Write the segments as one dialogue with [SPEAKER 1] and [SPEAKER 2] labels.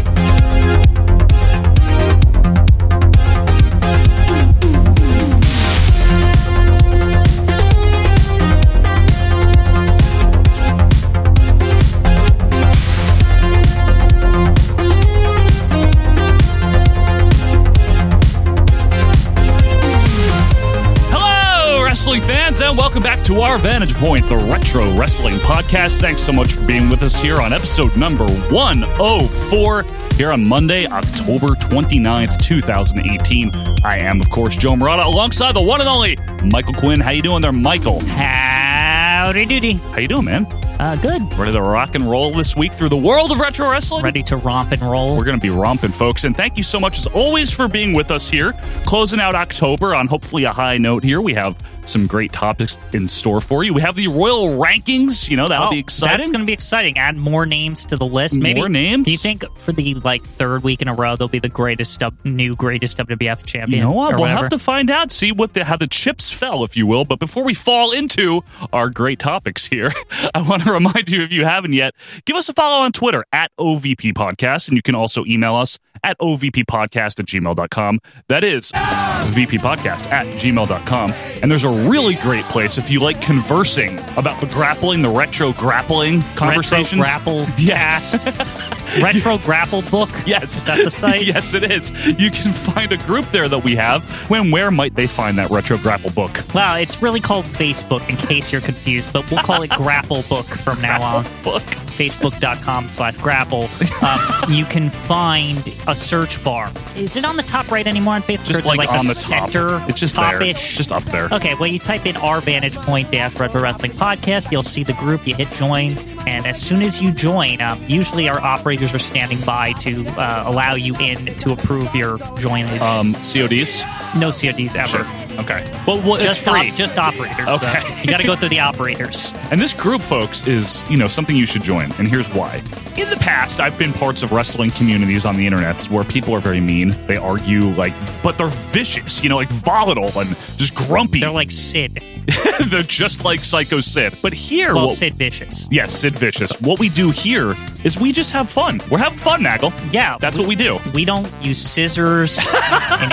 [SPEAKER 1] point.
[SPEAKER 2] Hello, wrestling fans, and welcome back to our Vantage Point, the Retro Wrestling Podcast. Thanks so much for being with us here on episode number 104 here on Monday, October 29th, 2018. I am, of course, Joe Murata alongside the one and only Michael Quinn. How you doing there, Michael?
[SPEAKER 3] Howdy doody.
[SPEAKER 2] How you doing, man?
[SPEAKER 3] Uh, good.
[SPEAKER 2] Ready to rock and roll this week through the world of retro wrestling?
[SPEAKER 3] Ready to romp and roll.
[SPEAKER 2] We're going to be romping, folks. And thank you so much, as always, for being with us here. Closing out October on hopefully a high note here. We have some great topics in store for you. We have the Royal Rankings. You know, that'll
[SPEAKER 3] Oh,
[SPEAKER 2] be exciting.
[SPEAKER 3] That's going to be exciting. Add more names to the list. Maybe
[SPEAKER 2] More names?
[SPEAKER 3] Do you think for the like third week in a row they'll be the greatest up, new greatest WWF champion?
[SPEAKER 2] you know what?
[SPEAKER 3] or
[SPEAKER 2] We'll
[SPEAKER 3] whatever?
[SPEAKER 2] have to find out, see what the, how the chips fell, if you will. But before we fall into our great topics here, I want to remind you, if you haven't yet, give us a follow on Twitter at OVP Podcast, and you can also email us at OVP Podcast at gmail.com. That is VP Podcast at gmail.com. And there's a really great place if you like conversing about the grappling, the retro grappling conversations.
[SPEAKER 3] Retro grapple
[SPEAKER 2] Yes.
[SPEAKER 3] cast. retro grapple book.
[SPEAKER 2] Yes.
[SPEAKER 3] Is that the site?
[SPEAKER 2] yes, it is. You can find a group there that we have. When, where might they find that retro grapple book?
[SPEAKER 3] Wow, it's really called Facebook in case you're confused, but we'll call it Grapple Book from now on.
[SPEAKER 2] Book.
[SPEAKER 3] facebook.com slash grapple um, you can find a search bar is it on the top right anymore on facebook or
[SPEAKER 2] Just
[SPEAKER 3] is it
[SPEAKER 2] like,
[SPEAKER 3] a
[SPEAKER 2] on the
[SPEAKER 3] center
[SPEAKER 2] top. It's just there.
[SPEAKER 3] top-ish?
[SPEAKER 2] It's Just up there.
[SPEAKER 3] okay well you type in our vantage point dash retro wrestling podcast you'll see the group you hit join and as soon as you join um, usually our operators are standing by to uh, allow you in to approve your joinage
[SPEAKER 2] Um, CODs?
[SPEAKER 3] no cods ever
[SPEAKER 2] Okay. Well, well it's
[SPEAKER 3] Just,
[SPEAKER 2] free.
[SPEAKER 3] op- just operators.
[SPEAKER 2] Okay.
[SPEAKER 3] so you got to go through the operators.
[SPEAKER 2] And this group, folks, is, you know, something you should join. And here's why. In the past, I've been parts of wrestling communities on the internets where people are very mean. They argue, like, but they're vicious, you know, like volatile and just grumpy.
[SPEAKER 3] They're like Sid.
[SPEAKER 2] They're just like Psycho Sid. But here,
[SPEAKER 3] Well,
[SPEAKER 2] what-
[SPEAKER 3] Sid Vicious.
[SPEAKER 2] Yes, Sid Vicious. What we do here is we just have fun. We're having fun, Nagel.
[SPEAKER 3] Yeah,
[SPEAKER 2] That's what we do.
[SPEAKER 3] We don't use scissors in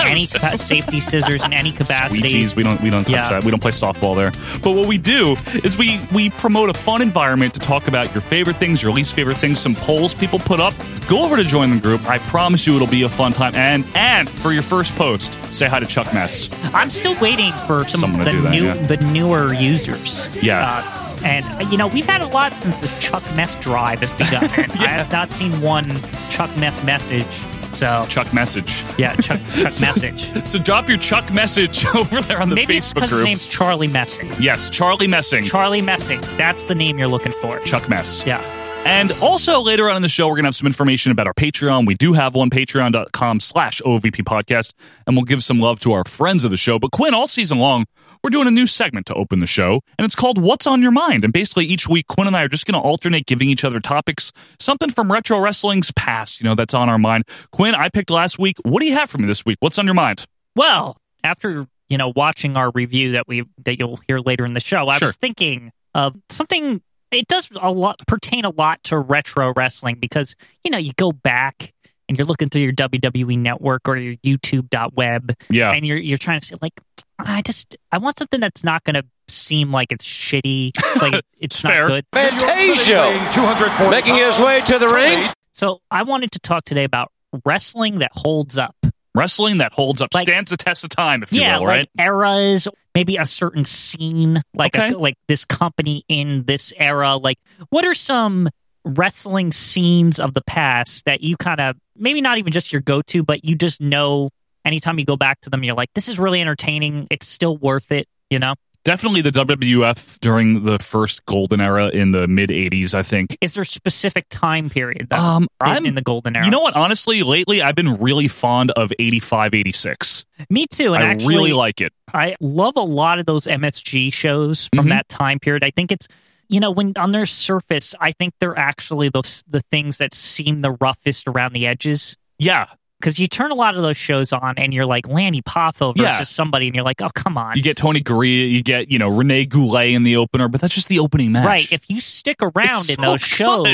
[SPEAKER 3] any capa- safety scissors in any capacity.
[SPEAKER 2] Squeegees, we don't we don't touch
[SPEAKER 3] Yeah.
[SPEAKER 2] that. We don't play softball there. But what we do is we we promote a fun environment to talk about your favorite things, your least favorite things, some polls people put up. Go over to join the group. I promise you it'll be a fun time. And and for your first post, say hi to Chuck Mess.
[SPEAKER 3] I'm still waiting for some
[SPEAKER 2] Someone
[SPEAKER 3] of
[SPEAKER 2] to
[SPEAKER 3] the
[SPEAKER 2] do that,
[SPEAKER 3] new
[SPEAKER 2] yeah.
[SPEAKER 3] the newer users.
[SPEAKER 2] Yeah.
[SPEAKER 3] Uh, and uh, you know we've had a lot since this Chuck Mess drive has begun. and I have not seen one Chuck Mess message. So
[SPEAKER 2] Chuck message.
[SPEAKER 3] yeah, Chuck Chuck
[SPEAKER 2] So-
[SPEAKER 3] message.
[SPEAKER 2] So drop your Chuck message over there on the
[SPEAKER 3] Maybe it's
[SPEAKER 2] Facebook
[SPEAKER 3] because his
[SPEAKER 2] group. Mm.
[SPEAKER 3] name's Charlie Messing.
[SPEAKER 2] Yes, Charlie Messing.
[SPEAKER 3] Charlie Messing. That's the name you're looking for.
[SPEAKER 2] Chuck Mess.
[SPEAKER 3] Yeah.
[SPEAKER 2] And also later on in the show, we're going to have some information about our Patreon. We do have one, patreon.com slash OVP podcast, and we'll give some love to our friends of the show. But Quinn, all season long, we're doing a new segment to open the show, and it's called What's on Your Mind? And basically each week, Quinn and I are just going to alternate giving each other topics, something from retro wrestling's past, you know, that's on our mind. Quinn, I picked last week. What do you have for me this week? What's on your mind?
[SPEAKER 3] Well, after you know watching our review that we that you'll hear later in the show, I
[SPEAKER 2] Sure.
[SPEAKER 3] was thinking of something. It does a lot pertain a lot to retro wrestling because you know you go back and you're looking through your WWE network or your YouTube.web,
[SPEAKER 2] Yeah.
[SPEAKER 3] and you're you're trying to say like, I just I want something that's not going to seem like it's shitty, like it- it's
[SPEAKER 2] Fair.
[SPEAKER 3] not good.
[SPEAKER 4] Fantasio making his way to the ring.
[SPEAKER 3] So I wanted to talk today about wrestling that holds up.
[SPEAKER 2] Wrestling that holds up,
[SPEAKER 3] Like-
[SPEAKER 2] stands the test of time, if you
[SPEAKER 3] yeah,
[SPEAKER 2] will, right?
[SPEAKER 3] like eras, maybe a certain scene, like
[SPEAKER 2] Okay.
[SPEAKER 3] a, like this company in this era. Like, what are some wrestling scenes of the past that you kind of maybe not even just your go to, but you just know anytime you go back to them, you're like, this is really entertaining. It's still worth it. You know,
[SPEAKER 2] Definitely the WWF during the first golden era in the mid 80s, I think.
[SPEAKER 3] is there a specific time period though,
[SPEAKER 2] Um,
[SPEAKER 3] in,
[SPEAKER 2] I'm-
[SPEAKER 3] in the golden era?
[SPEAKER 2] You know what? Honestly, lately I've been really fond of 85, 86.
[SPEAKER 3] Me too. And
[SPEAKER 2] I
[SPEAKER 3] actually,
[SPEAKER 2] really like it.
[SPEAKER 3] I love a lot of those MSG shows from
[SPEAKER 2] Mhm.
[SPEAKER 3] that time period. I think it's you know when on their surface, I think they're actually those the things that seem the roughest around the edges.
[SPEAKER 2] Yeah.
[SPEAKER 3] Because you turn a lot of those shows on and you're like Lanny Poffo versus
[SPEAKER 2] Yeah.
[SPEAKER 3] somebody, and you're like, oh, come on.
[SPEAKER 2] You get Tony Gurria, you get, you know, Renee Goulet in the opener, but that's just the opening match.
[SPEAKER 3] Right. If you stick around
[SPEAKER 2] It's
[SPEAKER 3] in
[SPEAKER 2] so good.
[SPEAKER 3] those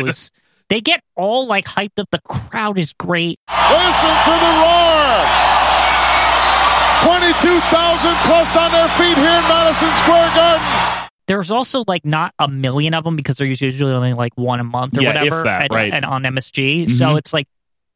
[SPEAKER 3] shows, they get all like hyped up. The crowd is great.
[SPEAKER 1] Listen to the roar. 22,000 plus on their feet here in Madison Square Garden.
[SPEAKER 3] There's also like not a million of them because they're usually only like one a month or
[SPEAKER 2] Yeah, if
[SPEAKER 3] whatever,
[SPEAKER 2] that,
[SPEAKER 3] and,
[SPEAKER 2] right. Mm-hmm.
[SPEAKER 3] and on MSG. So it's like,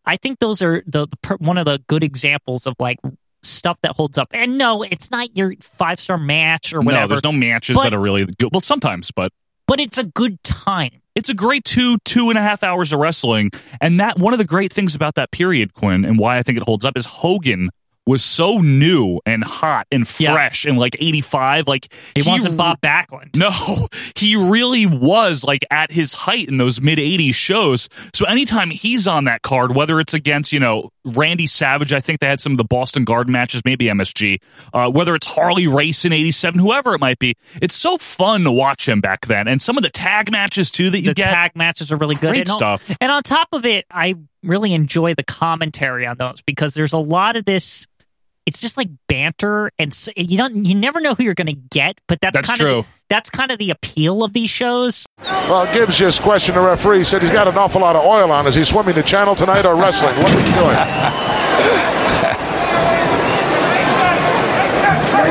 [SPEAKER 3] I think those are the, the per, one of the good examples of like stuff that holds up. And no, it's not your five star match or
[SPEAKER 2] No,
[SPEAKER 3] whatever,
[SPEAKER 2] there's no matches
[SPEAKER 3] But-
[SPEAKER 2] that are really good. Well, sometimes, but
[SPEAKER 3] but it's a good time.
[SPEAKER 2] it's a great two two and a half hours of wrestling and that one of the great things about that period quinn and why i think it holds up is hogan was so new and hot and
[SPEAKER 3] Yeah.
[SPEAKER 2] fresh and like 85 like
[SPEAKER 3] He, wasn't Bob Backlund.
[SPEAKER 2] no he really was like at his height in those mid 80s shows so anytime he's on that card whether it's against you know randy savage i think they had some of the boston garden matches maybe msg uh, whether it's harley race in 87 whoever it might be it's so fun to watch him back then and some of the tag matches too that you
[SPEAKER 3] the
[SPEAKER 2] get
[SPEAKER 3] tag matches are really good.
[SPEAKER 2] Great
[SPEAKER 3] and on-
[SPEAKER 2] stuff.
[SPEAKER 3] and on top of it, I really enjoy the commentary on those because there's a lot of this. It's just like banter, and s- you don't you never know who you're going to get. But that's,
[SPEAKER 2] That's
[SPEAKER 3] kind
[SPEAKER 2] true.
[SPEAKER 3] Of, that's kind of the appeal of these shows.
[SPEAKER 1] Well, Gibbs just questioned the referee. He said he's got an awful lot of oil on. Is he swimming the channel tonight or wrestling? What are you doing?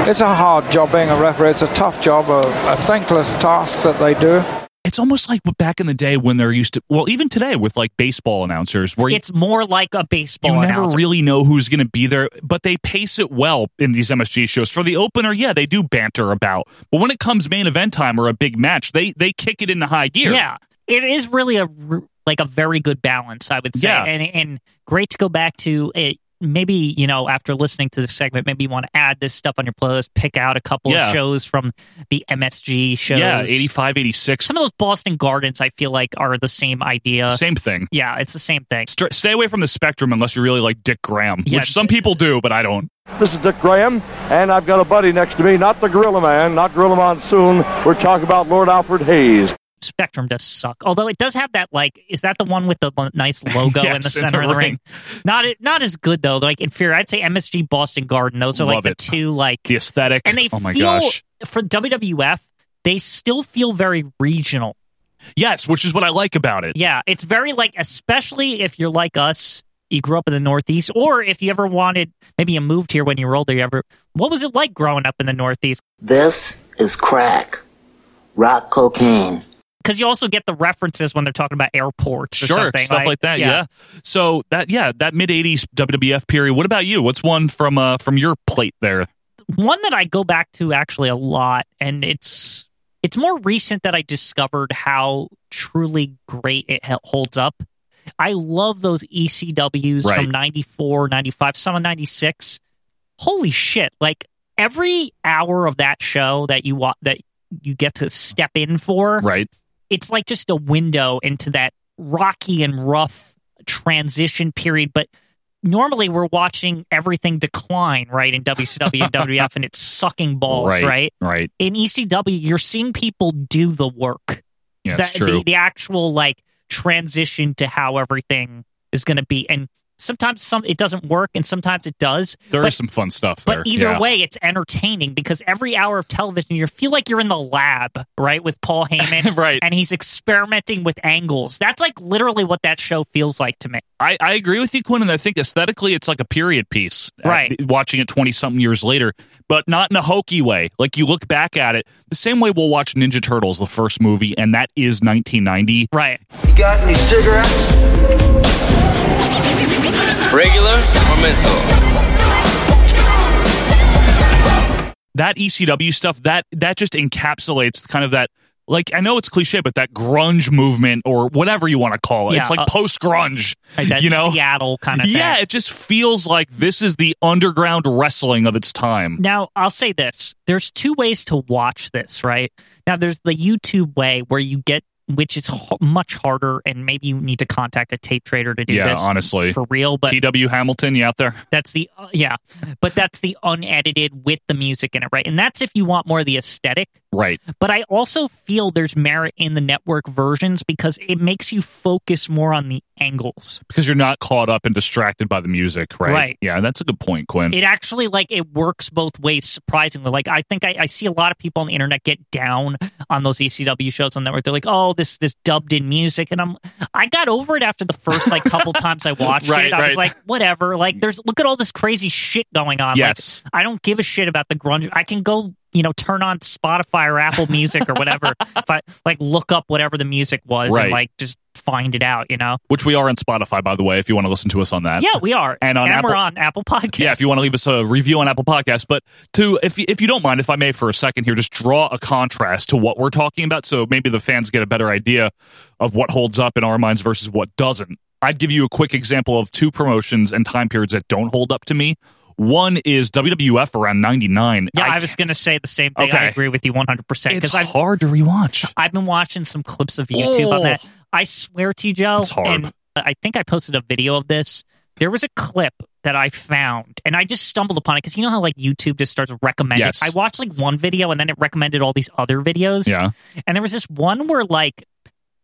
[SPEAKER 5] It's a hard job being a referee. It's a tough job, a, a thankless task that they do.
[SPEAKER 2] it's almost like back in the day when they're used to well even today with like baseball announcers where you-
[SPEAKER 3] It's more like a baseball.
[SPEAKER 2] you never
[SPEAKER 3] announcer.
[SPEAKER 2] really know who's going to be there but they pace it well in these msg shows for the opener yeah they do banter about but when it comes main event time or a big match they they kick it into high gear
[SPEAKER 3] Yeah, it is really a r- like a very good balance, I would say,
[SPEAKER 2] Yeah.
[SPEAKER 3] and and great to go back to it. Maybe you know after listening to this segment, maybe you want to add this stuff on your playlist. Pick out a couple
[SPEAKER 2] Yeah.
[SPEAKER 3] of shows from the MSG shows.
[SPEAKER 2] yeah 85 86
[SPEAKER 3] Some of those Boston Gardens, I feel like, are the same idea.
[SPEAKER 2] same thing
[SPEAKER 3] Yeah, it's the same thing.
[SPEAKER 2] Str- stay away from the spectrum unless you really like dick graham
[SPEAKER 3] Yeah.
[SPEAKER 2] which some people do but i don't
[SPEAKER 6] This is Dick Graham, and I've got a buddy next to me, not the Gorilla Man, not Gorilla Monsoon. We're talking about Lord Alfred Hayes.
[SPEAKER 3] Spectrum does suck. Although it does have that like, is that the one with the l- nice logo in the
[SPEAKER 2] Yes, in
[SPEAKER 3] center
[SPEAKER 2] the
[SPEAKER 3] of the
[SPEAKER 2] ring.
[SPEAKER 3] ring? Not not as good though. Like inferior. I'd say MSG Boston Garden. Those are
[SPEAKER 2] Love
[SPEAKER 3] like
[SPEAKER 2] it.
[SPEAKER 3] the two like
[SPEAKER 2] the aesthetic
[SPEAKER 3] and they
[SPEAKER 2] oh my
[SPEAKER 3] feel
[SPEAKER 2] gosh
[SPEAKER 3] for WWF they still feel very regional.
[SPEAKER 2] yes which is what i like about it
[SPEAKER 3] Yeah, it's very like especially if you're like us, you grew up in the Northeast, or if you ever wanted maybe you moved here when you were older. You ever what was it like growing up in the Northeast?
[SPEAKER 7] This is crack. Rock cocaine.
[SPEAKER 3] Because you also get the references when they're talking about airports or
[SPEAKER 2] sure
[SPEAKER 3] something
[SPEAKER 2] stuff like, that yeah. so that yeah that mid 80s wwf period what about you what's one from uh from your plate there
[SPEAKER 3] one that I go back to actually a lot, and it's it's more recent that I discovered how truly great it hel- holds up. I love those ECWs
[SPEAKER 2] Right.
[SPEAKER 3] from 94, 95, some of 96. Holy shit. Like every hour of that show that you want that you get to step in for,
[SPEAKER 2] right
[SPEAKER 3] it's like just a window into that rocky and rough transition period. But normally we're watching everything decline, right, in WCW and WWF, and it's sucking balls, right?
[SPEAKER 2] right
[SPEAKER 3] In ECW, you're seeing people do the work.
[SPEAKER 2] yeah that's
[SPEAKER 3] That-
[SPEAKER 2] true
[SPEAKER 3] The, the actual like transition to how everything is going to be, and sometimes some it doesn't work, and sometimes it does.
[SPEAKER 2] There is
[SPEAKER 3] but,
[SPEAKER 2] some fun stuff there.
[SPEAKER 3] But either
[SPEAKER 2] yeah.
[SPEAKER 3] way, it's entertaining because every hour of television, you feel like you're in the lab, right, with Paul Heyman,
[SPEAKER 2] Right.
[SPEAKER 3] And he's experimenting with angles. That's like literally what that show feels like to me.
[SPEAKER 2] I, I agree with you, Quinn, and I think aesthetically it's like a period piece. uh,
[SPEAKER 3] Right.
[SPEAKER 2] watching it 20 something years later, but not in a hokey way. Like you look back at it the same way we'll watch Ninja Turtles, the first movie, and that is 1990.
[SPEAKER 3] Right.
[SPEAKER 8] You got any cigarettes?
[SPEAKER 4] Regular or menthol?
[SPEAKER 2] That ECW stuff, that, that just encapsulates kind of that. Like I know it's cliche, but that grunge movement or whatever you want to call it,
[SPEAKER 3] Yeah,
[SPEAKER 2] it's like
[SPEAKER 3] uh,
[SPEAKER 2] post grunge.
[SPEAKER 3] Like that
[SPEAKER 2] You know,
[SPEAKER 3] Seattle kind of
[SPEAKER 2] yeah,
[SPEAKER 3] thing.
[SPEAKER 2] it just feels like this is the underground wrestling of its time.
[SPEAKER 3] Now, I'll say this. There's two ways to watch this, right? Now, there's the YouTube way where you get which is h- much harder, and maybe you need to contact a tape trader to do
[SPEAKER 2] Yeah,
[SPEAKER 3] this.
[SPEAKER 2] honestly.
[SPEAKER 3] for real. But
[SPEAKER 2] TW Hamilton, you out there?
[SPEAKER 3] that's the uh, yeah, but that's the unedited with the music in it, right? And that's if you want more of the aesthetic.
[SPEAKER 2] Right.
[SPEAKER 3] But I also feel there's merit in the network versions because it makes you focus more on the angles.
[SPEAKER 2] Because you're not caught up and distracted by the music, right?
[SPEAKER 3] Right.
[SPEAKER 2] Yeah, that's a good point, Quinn.
[SPEAKER 3] it actually like it works both ways surprisingly like i think I, I see a lot of people on the internet get down on those ecw shows on network they're like oh this this dubbed in music and i'm i got over it after the first like couple times i watched
[SPEAKER 2] Right,
[SPEAKER 3] it i was
[SPEAKER 2] right.
[SPEAKER 3] like whatever like there's look at all this crazy shit going on
[SPEAKER 2] Yes.
[SPEAKER 3] like i don't give a shit about the grunge i can go you know turn on spotify or apple music or whatever if i like look up whatever the music was
[SPEAKER 2] Right.
[SPEAKER 3] and like just find it out you know
[SPEAKER 2] Which we are on Spotify, by the way, if you want to listen to us on that.
[SPEAKER 3] yeah we are
[SPEAKER 2] Uh, And on
[SPEAKER 3] we're
[SPEAKER 2] Apple-
[SPEAKER 3] on apple podcast
[SPEAKER 2] Yeah, if you want to leave us a review on Apple Podcasts. But to if you- if you don't mind, if I may, for a second here, just draw a contrast to what we're talking about, so maybe the fans get a better idea of what holds up in our minds versus what doesn't. I'd give you a quick example of two promotions and time periods that don't hold up to me. One is WWF around '99.
[SPEAKER 3] Yeah, I, was going to say the same thing.
[SPEAKER 2] Okay.
[SPEAKER 3] I agree with you 100%
[SPEAKER 2] It's
[SPEAKER 3] because I've,
[SPEAKER 2] hard to rewatch.
[SPEAKER 3] I've been watching some clips of YouTube on that. I swear to you, Joe.
[SPEAKER 2] It's hard.
[SPEAKER 3] And I think I posted a video of this. There was a clip that I found and I just stumbled upon it because you know how like YouTube just starts recommending.
[SPEAKER 2] Yes.
[SPEAKER 3] I watched like one video and then it recommended all these other videos.
[SPEAKER 2] Yeah.
[SPEAKER 3] And there was this one where like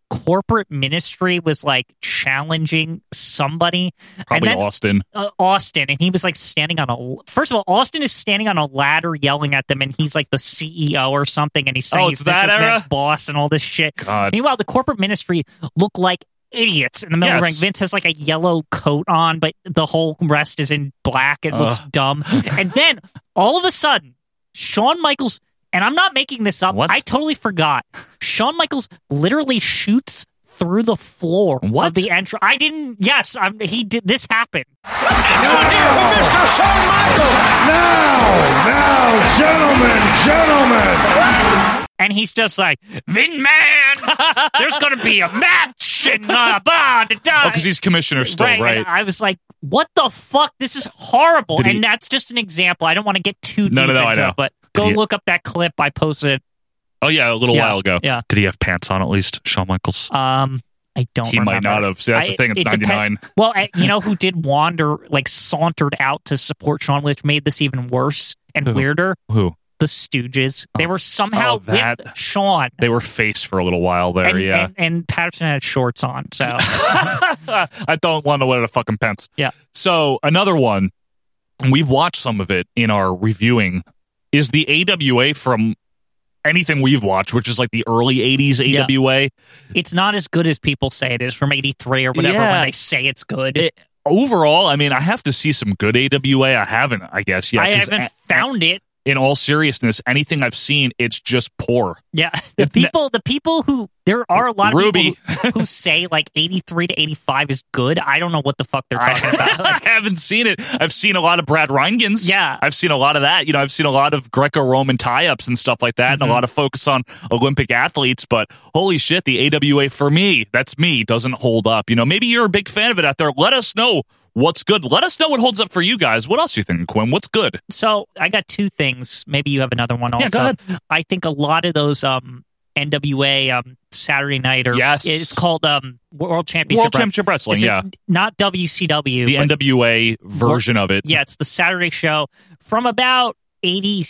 [SPEAKER 3] corporate ministry was like challenging somebody and
[SPEAKER 2] Probably
[SPEAKER 3] then
[SPEAKER 2] Austin.
[SPEAKER 3] uh, Austin, and he was like standing on a. First of all, Austin is standing on a ladder yelling at them, and he's like the CEO or something, and he's saying
[SPEAKER 2] Oh,
[SPEAKER 3] he's
[SPEAKER 2] it's that
[SPEAKER 3] businessman's
[SPEAKER 2] era?
[SPEAKER 3] boss and all this shit.
[SPEAKER 2] God.
[SPEAKER 3] Meanwhile, the corporate ministry look like idiots in the middle of the ring.
[SPEAKER 2] Yes.
[SPEAKER 3] Vince has like a yellow coat on, but the whole rest is in black. It looks
[SPEAKER 2] Ugh.
[SPEAKER 3] dumb. And then all of a sudden, Shawn Michaels. And I'm not making this up.
[SPEAKER 2] What?
[SPEAKER 3] I totally forgot. Shawn Michaels literally shoots through the floor
[SPEAKER 2] What?
[SPEAKER 3] of the entrance. I didn't. Yes, I'm, he did. This happened.
[SPEAKER 1] Now, now, gentlemen, gentlemen.
[SPEAKER 3] and he's just like Vin Man. There's gonna be a match and uh, blah da, da.
[SPEAKER 2] Oh, because he's commissioner still,
[SPEAKER 3] right.
[SPEAKER 2] right?
[SPEAKER 3] and I was like, what the fuck? This is horrible.
[SPEAKER 2] Did he-
[SPEAKER 3] and that's just an example. I don't want to get too
[SPEAKER 2] No,
[SPEAKER 3] deep
[SPEAKER 2] no, no, I
[SPEAKER 3] into
[SPEAKER 2] know.
[SPEAKER 3] it, but go
[SPEAKER 2] he-
[SPEAKER 3] look up that clip I posted.
[SPEAKER 2] Oh yeah, a little
[SPEAKER 3] Yeah,
[SPEAKER 2] while ago.
[SPEAKER 3] yeah.
[SPEAKER 2] Did he have pants on at least, Shawn Michaels?
[SPEAKER 3] Um, I don't.
[SPEAKER 2] He might
[SPEAKER 3] remember.
[SPEAKER 2] not have. See, that's the thing, it's
[SPEAKER 3] it depend-
[SPEAKER 2] 99.
[SPEAKER 3] well, I- you know who did wander, like sauntered out to support Sean, which made this even worse and
[SPEAKER 2] Who?
[SPEAKER 3] weirder.
[SPEAKER 2] Who?
[SPEAKER 3] The Stooges. They were somehow
[SPEAKER 2] Oh, that-
[SPEAKER 3] with Sean.
[SPEAKER 2] They were face for a little while there.
[SPEAKER 3] and,
[SPEAKER 2] yeah.
[SPEAKER 3] and, and Patterson had shorts on, so
[SPEAKER 2] I don't want to wear the fucking pants.
[SPEAKER 3] Yeah.
[SPEAKER 2] So another one, and we've watched some of it in our reviewing, is the AWA from anything we've watched, which is like the early '80s
[SPEAKER 3] Yeah.
[SPEAKER 2] AWA.
[SPEAKER 3] it's not as good as people say it is from 83 or whatever
[SPEAKER 2] Yeah.
[SPEAKER 3] when they say it's good.
[SPEAKER 2] It- overall, I mean, I have to see some good AWA. I haven't, I guess, yet.
[SPEAKER 3] I
[SPEAKER 2] 'cause
[SPEAKER 3] haven't
[SPEAKER 2] a-
[SPEAKER 3] found it.
[SPEAKER 2] In all seriousness, anything I've seen, it's just poor.
[SPEAKER 3] Yeah. The people the people who there are a lot of
[SPEAKER 2] Ruby.
[SPEAKER 3] people who, who say like 83 to 85 is good. I don't know what the fuck they're talking about.
[SPEAKER 2] I
[SPEAKER 3] Like,
[SPEAKER 2] haven't seen it. I've seen a lot of Brad Reingans.
[SPEAKER 3] Yeah.
[SPEAKER 2] I've seen a lot of that. You know, I've seen a lot of Greco Roman tie ups and stuff like that, and a lot of focus on Olympic athletes. But holy shit, the AWA for me, that's me, doesn't hold up. You know, maybe you're a big fan of it out there. Let us know what's good. Let us know what holds up for you guys. What else you think, Quinn? What's good?
[SPEAKER 3] so, I got two things. Maybe you have another one also.
[SPEAKER 2] Yeah, go
[SPEAKER 3] I think a lot of those um NWA um Saturday night or
[SPEAKER 2] Yes.
[SPEAKER 3] it's called um World Championship
[SPEAKER 2] World Championship Wrestling,
[SPEAKER 3] This is
[SPEAKER 2] yeah.
[SPEAKER 3] Not WCW.
[SPEAKER 2] The
[SPEAKER 3] but-
[SPEAKER 2] NWA version of it.
[SPEAKER 3] Yeah, it's the Saturday show from about 80,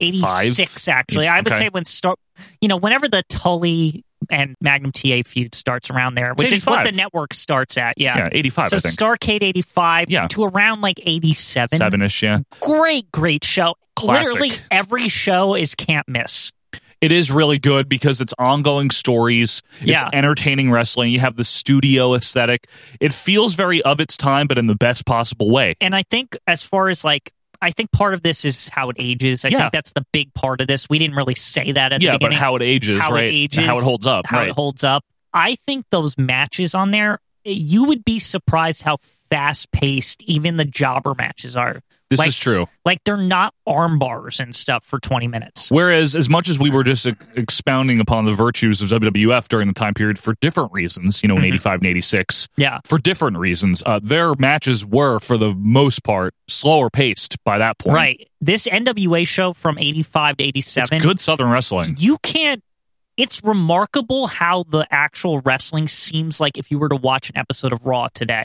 [SPEAKER 3] 86, actually. I would
[SPEAKER 2] Okay.
[SPEAKER 3] say when start, you know, whenever the Tully and Magnum TA feud starts around there, which is what
[SPEAKER 2] 85.
[SPEAKER 3] the network starts at. Yeah.
[SPEAKER 2] Yeah, 85,
[SPEAKER 3] so
[SPEAKER 2] I think.
[SPEAKER 3] Starcade 85
[SPEAKER 2] Yeah.
[SPEAKER 3] to around like 87.
[SPEAKER 2] Seven ish, yeah.
[SPEAKER 3] Great, great show.
[SPEAKER 2] Classic.
[SPEAKER 3] Literally every show is can't miss.
[SPEAKER 2] it is really good because it's ongoing stories.
[SPEAKER 3] Yeah.
[SPEAKER 2] It's entertaining wrestling. You have the studio aesthetic. It feels very of its time, but in the best possible way.
[SPEAKER 3] and I think as far as like I think part of this is how it ages. I
[SPEAKER 2] Yeah.
[SPEAKER 3] think that's the big part of this. We didn't really say that at
[SPEAKER 2] Yeah,
[SPEAKER 3] the
[SPEAKER 2] but
[SPEAKER 3] beginning.
[SPEAKER 2] how it ages,
[SPEAKER 3] how
[SPEAKER 2] right?
[SPEAKER 3] it ages,
[SPEAKER 2] How it holds up,
[SPEAKER 3] how
[SPEAKER 2] right.
[SPEAKER 3] it holds up. I think those matches on there, you would be surprised how fast paced even the jobber matches are.
[SPEAKER 2] This
[SPEAKER 3] Like-
[SPEAKER 2] is true.
[SPEAKER 3] Like they're not arm bars and stuff for twenty minutes.
[SPEAKER 2] Whereas, as much as we were just ex- expounding upon the virtues of WWF during the time period for different reasons, you know, in
[SPEAKER 3] Mm-hmm.
[SPEAKER 2] 85 and 86,
[SPEAKER 3] Yeah.
[SPEAKER 2] for different reasons, uh, their matches were, for the most part, slower paced by that point.
[SPEAKER 3] Right. This NWA show from eighty five to eighty
[SPEAKER 2] It's
[SPEAKER 3] seven.
[SPEAKER 2] good Southern wrestling.
[SPEAKER 3] you can't it's remarkable how the actual wrestling seems like if you were to watch an episode of Raw today.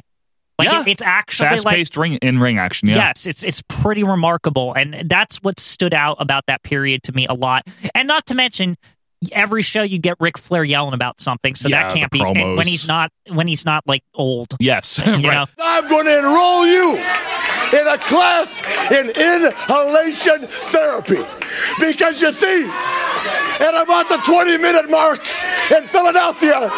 [SPEAKER 3] Like
[SPEAKER 2] Yeah.
[SPEAKER 3] it- it's actually
[SPEAKER 2] Fast
[SPEAKER 3] like
[SPEAKER 2] paced ring in ring action. Yeah.
[SPEAKER 3] Yes, it's it's pretty remarkable, and that's what stood out about that period to me a lot. And not to mention, every show you get Ric Flair yelling about something, so
[SPEAKER 2] Yeah,
[SPEAKER 3] that can't
[SPEAKER 2] the
[SPEAKER 3] be and when
[SPEAKER 2] promos.
[SPEAKER 3] he's not when he's not like old.
[SPEAKER 2] Yes.
[SPEAKER 3] You
[SPEAKER 2] right.
[SPEAKER 3] know?
[SPEAKER 4] I'm going to enroll you in a class in inhalation therapy. Because you see, at about the 20 minute mark in Philadelphia,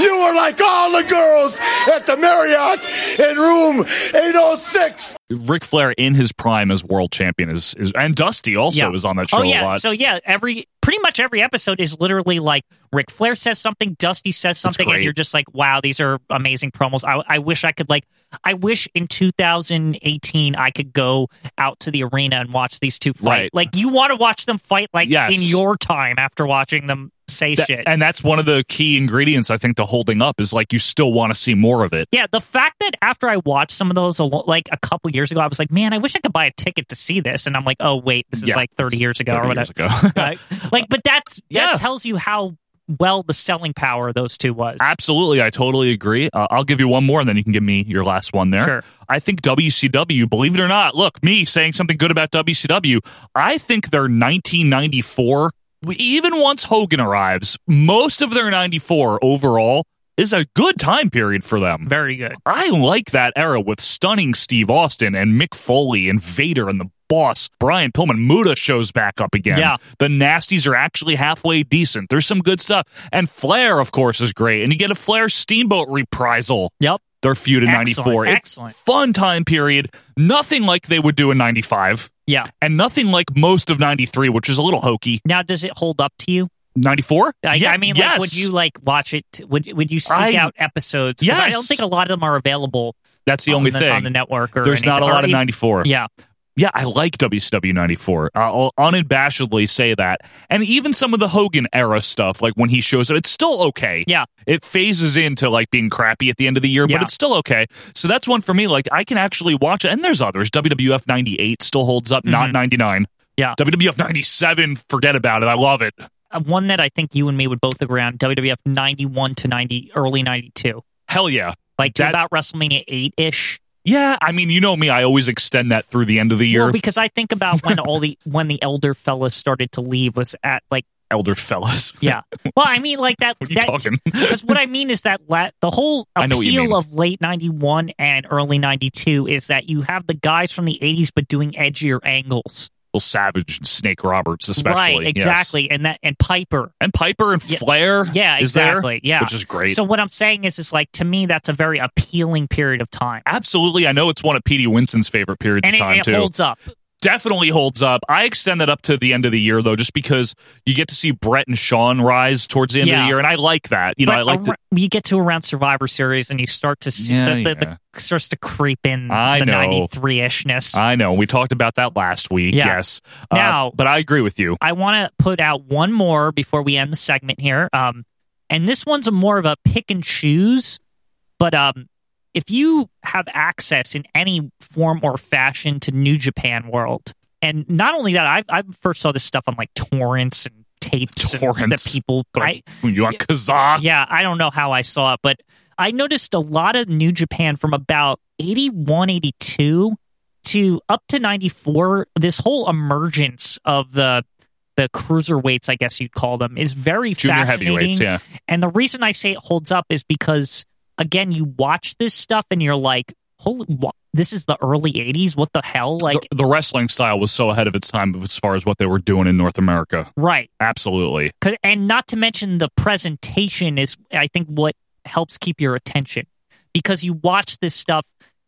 [SPEAKER 4] you were like all the girls at the Marriott in room 806.
[SPEAKER 2] Ric Flair in his prime as world champion is, is and Dusty also is on that show
[SPEAKER 3] oh, yeah.
[SPEAKER 2] a lot.
[SPEAKER 3] So yeah, every pretty much every episode is literally like Ric Flair says something, Dusty says something, and
[SPEAKER 2] great.
[SPEAKER 3] you're just like, wow, these are amazing promos. I, I wish I could like, I wish in 2018 I could go out to the arena and watch these two fight.
[SPEAKER 2] Right.
[SPEAKER 3] Like you want to watch them fight like
[SPEAKER 2] Yes.
[SPEAKER 3] in your time after watching them say
[SPEAKER 2] That-
[SPEAKER 3] shit.
[SPEAKER 2] and that's one of the key ingredients I think to holding up is like you still want to see more of it.
[SPEAKER 3] yeah, the fact that after I watched some of those a lo- like a couple years ago, I was like, man, I wish I could buy a ticket to see this. And I'm like, oh wait, this is
[SPEAKER 2] Yeah,
[SPEAKER 3] like 30 years ago or
[SPEAKER 2] 30
[SPEAKER 3] whatever.
[SPEAKER 2] years ago.
[SPEAKER 3] right? Like, but that's
[SPEAKER 2] Yeah.
[SPEAKER 3] that tells you how well the selling power of those two was.
[SPEAKER 2] Absolutely, I totally agree. Uh, I'll give you one more, and then you can give me your last one there.
[SPEAKER 3] Sure.
[SPEAKER 2] I think WCW, believe it or not, look, me saying something good about WCW, I think their 1994, even once Hogan arrives, most of their 94 overall is a good time period for them.
[SPEAKER 3] Very good.
[SPEAKER 2] I like that era with stunning Steve Austin and Mick Foley and Vader and the boss, Brian Pillman. Muda shows back up again.
[SPEAKER 3] Yeah.
[SPEAKER 2] The nasties are actually halfway decent. There's some good stuff. And Flair, of course, is great. And you get a Flair Steamboat reprisal.
[SPEAKER 3] Yep.
[SPEAKER 2] Their feud in
[SPEAKER 3] Excellent,
[SPEAKER 2] 94. It's
[SPEAKER 3] excellent.
[SPEAKER 2] Fun time period. Nothing like they would do in 95.
[SPEAKER 3] Yeah.
[SPEAKER 2] And nothing like most of 93, which is a little hokey.
[SPEAKER 3] Now, does it hold up to you?
[SPEAKER 2] 94?
[SPEAKER 3] I,
[SPEAKER 2] yeah,
[SPEAKER 3] I mean,
[SPEAKER 2] yes.
[SPEAKER 3] like, would you like watch it? Would Would you seek
[SPEAKER 2] I-
[SPEAKER 3] out episodes? 'Cause I don't
[SPEAKER 2] Yes.
[SPEAKER 3] think a lot of them are available.
[SPEAKER 2] That's the
[SPEAKER 3] on
[SPEAKER 2] only
[SPEAKER 3] the-
[SPEAKER 2] thing.
[SPEAKER 3] on the network or
[SPEAKER 2] There's not a
[SPEAKER 3] anything, or
[SPEAKER 2] lot of
[SPEAKER 3] even-
[SPEAKER 2] 94.
[SPEAKER 3] Yeah,
[SPEAKER 2] Yeah, I like WCW 94. I'll unabashedly say that. And even some of the Hogan era stuff, like when he shows up, it's still okay.
[SPEAKER 3] Yeah.
[SPEAKER 2] It phases into like being crappy at the end of the year,
[SPEAKER 3] Yeah.
[SPEAKER 2] but it's still okay. So that's one for me. Like I can actually watch it. And there's others. WWF 98 still holds up, not 99.
[SPEAKER 3] Mm-hmm. Yeah.
[SPEAKER 2] WWF 97, forget about it. I love it.
[SPEAKER 3] Uh, one that I think you and me would both agree on: WWF ninety one to ninety, early ninety two,
[SPEAKER 2] Hell yeah.
[SPEAKER 3] like to
[SPEAKER 2] That-
[SPEAKER 3] about WrestleMania eight ish.
[SPEAKER 2] Yeah. I mean, you know me. I always extend that through the end of the year.
[SPEAKER 3] Well, because I think about when all the when the elder fellas started to leave was at like
[SPEAKER 2] Elder fellas.
[SPEAKER 3] Yeah. Well, I mean, like that.
[SPEAKER 2] What are you talking?
[SPEAKER 3] Because what I mean is that la- the whole
[SPEAKER 2] I know what you mean.
[SPEAKER 3] appeal of late '91 and early '92 is that you have the guys from the '80s, but doing edgier angles.
[SPEAKER 2] Well, Savage and Snake Roberts, especially.
[SPEAKER 3] right.
[SPEAKER 2] Yes.
[SPEAKER 3] Exactly. And that and Piper.
[SPEAKER 2] and Piper and
[SPEAKER 3] Yeah.
[SPEAKER 2] Flair.
[SPEAKER 3] Yeah.
[SPEAKER 2] is there,
[SPEAKER 3] Exactly. yeah.
[SPEAKER 2] which is great.
[SPEAKER 3] So what I'm saying is, is like to me, that's a very appealing period of time,
[SPEAKER 2] absolutely, I know it's one of Petey Winston's favorite periods
[SPEAKER 3] and
[SPEAKER 2] of
[SPEAKER 3] it,
[SPEAKER 2] time
[SPEAKER 3] it
[SPEAKER 2] too.
[SPEAKER 3] holds up.
[SPEAKER 2] Definitely holds up. I extend that up to the end of the year though, just because you get to see Brett and Sean rise towards the end of
[SPEAKER 3] Yeah.
[SPEAKER 2] the year, and I like that. You know,
[SPEAKER 3] But
[SPEAKER 2] I like.
[SPEAKER 3] ar- you get to around Survivor Series, and you start to see
[SPEAKER 2] Yeah,
[SPEAKER 3] the, the, the- starts to creep in
[SPEAKER 2] I
[SPEAKER 3] the
[SPEAKER 2] know.
[SPEAKER 3] '93 ishness.
[SPEAKER 2] the, I know we talked about that last week.
[SPEAKER 3] Yeah.
[SPEAKER 2] Yes, Uh,
[SPEAKER 3] Now-
[SPEAKER 2] but I agree with you.
[SPEAKER 3] I want to put out one more before we end the segment here. Um, and this one's a more of a pick and choose, but um, if you have access in any form or fashion to New Japan World, and not only that, I, I first saw this stuff on like torrents and tapes and
[SPEAKER 2] Torrents.
[SPEAKER 3] that people. I,
[SPEAKER 2] you want Kazaa?
[SPEAKER 3] yeah, I don't know how I saw it, but I noticed a lot of New Japan from about 81, 82 to up to 94. This whole emergence of the the cruiserweights, I guess you'd call them, is very
[SPEAKER 2] Junior
[SPEAKER 3] fascinating.
[SPEAKER 2] heavyweights, yeah.
[SPEAKER 3] And the reason I say it holds up is because, again, you watch this stuff and you're like, holy, wha- this is the early 80s. What the hell? Like,
[SPEAKER 2] the, the wrestling style was so ahead of its time as far as what they were doing in North America.
[SPEAKER 3] right.
[SPEAKER 2] Absolutely.
[SPEAKER 3] 'Cause- and not to mention the presentation is i think what helps keep your attention because you watch this stuff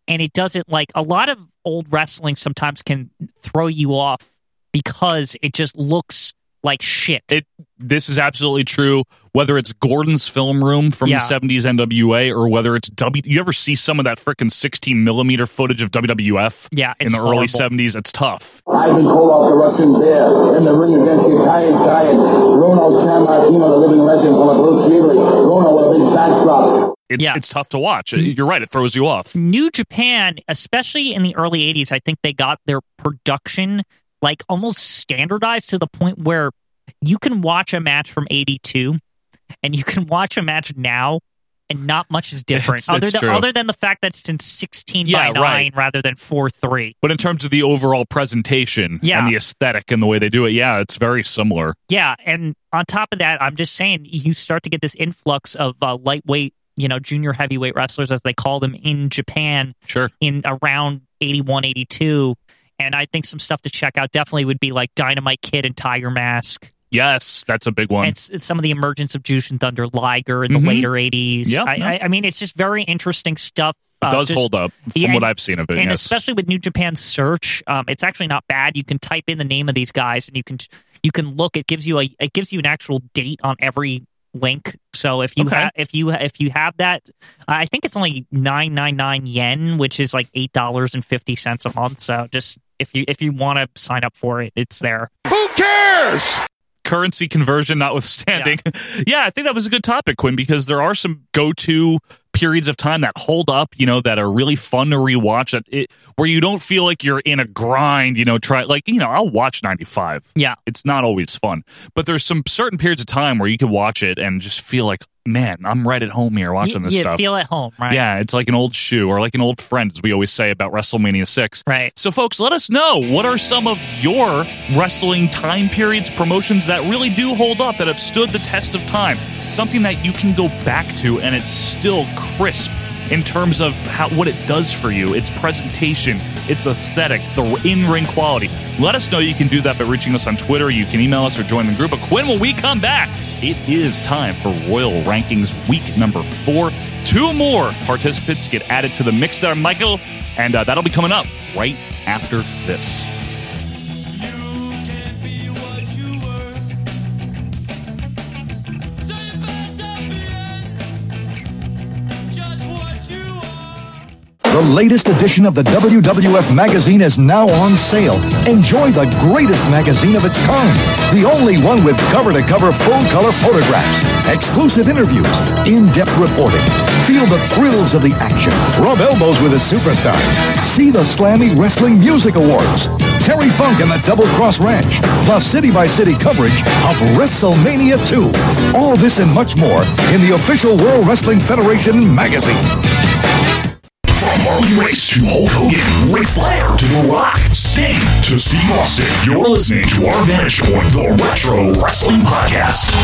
[SPEAKER 3] and it doesn't like a lot of old wrestling sometimes can throw you off because it just looks like shit
[SPEAKER 2] it this is absolutely true whether it's gordon's film room from
[SPEAKER 3] Yeah.
[SPEAKER 2] the 70s nwa or whether it's w you ever see some of that freaking 16 millimeter footage of wwf
[SPEAKER 3] Yeah,
[SPEAKER 2] in
[SPEAKER 3] it's
[SPEAKER 2] the early
[SPEAKER 3] horrible.
[SPEAKER 2] 70s it's tough
[SPEAKER 4] Ivan Koloff, the Russian bear, in the ring against the Italian giant, Bruno San Martino, the living legend from a Bruce Beavery, Bruno with a big backdrop.
[SPEAKER 2] it's
[SPEAKER 3] Yeah.
[SPEAKER 2] it's tough to watch Uh, you're right it throws you off
[SPEAKER 3] new japan especially in the early 80s i think they got their production like almost standardized to the point where you can watch a match from 82 and you can watch a match now and not much is different
[SPEAKER 2] It's-
[SPEAKER 3] other
[SPEAKER 2] it's
[SPEAKER 3] than
[SPEAKER 2] true.
[SPEAKER 3] other than the fact that it's in 16
[SPEAKER 2] Yeah,
[SPEAKER 3] by 9
[SPEAKER 2] right.
[SPEAKER 3] rather than 4 3
[SPEAKER 2] But in terms of the overall presentation
[SPEAKER 3] Yeah.
[SPEAKER 2] and the aesthetic and the way they do it, yeah, it's very similar.
[SPEAKER 3] Yeah, and on top of that, I'm just saying you start to get this influx of uh, lightweight, you know, junior heavyweight wrestlers as they call them in Japan
[SPEAKER 2] Sure.
[SPEAKER 3] in around 81, 82. And I think some stuff to check out definitely would be like Dynamite Kid and Tiger Mask,
[SPEAKER 2] Yes, that's a big one.
[SPEAKER 3] and s- and some of the emergence of Jushin Thunder Liger in the
[SPEAKER 2] Mhm.
[SPEAKER 3] later 80s.
[SPEAKER 2] Yeah,
[SPEAKER 3] I,
[SPEAKER 2] no.
[SPEAKER 3] I, I mean, it's just very interesting stuff.
[SPEAKER 2] it
[SPEAKER 3] uh,
[SPEAKER 2] does
[SPEAKER 3] just-
[SPEAKER 2] hold up from
[SPEAKER 3] Yeah,
[SPEAKER 2] what
[SPEAKER 3] and-
[SPEAKER 2] I've seen of it.
[SPEAKER 3] and
[SPEAKER 2] yes.
[SPEAKER 3] especially with New Japan Search, um, it's actually not bad. You can type in the name of these guys, and you can you can look. It gives you a it gives you an actual date on every link. So if you
[SPEAKER 2] Okay.
[SPEAKER 3] ha- if you if you have that, I think it's only nine nine nine yen, which is like eight dollars and fifty cents a month. So just if you if you want to sign up for it, it's there.
[SPEAKER 1] Who cares?
[SPEAKER 2] currency conversion notwithstanding. Yeah. I think that was a good topic, Quinn, because there are some go to periods of time that hold up, you know, that are really fun to rewatch that it, where you don't feel like you're in a grind, you know, try like, you know, I'll watch 95.
[SPEAKER 3] Yeah.
[SPEAKER 2] It's not always fun, but there's some certain periods of time where you can watch it and just feel like, man, I'm right at home here watching
[SPEAKER 3] you,
[SPEAKER 2] this
[SPEAKER 3] you
[SPEAKER 2] stuff.
[SPEAKER 3] feel at home, right?
[SPEAKER 2] Yeah, it's like an old shoe or like an old friend, as we always say about WrestleMania 6.
[SPEAKER 3] Right.
[SPEAKER 2] So, folks, let us know what are some of your wrestling time periods, promotions that really do hold up, that have stood the test of time, something that you can go back to and it's still crisp in terms of how, what it does for you, its presentation, its aesthetic, the in ring quality. Let us know you can do that by reaching us on Twitter. You can email us or join the group. But, Quinn, when we come back, it is time for Royal Rankings week number four. Two more participants get added to the mix there, Michael, and uh, that'll be coming up right after this.
[SPEAKER 9] The latest edition of the WWF magazine is now on sale. Enjoy the greatest magazine of its kind. The only one with cover to cover full color photographs, exclusive interviews, in depth reporting. Feel the thrills of the action. Rub elbows with the superstars. See the Slammy Wrestling Music Awards. Terry Funk and the Double Cross Ranch. Plus city by city coverage of WrestleMania 2. All this and much more in the official World Wrestling Federation magazine.
[SPEAKER 10] From Harley Race to Hulk Hogan, Ric Flair to The Rock, Sting to Steve Austin, you're listening to our Vantage Point, the Retro Wrestling Podcast.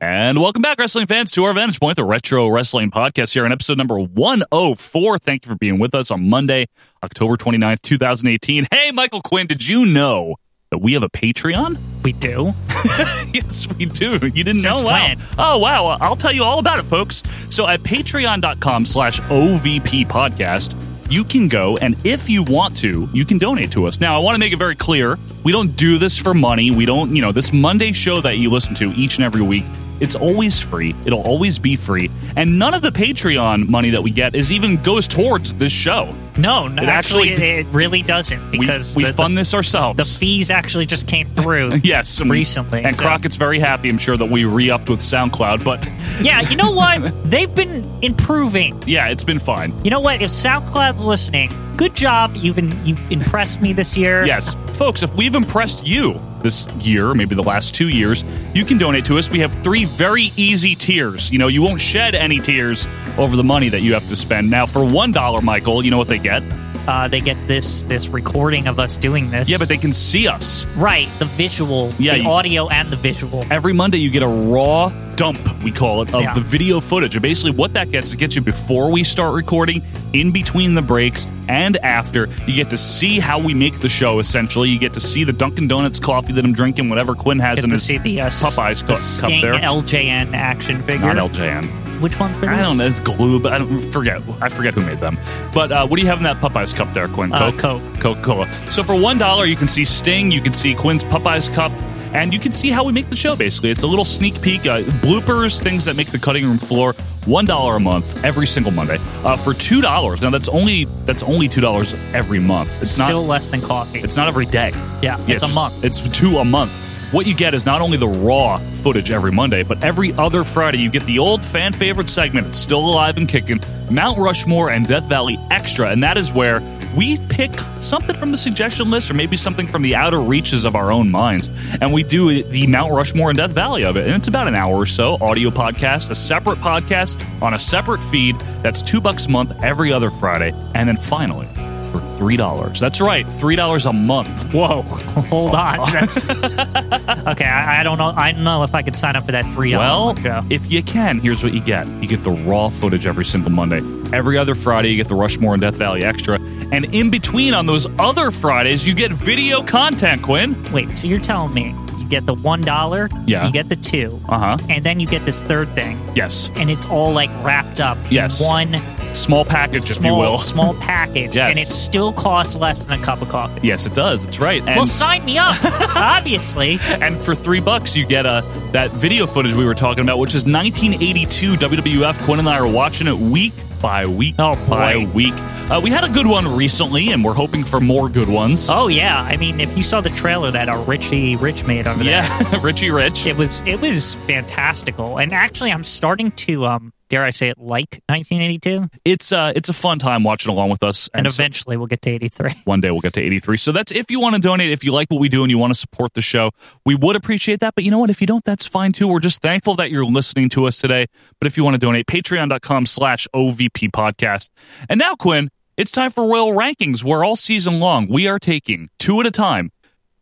[SPEAKER 2] And welcome back, wrestling fans, to our Vantage Point, the Retro Wrestling Podcast here in episode number 104. Thank you for being with us on Monday, October 29th, 2018. Hey, Michael Quinn, did you know that we have a Patreon?
[SPEAKER 3] we do.
[SPEAKER 2] yes, we do. You didn't
[SPEAKER 3] Since
[SPEAKER 2] know? Wow.
[SPEAKER 3] when?
[SPEAKER 2] Oh, wow. Well, I'll tell you all about it, folks. So at patreon.com slash OVP podcast, you can go and if you want to, you can donate to us. Now, I want to make it very clear we don't do this for money. We don't, you know, this Monday show that you listen to each and every week. It's always free. It'll always be free. And none of the Patreon money that we get is even goes towards this show.
[SPEAKER 3] No, no
[SPEAKER 2] It
[SPEAKER 3] actually,
[SPEAKER 2] actually-
[SPEAKER 3] it, it really doesn't
[SPEAKER 2] We,
[SPEAKER 3] because
[SPEAKER 2] we
[SPEAKER 3] the,
[SPEAKER 2] fund this
[SPEAKER 3] the
[SPEAKER 2] ourselves.
[SPEAKER 3] fees actually just came through.
[SPEAKER 2] yes. and-
[SPEAKER 3] recently,
[SPEAKER 2] And
[SPEAKER 3] so-
[SPEAKER 2] Crockett's very happy, I'm sure, that we re upped with SoundCloud. But
[SPEAKER 3] Yeah, you know what? They've been improving.
[SPEAKER 2] yeah, it's been fine.
[SPEAKER 3] You know what? If SoundCloud's listening, good job. You've been, you've impressed me this year.
[SPEAKER 2] Yes. Folks, if we've impressed you this year, maybe the last two years, you can donate to us. We have three very easy tiers. You know, you won't shed any tears over the money that you have to spend. Now, for $1, Michael, you know what they get?
[SPEAKER 3] Uh, they get this this recording of us doing this.
[SPEAKER 2] Yeah, but they can see us.
[SPEAKER 3] right the visual,
[SPEAKER 2] Yeah,
[SPEAKER 3] the
[SPEAKER 2] you-
[SPEAKER 3] audio and the visual.
[SPEAKER 2] Every Monday, you get a raw dump, we call it, of
[SPEAKER 3] Yeah.
[SPEAKER 2] the video footage. And basically, what that gets, it gets you before we start recording, in between the breaks, and after. You get to see how we make the show, essentially. You get to see the Dunkin' Donuts coffee that I'm drinking, whatever Quinn has
[SPEAKER 3] Get
[SPEAKER 2] in
[SPEAKER 3] to
[SPEAKER 2] his
[SPEAKER 3] see the uh, s-
[SPEAKER 2] Popeye's cu-
[SPEAKER 3] the
[SPEAKER 2] cup
[SPEAKER 3] Sting
[SPEAKER 2] there.
[SPEAKER 3] LJN action figure.
[SPEAKER 2] Not LJN.
[SPEAKER 3] Which one's been?
[SPEAKER 2] I don't know. It's glue, but I don't forget. I forget who made them. But uh, what do you have in that Popeyes cup there, Quinn?
[SPEAKER 3] Uh, Coke.
[SPEAKER 2] Coca Cola. So for one dollar, you can see Sting, you can see Quinn's Popeyes cup, and you can see how we make the show. Basically, it's a little sneak peek, uh, bloopers, things that make the cutting room floor. One dollar a month, every single Monday. Uh, for two dollars, now that's only that's only two dollars every month. It's
[SPEAKER 3] Still
[SPEAKER 2] not.
[SPEAKER 3] less than coffee.
[SPEAKER 2] It's not every day.
[SPEAKER 3] Yeah, it's a
[SPEAKER 2] just-
[SPEAKER 3] month.
[SPEAKER 2] It's two a month. What you get is not only the raw footage every Monday, but every other Friday you get the old fan favorite segment that's still alive and kicking Mount Rushmore and Death Valley Extra. And that is where we pick something from the suggestion list or maybe something from the outer reaches of our own minds. And we do the Mount Rushmore and Death Valley of it. And it's about an hour or so audio podcast, a separate podcast on a separate feed that's two bucks a month every other Friday. And then finally, for three dollars. That's right, three dollars a month. Whoa, Oh,
[SPEAKER 3] hold on. That's okay. I, I don't know. I don't know if I could sign up for that three.
[SPEAKER 2] Well, if you can, here's what you get: you get the raw footage every single Monday. Every other Friday, you get the Rushmore and Death Valley extra, and in between on those other Fridays, you get video content. Quinn,
[SPEAKER 3] wait. So you're telling me you get the one dollar?
[SPEAKER 2] Yeah.
[SPEAKER 3] You get the two,
[SPEAKER 2] uh huh.
[SPEAKER 3] and then you get this third thing,
[SPEAKER 2] Yes,
[SPEAKER 3] and it's all like wrapped up. in
[SPEAKER 2] Yes.
[SPEAKER 3] One
[SPEAKER 2] small package, if you
[SPEAKER 3] small
[SPEAKER 2] will.
[SPEAKER 3] small package,
[SPEAKER 2] Yes.
[SPEAKER 3] and it still costs less than a cup of coffee.
[SPEAKER 2] Yes, it does. That's right. And
[SPEAKER 3] well, sign me up, obviously.
[SPEAKER 2] and for three bucks you get uh, that video footage we were talking about which is 1982 wwf quinn and i are watching it week by week
[SPEAKER 3] Oh,
[SPEAKER 2] by week uh, we had a good one recently and we're hoping for more good ones
[SPEAKER 3] Oh yeah, I mean, if you saw the trailer that uh, Richie Rich made over there,
[SPEAKER 2] yeah richie rich
[SPEAKER 3] it was it was fantastical. And actually, I'm starting to um, dare I say it, like 1982,
[SPEAKER 2] it's uh it's a fun time watching along with us
[SPEAKER 3] and
[SPEAKER 2] so-
[SPEAKER 3] eventually we'll get to 83.
[SPEAKER 2] one day we'll get to 83 so that's if you want to donate if you like what we do and you want to support the show we would appreciate that but you know what if you don't that's fine too we're just thankful that you're listening to us today but if you want to donate patreon.com slash ovp podcast and now quinn it's time for royal rankings where all season long we are taking two at a time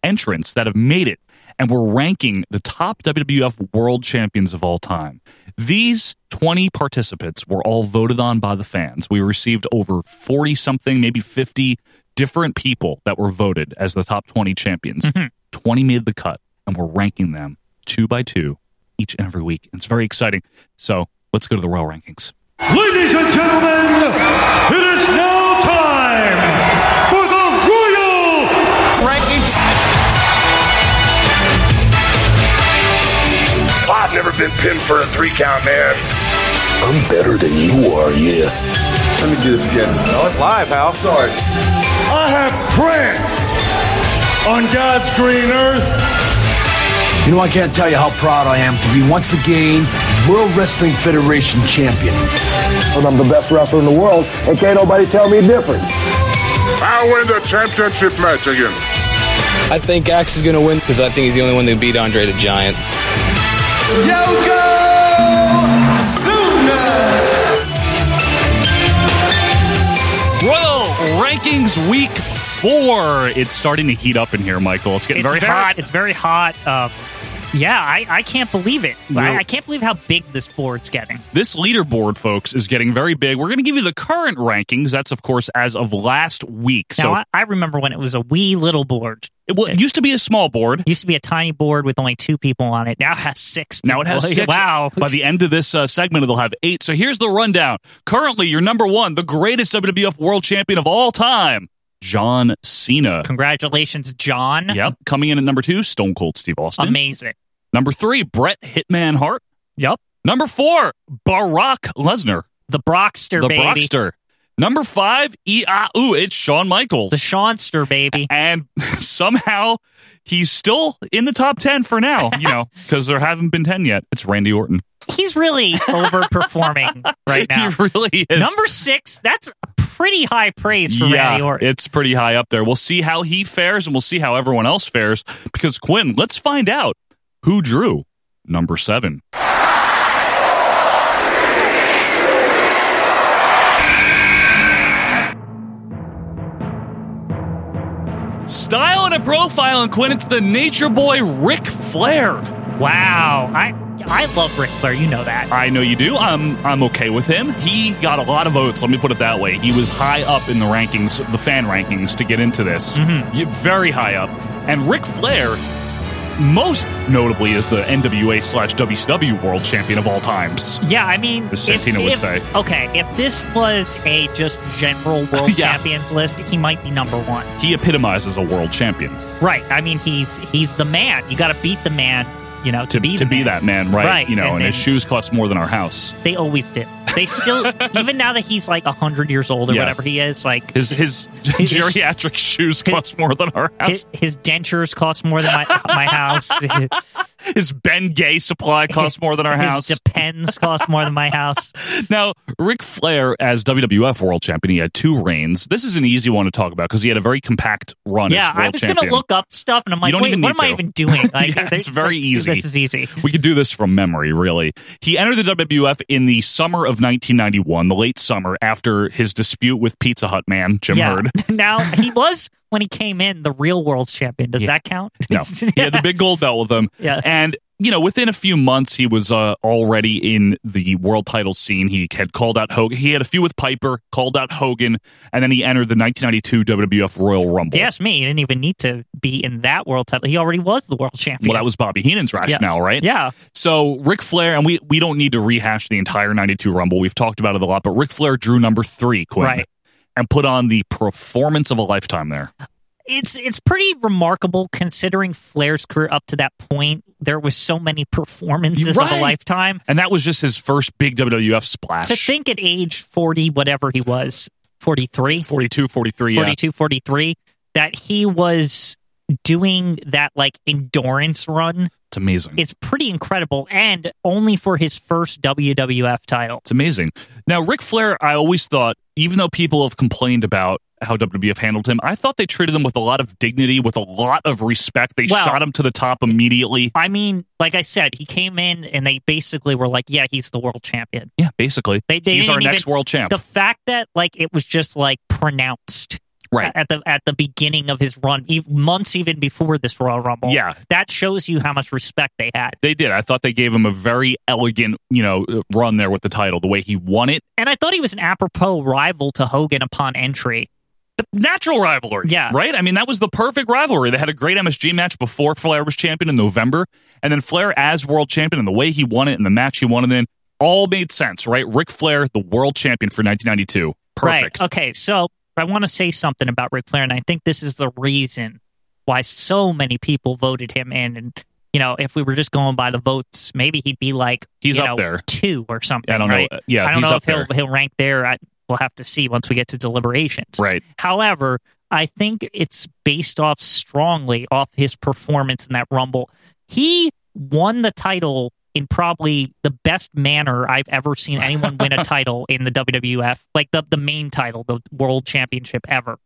[SPEAKER 2] entrants that have made it, and we're ranking the top WWF world champions of all time. These 20 participants were all voted on by the fans. We received over 40 something, maybe 50 different people that were voted as the top 20 champions. 20 made the cut, and we're ranking them two by two each and every week. It's very exciting. So let's go to the Royal Rankings.
[SPEAKER 11] Ladies and gentlemen, it is now time for the Royal Rankings.
[SPEAKER 12] I've never been pinned for a three count, man.
[SPEAKER 13] I'm better than you are, yeah. Let me do this again.
[SPEAKER 6] Oh, it's live, Hal. Sorry.
[SPEAKER 4] I have Prince on God's green earth.
[SPEAKER 13] You know, I can't tell you how proud I am to be once again World Wrestling Federation champion.
[SPEAKER 14] I'm the best wrestler in the world, and can't nobody tell me different.
[SPEAKER 12] I'll win the championship match again.
[SPEAKER 15] I think Axe is going to win because I think he's the only one that beat Andre the Giant.
[SPEAKER 2] Royal Rankings Week 4. It's starting to heat up in here, Michael. It's getting
[SPEAKER 3] It's
[SPEAKER 2] very, hot.
[SPEAKER 3] It's very hot. Um, yeah, I, I can't believe it. I,
[SPEAKER 2] We're-
[SPEAKER 3] I can't believe how big this board's getting.
[SPEAKER 2] This leaderboard, folks, is getting very big. We're going to give you the current rankings. That's, of course, as of last week.
[SPEAKER 3] Now,
[SPEAKER 2] So
[SPEAKER 3] I, I remember when it was a wee little board.
[SPEAKER 2] it, well, it used to be a small board.
[SPEAKER 3] It used to be a tiny board with only two people on it. Now it has six.
[SPEAKER 2] Now it has
[SPEAKER 3] people.
[SPEAKER 2] six.
[SPEAKER 3] Wow.
[SPEAKER 2] By the end of this uh, segment, it'll have eight. So here's the rundown. Currently, your number one, the greatest WWF world champion of all time, John Cena.
[SPEAKER 3] Congratulations, John.
[SPEAKER 2] Yep. Coming in at number two, Stone Cold Steve Austin.
[SPEAKER 3] Amazing.
[SPEAKER 2] Number three, Brett Hitman Hart.
[SPEAKER 3] Yep.
[SPEAKER 2] Number four, Barack Lesnar.
[SPEAKER 3] The Brockster,
[SPEAKER 2] the
[SPEAKER 3] baby.
[SPEAKER 2] Brockster. Number five, E-I-U, it's Shawn Michaels.
[SPEAKER 3] The Shawnster, baby.
[SPEAKER 2] and somehow he's still in the top 10 for now, you know, because there haven't been 10 yet. It's Randy Orton.
[SPEAKER 3] He's really overperforming right now.
[SPEAKER 2] He really is.
[SPEAKER 3] Number six, that's pretty high praise for
[SPEAKER 2] yeah,
[SPEAKER 3] Randy Orton.
[SPEAKER 2] it's pretty high up there. We'll see how he fares and we'll see how everyone else fares because, Quinn, let's find out who drew number seven. Style and a profile, and Quinn, it's the nature boy Ric Flair.
[SPEAKER 3] Wow. I I love Ric Flair. You know that.
[SPEAKER 2] I know you do. I'm I'm okay with him. He got a lot of votes. Let me put it that way. He was high up in the rankings, the fan rankings, to get into this.
[SPEAKER 3] Mm-hmm.
[SPEAKER 2] Yeah, Very high up. And Ric Flair, most notably, is the NWA slash WCW world champion of all times.
[SPEAKER 3] Yeah, I mean,
[SPEAKER 2] As Santino would
[SPEAKER 3] if,
[SPEAKER 2] say.
[SPEAKER 3] Okay, if this was a just general world
[SPEAKER 2] Yeah.
[SPEAKER 3] champions list, he might be number one.
[SPEAKER 2] He epitomizes a world champion.
[SPEAKER 3] Right. I mean, he's he's the man. You got to beat the man. you know, to, be
[SPEAKER 2] to
[SPEAKER 3] the
[SPEAKER 2] be that man, right?
[SPEAKER 3] Right,
[SPEAKER 2] You know,
[SPEAKER 3] and
[SPEAKER 2] and, his
[SPEAKER 3] then-
[SPEAKER 2] shoes cost more than our house.
[SPEAKER 3] They always do. They still, even now that he's like hundred years old or
[SPEAKER 2] Yeah.
[SPEAKER 3] whatever he is, like
[SPEAKER 2] His his
[SPEAKER 3] His-
[SPEAKER 2] geriatric shoes cost more than our house.
[SPEAKER 3] his, his dentures cost more than my my house.
[SPEAKER 2] His, Ben Gay supply costs more than our
[SPEAKER 3] his
[SPEAKER 2] house.
[SPEAKER 3] Depends cost more than my house.
[SPEAKER 2] Now, Ric Flair as WWF World Champion, he had two reigns. This is an easy one to talk about because he had a very compact run.
[SPEAKER 3] yeah,
[SPEAKER 2] as world
[SPEAKER 3] I was
[SPEAKER 2] champion.
[SPEAKER 3] gonna look up stuff, and I'm
[SPEAKER 2] You
[SPEAKER 3] like,
[SPEAKER 2] don't
[SPEAKER 3] wait,
[SPEAKER 2] even
[SPEAKER 3] what
[SPEAKER 2] need
[SPEAKER 3] am I
[SPEAKER 2] to.
[SPEAKER 3] even doing? Like,
[SPEAKER 2] Yeah, it's
[SPEAKER 3] there's-
[SPEAKER 2] very easy.
[SPEAKER 3] This is easy.
[SPEAKER 2] We could do this from memory, really. He entered the WWF in the summer of 1991, the late summer, after his dispute with Pizza Hut man Jim
[SPEAKER 3] yeah.
[SPEAKER 2] Herd.
[SPEAKER 3] now he was when he came in the real world champion. Does that count?
[SPEAKER 2] No, he had the big gold belt with him.
[SPEAKER 3] Yeah.
[SPEAKER 2] and you know, within a few months, he was uh, already in the world title scene. He had called out Hogan. He had a few with Piper, called out Hogan, and then he entered the 1992 WWF Royal Rumble.
[SPEAKER 3] Yes, me. He didn't even need to be in that world title. He already was the world champion.
[SPEAKER 2] Well, that was Bobby Heenan's rationale, right?
[SPEAKER 3] Yeah.
[SPEAKER 2] So Ric Flair, and we we don't need to rehash the entire '92 Rumble. We've talked about it a lot, but Ric Flair drew number three, Quinn,
[SPEAKER 3] Right.
[SPEAKER 2] and put on the performance of a lifetime there.
[SPEAKER 3] it's it's pretty remarkable considering Flair's career up to that point. There was so many performances of
[SPEAKER 2] Right.
[SPEAKER 3] a lifetime.
[SPEAKER 2] And that was just his first big WWF splash.
[SPEAKER 3] To think at age 40 whatever he was, 43,
[SPEAKER 2] 42, 43, yeah.
[SPEAKER 3] 42, 43 that he was doing that like endurance run
[SPEAKER 2] It's amazing.
[SPEAKER 3] is pretty incredible and only for his first WWF title.
[SPEAKER 2] It's amazing. Now, Ric Flair, I always thought, even though people have complained about how WWF handled him, I thought they treated him with a lot of dignity, with a lot of respect. They
[SPEAKER 3] Well-
[SPEAKER 2] shot him to the top immediately.
[SPEAKER 3] I mean, like I said, he came in and they basically were like, yeah, he's the world champion.
[SPEAKER 2] Yeah, basically.
[SPEAKER 3] They, they
[SPEAKER 2] He's
[SPEAKER 3] didn't
[SPEAKER 2] our
[SPEAKER 3] even-
[SPEAKER 2] next world champ.
[SPEAKER 3] The fact that like it was just like pronounced
[SPEAKER 2] Right.
[SPEAKER 3] at the at the beginning of his run, ev months even before this Royal Rumble.
[SPEAKER 2] Yeah.
[SPEAKER 3] that shows you how much respect they had.
[SPEAKER 2] they did. I thought they gave him a very elegant, you know, run there with the title, the way he won it.
[SPEAKER 3] And I thought he was an apropos rival to Hogan upon entry.
[SPEAKER 2] The natural rivalry.
[SPEAKER 3] Yeah.
[SPEAKER 2] Right? I mean, that was the perfect rivalry. They had a great MSG match before Flair was champion in November, and then Flair as world champion and the way he won it and the match he won it in all made sense, right? Ric Flair, the world champion for 1992. Perfect.
[SPEAKER 3] Right. Okay. So I want to say something about Ric Flair, and I think this is the reason why so many people voted him in. And you know, if we were just going by the votes, maybe he'd be like
[SPEAKER 2] He's
[SPEAKER 3] you
[SPEAKER 2] up
[SPEAKER 3] know,
[SPEAKER 2] there.
[SPEAKER 3] two or something.
[SPEAKER 2] I don't know.
[SPEAKER 3] right?
[SPEAKER 2] Uh, yeah,
[SPEAKER 3] I don't
[SPEAKER 2] he's
[SPEAKER 3] know
[SPEAKER 2] up
[SPEAKER 3] if he'll
[SPEAKER 2] there.
[SPEAKER 3] he'll rank there. I, we'll have to see once we get to deliberations.
[SPEAKER 2] Right.
[SPEAKER 3] However, I think it's based off strongly off his performance in that Rumble. He won the title in probably the best manner I've ever seen anyone win a title in the WWF, like the the main title, the World Championship ever.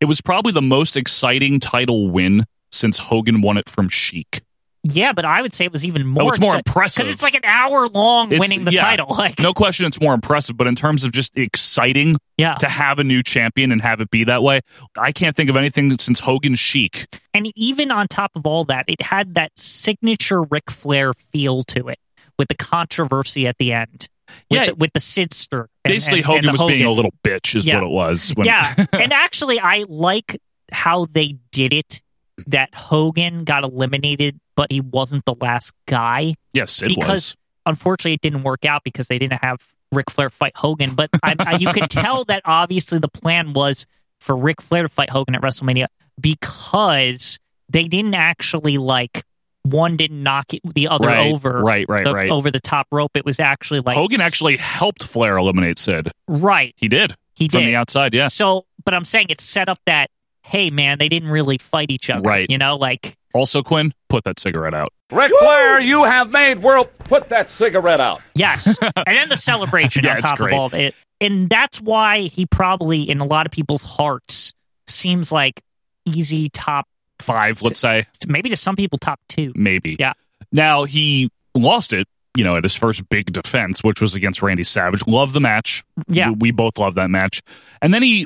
[SPEAKER 2] It was probably the most exciting title win since Hogan won it from Sheik.
[SPEAKER 3] Yeah, but I would say it was even more.
[SPEAKER 2] Oh, it's more impressive.
[SPEAKER 3] because it's like an hour long
[SPEAKER 2] It's-
[SPEAKER 3] winning the
[SPEAKER 2] yeah,
[SPEAKER 3] title. Like
[SPEAKER 2] no question, it's more impressive. But in terms of just exciting,
[SPEAKER 3] Yeah.
[SPEAKER 2] to have a new champion and have it be that way, I can't think of anything since Hogan Chic.
[SPEAKER 3] And even on top of all that, it had that signature Ric Flair feel to it with the controversy at the end. With
[SPEAKER 2] Yeah.
[SPEAKER 3] the, with the Sidster. and-
[SPEAKER 2] Basically,
[SPEAKER 3] and-
[SPEAKER 2] Hogan
[SPEAKER 3] and the
[SPEAKER 2] was being a little bitch, is
[SPEAKER 3] Yeah.
[SPEAKER 2] what it was. when-
[SPEAKER 3] Yeah, and actually, I like how they did it. That Hogan got eliminated, but he wasn't the last guy
[SPEAKER 2] yes, it
[SPEAKER 3] because
[SPEAKER 2] was.
[SPEAKER 3] unfortunately it didn't work out because they didn't have Ric Flair fight Hogan. But I, I, you could tell that obviously the plan was for Ric Flair to fight Hogan at WrestleMania because they didn't actually like one didn't knock it, the other
[SPEAKER 2] Right,
[SPEAKER 3] over
[SPEAKER 2] right, right,
[SPEAKER 3] the-
[SPEAKER 2] right.
[SPEAKER 3] over the top rope. It was actually like
[SPEAKER 2] Hogan actually helped Flair eliminate Sid.
[SPEAKER 3] right.
[SPEAKER 2] He did.
[SPEAKER 3] He
[SPEAKER 2] from
[SPEAKER 3] did.
[SPEAKER 2] the outside. Yeah,
[SPEAKER 3] So, but I'm saying it set up that hey man, they didn't really fight each other,
[SPEAKER 2] Right.
[SPEAKER 3] You know, like
[SPEAKER 2] Also, Quinn, put that cigarette out.
[SPEAKER 11] Ric Flair, you have made world. Put that cigarette out.
[SPEAKER 3] Yes. and then the celebration
[SPEAKER 2] Yeah,
[SPEAKER 3] on
[SPEAKER 2] it's
[SPEAKER 3] top
[SPEAKER 2] great.
[SPEAKER 3] of all of it. And that's why he probably, in a lot of people's hearts, seems like easy top,
[SPEAKER 2] Five, let's say,
[SPEAKER 3] maybe to some people, top two.
[SPEAKER 2] maybe.
[SPEAKER 3] Yeah.
[SPEAKER 2] Now he lost it, you know, at his first big defense, which was against Randy Savage. Love the match.
[SPEAKER 3] Yeah.
[SPEAKER 2] We, we both love that match. And then he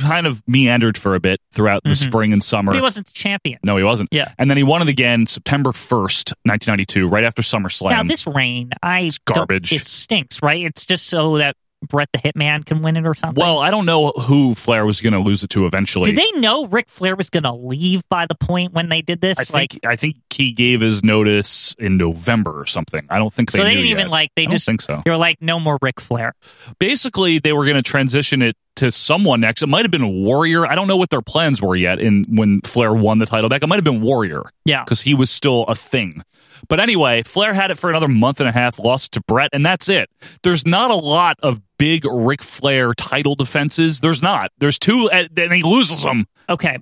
[SPEAKER 2] kind of meandered for a bit throughout the spring and summer.
[SPEAKER 3] But Mm-hmm. he wasn't the champion.
[SPEAKER 2] no, he wasn't.
[SPEAKER 3] Yeah.
[SPEAKER 2] And then he won it again September 1st, 1992, right after SummerSlam.
[SPEAKER 3] Now, this rain, I.
[SPEAKER 2] It's
[SPEAKER 3] don't-
[SPEAKER 2] garbage.
[SPEAKER 3] It stinks, right? It's just so that Brett the Hitman can win it or something?
[SPEAKER 2] Well, I don't know who Flair was going to lose it to eventually.
[SPEAKER 3] Did they know Ric Flair was going to leave by the point when they did this?
[SPEAKER 2] I
[SPEAKER 3] like,
[SPEAKER 2] think I think he gave his notice in November or something. I don't think they
[SPEAKER 3] so they
[SPEAKER 2] knew
[SPEAKER 3] didn't even
[SPEAKER 2] yet.
[SPEAKER 3] like. They
[SPEAKER 2] I don't
[SPEAKER 3] just
[SPEAKER 2] think so.
[SPEAKER 3] They were like, no more Ric Flair.
[SPEAKER 2] Basically, they were going to transition it to someone next. It might have been Warrior. I don't know what their plans were yet. In when Flair won the title back, it might have been Warrior.
[SPEAKER 3] Yeah.
[SPEAKER 2] because Ah. he was still a thing. But anyway, Flair had it for another month and a half, lost it to Brett, and that's it. There's not a lot of big Ric Flair title defenses. There's not. There's two, and and he loses them.
[SPEAKER 3] Okay,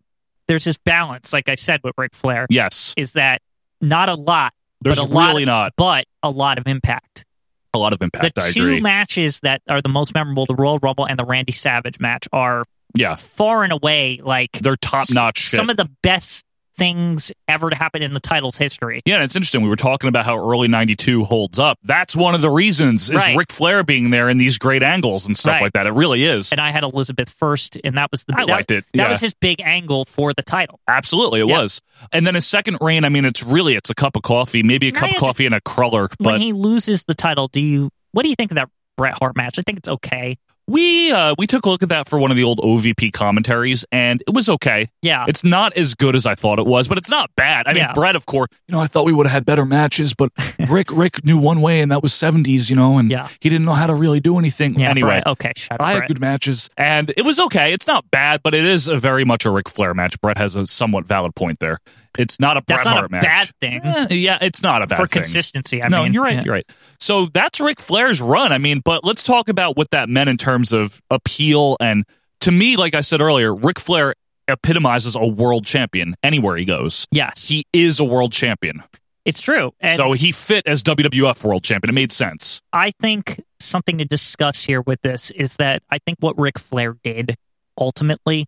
[SPEAKER 3] there's this balance, like I said with Ric Flair.
[SPEAKER 2] Yes,
[SPEAKER 3] is that not a lot?
[SPEAKER 2] There's
[SPEAKER 3] but a lot
[SPEAKER 2] really
[SPEAKER 3] of-
[SPEAKER 2] not.
[SPEAKER 3] but a lot of impact.
[SPEAKER 2] a lot of
[SPEAKER 3] The
[SPEAKER 2] impact. I
[SPEAKER 3] two
[SPEAKER 2] agree.
[SPEAKER 3] matches that are the most memorable, the Royal Rumble and the Randy Savage match, are
[SPEAKER 2] yeah,
[SPEAKER 3] far and away like
[SPEAKER 2] they're top notch.
[SPEAKER 3] s- Some of the best things ever to happen in the title's history.
[SPEAKER 2] Yeah, and it's interesting. We were talking about how early '92 holds up. That's one of the reasons is
[SPEAKER 3] Right.
[SPEAKER 2] Ric Flair being there in these great angles and stuff
[SPEAKER 3] Right.
[SPEAKER 2] like that. It really is.
[SPEAKER 3] And I had Elizabeth first, and that was the
[SPEAKER 2] I
[SPEAKER 3] that,
[SPEAKER 2] liked it,
[SPEAKER 3] That
[SPEAKER 2] yeah.
[SPEAKER 3] was his big angle for the title.
[SPEAKER 2] Absolutely, it
[SPEAKER 3] Yeah.
[SPEAKER 2] was. And then his second reign. I mean, it's really it's a cup of coffee, maybe a
[SPEAKER 3] Now
[SPEAKER 2] cup of
[SPEAKER 3] he has a-
[SPEAKER 2] coffee and a cruller. But
[SPEAKER 3] when he loses the title, do you what do you think of that Bret Hart match? I think it's okay.
[SPEAKER 2] we uh, we took a look at that for one of the old OVP commentaries, and it was okay.
[SPEAKER 3] Yeah.
[SPEAKER 2] it's not as good as I thought it was, but it's not bad. I mean,
[SPEAKER 3] Yeah.
[SPEAKER 2] Brett, of course,
[SPEAKER 16] You know, I thought we would have had better matches, but Rick Rick knew one way, and that was 70s, you know, and
[SPEAKER 3] Yeah.
[SPEAKER 16] he didn't know how to really do anything.
[SPEAKER 3] Yeah,
[SPEAKER 2] Anyway.
[SPEAKER 3] Bret, okay, shut up.
[SPEAKER 16] I had
[SPEAKER 3] Bret.
[SPEAKER 16] good matches.
[SPEAKER 2] and it was okay. It's not bad, but it is a very much a Ric Flair match. Bret has a somewhat valid point there. It's not a Bret
[SPEAKER 3] That's not
[SPEAKER 2] Hart
[SPEAKER 3] a
[SPEAKER 2] match.
[SPEAKER 3] bad thing.
[SPEAKER 2] Eh, yeah, it's not a bad
[SPEAKER 3] for
[SPEAKER 2] thing.
[SPEAKER 3] consistency. I
[SPEAKER 2] no,
[SPEAKER 3] mean,
[SPEAKER 2] you're right.
[SPEAKER 3] yeah.
[SPEAKER 2] You're right. So that's Ric Flair's run. I mean, but let's talk about what that meant in terms of appeal. And to me, like I said earlier, Ric Flair epitomizes a world champion anywhere he goes.
[SPEAKER 3] Yes,
[SPEAKER 2] He is a world champion.
[SPEAKER 3] it's true. And
[SPEAKER 2] so he fit as WWF world champion. It made sense.
[SPEAKER 3] I think something to discuss here with this is that I think what Ric Flair did ultimately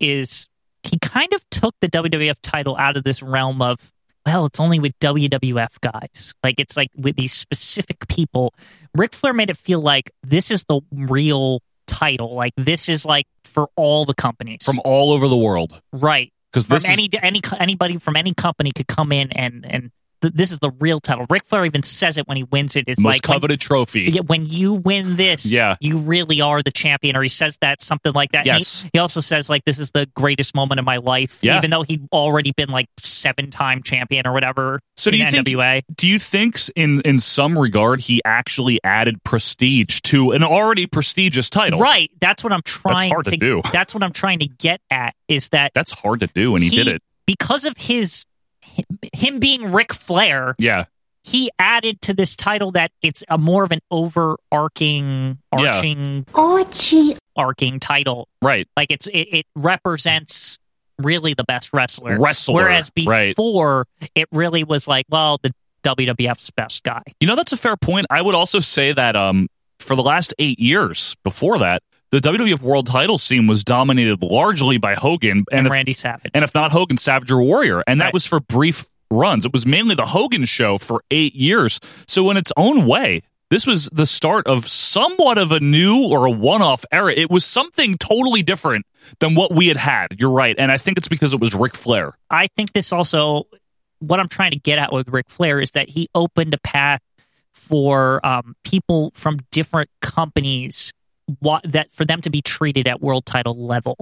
[SPEAKER 3] is he kind of took the WWF title out of this realm of well, it's only with WWF guys. Like it's like with these specific people. Ric Flair made it feel like this is the real title. Like this is like for all the companies
[SPEAKER 2] From all over the world.
[SPEAKER 3] Right.
[SPEAKER 2] 'Cause
[SPEAKER 3] From
[SPEAKER 2] this is-
[SPEAKER 3] any any co- anybody from any company could come in and and th- this is the real title. Ric Flair even says it when he wins it. It's
[SPEAKER 2] Most
[SPEAKER 3] like
[SPEAKER 2] coveted trophy.
[SPEAKER 3] When, yeah, when you win this,
[SPEAKER 2] Yeah.
[SPEAKER 3] you really are the champion. Or he says that something like that. And he-
[SPEAKER 2] Yes.
[SPEAKER 3] He, also says like this is the greatest moment of my life,
[SPEAKER 2] Yeah.
[SPEAKER 3] even though he'd already been like seven time champion or whatever.
[SPEAKER 2] So do
[SPEAKER 3] in
[SPEAKER 2] you think?
[SPEAKER 3] NWA.
[SPEAKER 2] Do you think in in some regard he actually added prestige to an already prestigious title?
[SPEAKER 3] Right. That's what I'm trying
[SPEAKER 2] hard to do.
[SPEAKER 3] That's what I'm trying to get at is that
[SPEAKER 2] That's hard to do, and he, did it.
[SPEAKER 3] because of his him, him being Ric Flair.
[SPEAKER 2] Yeah.
[SPEAKER 3] he added to this title that it's a more of an overarching
[SPEAKER 2] Yeah.
[SPEAKER 3] arching
[SPEAKER 17] Archie.
[SPEAKER 3] arcing title
[SPEAKER 2] Right.
[SPEAKER 3] like it's it, it represents really the best wrestler
[SPEAKER 2] Wrestler,
[SPEAKER 3] whereas
[SPEAKER 2] right.
[SPEAKER 3] before it really was like well the WWF's best guy
[SPEAKER 2] You know, that's a fair point. I would also say that um, for the last eight years before that, the WWF World Title scene was dominated largely by Hogan
[SPEAKER 3] and,
[SPEAKER 2] if,
[SPEAKER 3] Randy Savage
[SPEAKER 2] and if not Hogan, Savage or Warrior, and that
[SPEAKER 3] Right.
[SPEAKER 2] was for brief runs. It was mainly the Hogan show for eight years. So in its own way. This was the start of somewhat of a new or a one off era. It was something totally different than what we had had. You're right. And I think it's because it was Ric Flair.
[SPEAKER 3] I think this also what I'm trying to get at with Ric Flair is that he opened a path for um, people from different companies wa- that for them to be treated at world title level.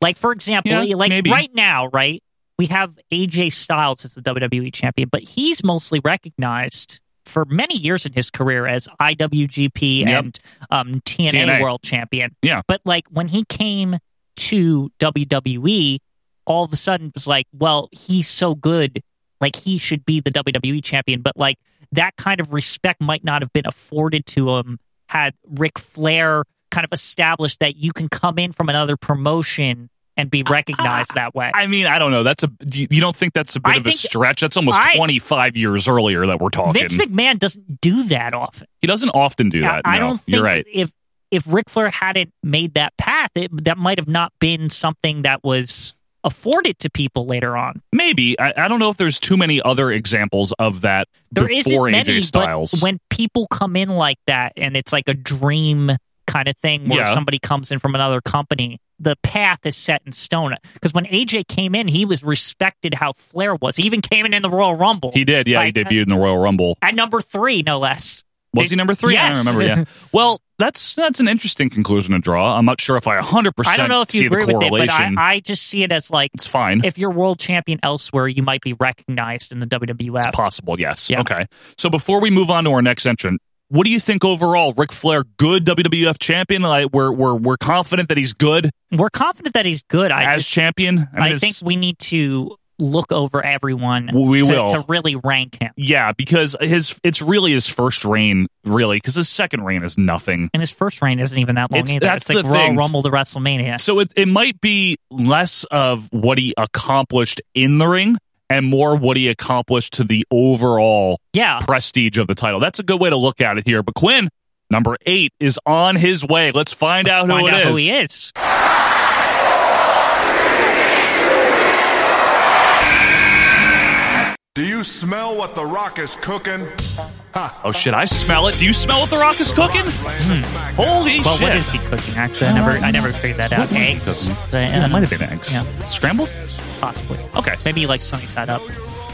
[SPEAKER 3] Like for example,
[SPEAKER 2] Yeah,
[SPEAKER 3] like
[SPEAKER 2] maybe.
[SPEAKER 3] right now, right? We have AJ Styles as the WWE champion, but he's mostly recognized for many years in his career as IWGP
[SPEAKER 2] Yep.
[SPEAKER 3] and um, TNA,
[SPEAKER 2] TNA.
[SPEAKER 3] World Champion.
[SPEAKER 2] Yeah.
[SPEAKER 3] But like when he came to E, WWE, all of a sudden it was like, well, he's so good, like he should be the WWE champion. But like that kind of respect might not have been afforded to him had Ric Flair kind of established that you can come in from another promotion and be recognized that way.
[SPEAKER 2] I mean, I don't know. That's a you you don't think that's a bit
[SPEAKER 3] I
[SPEAKER 2] of a
[SPEAKER 3] think-
[SPEAKER 2] stretch? That's almost
[SPEAKER 3] I-
[SPEAKER 2] 25 years earlier that we're talking.
[SPEAKER 3] Vince McMahon doesn't do that often.
[SPEAKER 2] he doesn't often do
[SPEAKER 3] I-
[SPEAKER 2] that.
[SPEAKER 3] I
[SPEAKER 2] no.
[SPEAKER 3] don't think
[SPEAKER 2] You're right.
[SPEAKER 3] if if Ric Flair hadn't made that path, it, that might have not been something that was afforded to people later on.
[SPEAKER 2] Maybe I, I don't know if there's too many other examples of that
[SPEAKER 3] There
[SPEAKER 2] before
[SPEAKER 3] not many,
[SPEAKER 2] AJ Styles.
[SPEAKER 3] but when people come in like that and it's like a dream kind of thing where
[SPEAKER 2] Yeah.
[SPEAKER 3] somebody comes in from another company, the path is set in stone. Because when AJ came in, he was respected how Flair was. He even came in in the Royal Rumble.
[SPEAKER 2] he did, yeah,
[SPEAKER 3] Like,
[SPEAKER 2] he debuted in the Royal Rumble.
[SPEAKER 3] at number three, no less.
[SPEAKER 2] Was he number three?
[SPEAKER 3] Yes.
[SPEAKER 2] I don't remember. Yeah. well, that's that's an interesting conclusion to draw. I'm not sure if I 100 percent
[SPEAKER 3] I don't know if
[SPEAKER 2] see
[SPEAKER 3] you agree
[SPEAKER 2] the
[SPEAKER 3] with it, but I,
[SPEAKER 2] correlation.
[SPEAKER 3] I just see it as like
[SPEAKER 2] it's fine.
[SPEAKER 3] if you're world champion elsewhere, you might be recognized in the WWF.
[SPEAKER 2] It's possible, yes. Okay. So before we move on to our next entrant, what do you think overall? Ric Flair, good WWF champion. Like we're we're we're confident that he's good
[SPEAKER 3] We're confident that he's good. I
[SPEAKER 2] as
[SPEAKER 3] just,
[SPEAKER 2] champion.
[SPEAKER 3] I,
[SPEAKER 2] mean,
[SPEAKER 3] think
[SPEAKER 2] it's-
[SPEAKER 3] we need to look over everyone.
[SPEAKER 2] We
[SPEAKER 3] to,
[SPEAKER 2] will.
[SPEAKER 3] to really rank him.
[SPEAKER 2] yeah, because his it's really his first reign, really, because his second reign is nothing.
[SPEAKER 3] And his first reign isn't even that long
[SPEAKER 2] It's-
[SPEAKER 3] either.
[SPEAKER 2] that's
[SPEAKER 3] it's like
[SPEAKER 2] the
[SPEAKER 3] Royal
[SPEAKER 2] thing.
[SPEAKER 3] Rumble to WrestleMania.
[SPEAKER 2] So it it might be less of what he accomplished in the ring and more what he accomplished to the overall
[SPEAKER 3] Yeah.
[SPEAKER 2] prestige of the title. That's a good way to look at it here. But Quinn, number eight, is on his way. Let's find out who
[SPEAKER 3] Find
[SPEAKER 2] it
[SPEAKER 3] out
[SPEAKER 2] is.
[SPEAKER 3] who he is.
[SPEAKER 11] Do you smell what The Rock is cooking?
[SPEAKER 2] Oh shit! I smell it. Do you smell what the Rock is cooking? Hmm. Holy
[SPEAKER 3] Well,
[SPEAKER 2] shit!
[SPEAKER 3] what is he cooking? Actually, I never, I never figured that out.
[SPEAKER 2] What was he
[SPEAKER 3] Eggs.
[SPEAKER 2] cooking?
[SPEAKER 3] The-
[SPEAKER 2] Yeah, it
[SPEAKER 3] um,
[SPEAKER 2] might have been eggs.
[SPEAKER 3] Yeah,
[SPEAKER 2] Scrambled?
[SPEAKER 3] possibly.
[SPEAKER 2] Okay.
[SPEAKER 3] Maybe like sunny side up.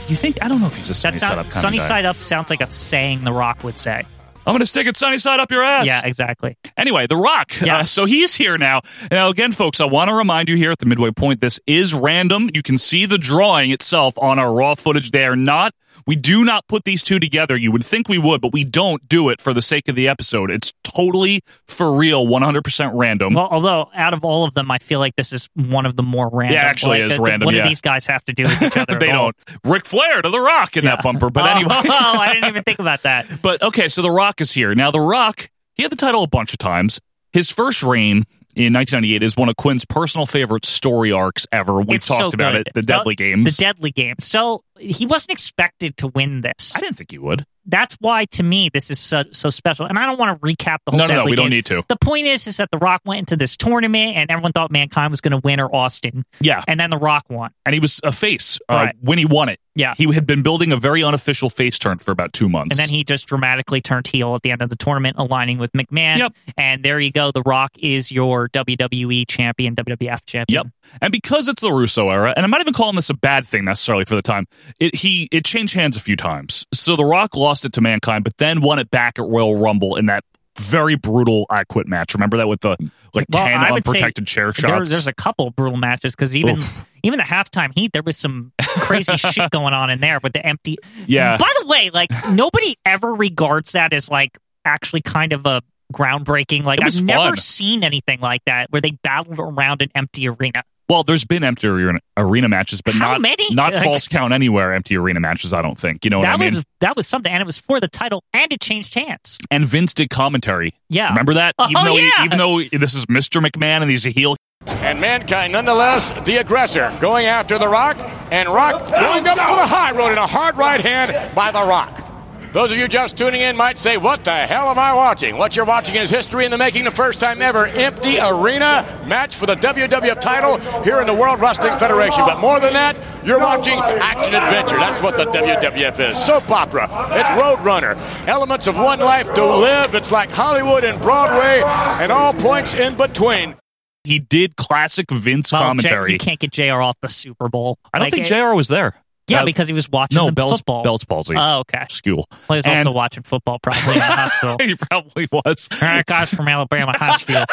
[SPEAKER 2] You think? I don't know if he's a sunny
[SPEAKER 3] That
[SPEAKER 2] side up
[SPEAKER 3] sounds
[SPEAKER 2] kind
[SPEAKER 3] sunny
[SPEAKER 2] of guy.
[SPEAKER 3] side up sounds like a saying The Rock would say.
[SPEAKER 2] I'm gonna stick it sunny side up your ass.
[SPEAKER 3] Yeah, exactly.
[SPEAKER 2] Anyway, The Rock.
[SPEAKER 3] Yeah.
[SPEAKER 2] Uh, so he's here now. Now, again, folks, I want to remind you here at the midway point, this is random. You can see the drawing itself on our raw footage. They are not. We do not put these two together. You would think we would, but we don't do it for the sake of the episode. It's totally for real, 100% random.
[SPEAKER 3] Well, although out of all of them, I feel like this is one of the more random.
[SPEAKER 2] Yeah, actually
[SPEAKER 3] like,
[SPEAKER 2] is
[SPEAKER 3] the- the-
[SPEAKER 2] random,
[SPEAKER 3] What
[SPEAKER 2] yeah.
[SPEAKER 3] do these guys have to do with each other?
[SPEAKER 2] they
[SPEAKER 3] at all?
[SPEAKER 2] don't. Ric Flair to The Rock in that bumper. But
[SPEAKER 3] oh,
[SPEAKER 2] anyway.
[SPEAKER 3] oh, I didn't even think about that.
[SPEAKER 2] But okay, so The Rock is here. Now, The Rock, he had the title a bunch of times. His first reign in 1998 is one of Quinn's personal favorite story arcs ever. We've
[SPEAKER 3] It's
[SPEAKER 2] talked
[SPEAKER 3] so
[SPEAKER 2] about
[SPEAKER 3] good. Oh,
[SPEAKER 2] it, the Deadly
[SPEAKER 3] The-
[SPEAKER 2] Games.
[SPEAKER 3] The Deadly Game. So he wasn't expected to win this.
[SPEAKER 2] I didn't think he would.
[SPEAKER 3] That's why, to me, this is so, so special. And I don't want to recap the whole.
[SPEAKER 2] No, no, no,
[SPEAKER 3] Deadly
[SPEAKER 2] we don't
[SPEAKER 3] Game.
[SPEAKER 2] need to.
[SPEAKER 3] The point is, is that The Rock went into this tournament, and everyone thought Mankind was going to win or Austin.
[SPEAKER 2] Yeah.
[SPEAKER 3] and then The Rock won.
[SPEAKER 2] And he was a face uh,
[SPEAKER 3] Right.
[SPEAKER 2] when he won it.
[SPEAKER 3] Yeah.
[SPEAKER 2] He had been building a very unofficial face turn for about two months.
[SPEAKER 3] And then he just dramatically turned heel at the end of the tournament, aligning with McMahon.
[SPEAKER 2] Yep.
[SPEAKER 3] And there you go. The Rock is your WWE champion, WWF champion.
[SPEAKER 2] Yep. And because it's the Russo era, and I'm not even calling this a bad thing necessarily for the time, it he it changed hands a few times. So The Rock lost it to Mankind, but then won it back at Royal Rumble in that very brutal I Quit match. Remember that with the like
[SPEAKER 3] Well,
[SPEAKER 2] ten
[SPEAKER 3] I would say
[SPEAKER 2] unprotected chair
[SPEAKER 3] there-
[SPEAKER 2] shots.
[SPEAKER 3] there's a couple brutal matches because even even the halftime heat, there was some crazy shit going on in there with the empty.
[SPEAKER 2] Yeah.
[SPEAKER 3] By the way, like nobody ever regards that as like actually kind of a groundbreaking. Like
[SPEAKER 2] It
[SPEAKER 3] I've
[SPEAKER 2] was
[SPEAKER 3] never
[SPEAKER 2] fun.
[SPEAKER 3] seen anything like that where they battled around an empty arena.
[SPEAKER 2] well, there's been empty arena, arena matches, but
[SPEAKER 3] How
[SPEAKER 2] not
[SPEAKER 3] many?
[SPEAKER 2] not
[SPEAKER 3] Like-
[SPEAKER 2] false count anywhere empty arena matches. I don't think you know what
[SPEAKER 3] that
[SPEAKER 2] Oh, I mean.
[SPEAKER 3] was that was something, and it was for the title, and it changed hands.
[SPEAKER 2] and Vince did commentary.
[SPEAKER 3] Yeah.
[SPEAKER 2] remember that?
[SPEAKER 3] Oh,
[SPEAKER 2] even though he-
[SPEAKER 3] yeah.
[SPEAKER 2] even though this is Mr. McMahon and he's a heel,
[SPEAKER 11] And Mankind, nonetheless, the aggressor, going after The Rock, and Rock going up to the high road in a hard right hand by The Rock. Those of you just tuning in might say, What the hell am I watching? What you're watching is history in the making, the first time ever empty arena match for the WWF title here in the World Wrestling Federation. But more than that, you're watching action adventure. That's what the WWF is soap opera, it's Road Runner, elements of one life to live. It's like Hollywood and Broadway, and all points in between.
[SPEAKER 2] he did classic Vince
[SPEAKER 3] Well, J-
[SPEAKER 2] commentary.
[SPEAKER 3] you can't get Jr. off the Super Bowl.
[SPEAKER 2] I don't
[SPEAKER 3] Like,
[SPEAKER 2] think
[SPEAKER 3] it-
[SPEAKER 2] Jr. was there.
[SPEAKER 3] Yeah,
[SPEAKER 2] Uh,
[SPEAKER 3] because he was watching
[SPEAKER 2] no
[SPEAKER 3] the
[SPEAKER 2] Bell's
[SPEAKER 3] football.
[SPEAKER 2] Bell's palsy.
[SPEAKER 3] Oh, okay.
[SPEAKER 2] school.
[SPEAKER 3] Well, he was
[SPEAKER 2] And-
[SPEAKER 3] also watching football probably in the hospital.
[SPEAKER 2] he probably was.
[SPEAKER 3] Alright, guys from Alabama High School.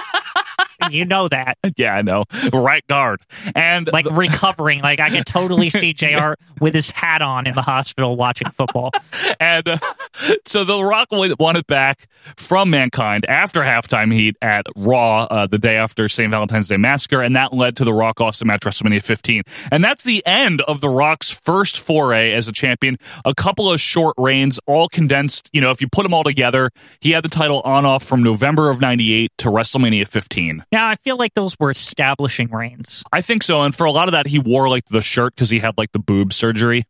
[SPEAKER 3] you know that.
[SPEAKER 2] yeah, I know. Right guard. And
[SPEAKER 3] Like recovering. Like I can totally see JR with his hat on in the hospital watching football.
[SPEAKER 2] and uh, so the Rock won won it back from Mankind after halftime heat at Raw uh, the day after St. Valentine's Day Massacre, and that led to the Rock Austin match WrestleMania 15, and that's the end of the Rock's first foray as a champion. A couple of short reigns, all condensed. You know, if you put them all together, he had the title on off from November of '98 to WrestleMania 15.
[SPEAKER 3] Now I feel like those were establishing reigns.
[SPEAKER 2] I think so, and for a lot of that, he wore like the shirt because he had like the boob surgery.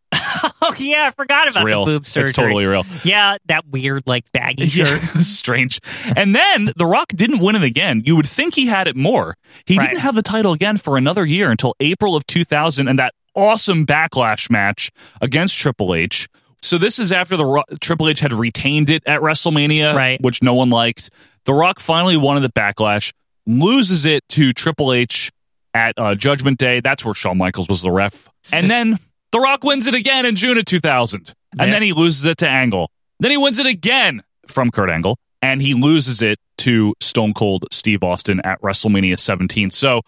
[SPEAKER 3] Oh yeah, I forgot about
[SPEAKER 2] real.
[SPEAKER 3] the boob
[SPEAKER 2] It's
[SPEAKER 3] surgery.
[SPEAKER 2] totally real.
[SPEAKER 3] Yeah, that weird like baggy
[SPEAKER 2] Yeah,
[SPEAKER 3] shirt.
[SPEAKER 2] strange. And then The Rock didn't win it again. You would think he had it more. He
[SPEAKER 3] Right.
[SPEAKER 2] didn't have the title again for another year until April of 2000 and that awesome backlash match against Triple H. So this is after the Ro- Triple H had retained it at WrestleMania,
[SPEAKER 3] Right.
[SPEAKER 2] Uh, which no one liked. The Rock finally won in the backlash, loses it to Triple H at uh, Judgment Day. That's where Shawn Michaels was the ref. And then The Rock wins it again in June of 2000. And
[SPEAKER 3] Yeah.
[SPEAKER 2] then he loses it to Angle. Then he wins it again from Kurt Angle, and he loses it to Stone Cold Steve Austin at WrestleMania 17. So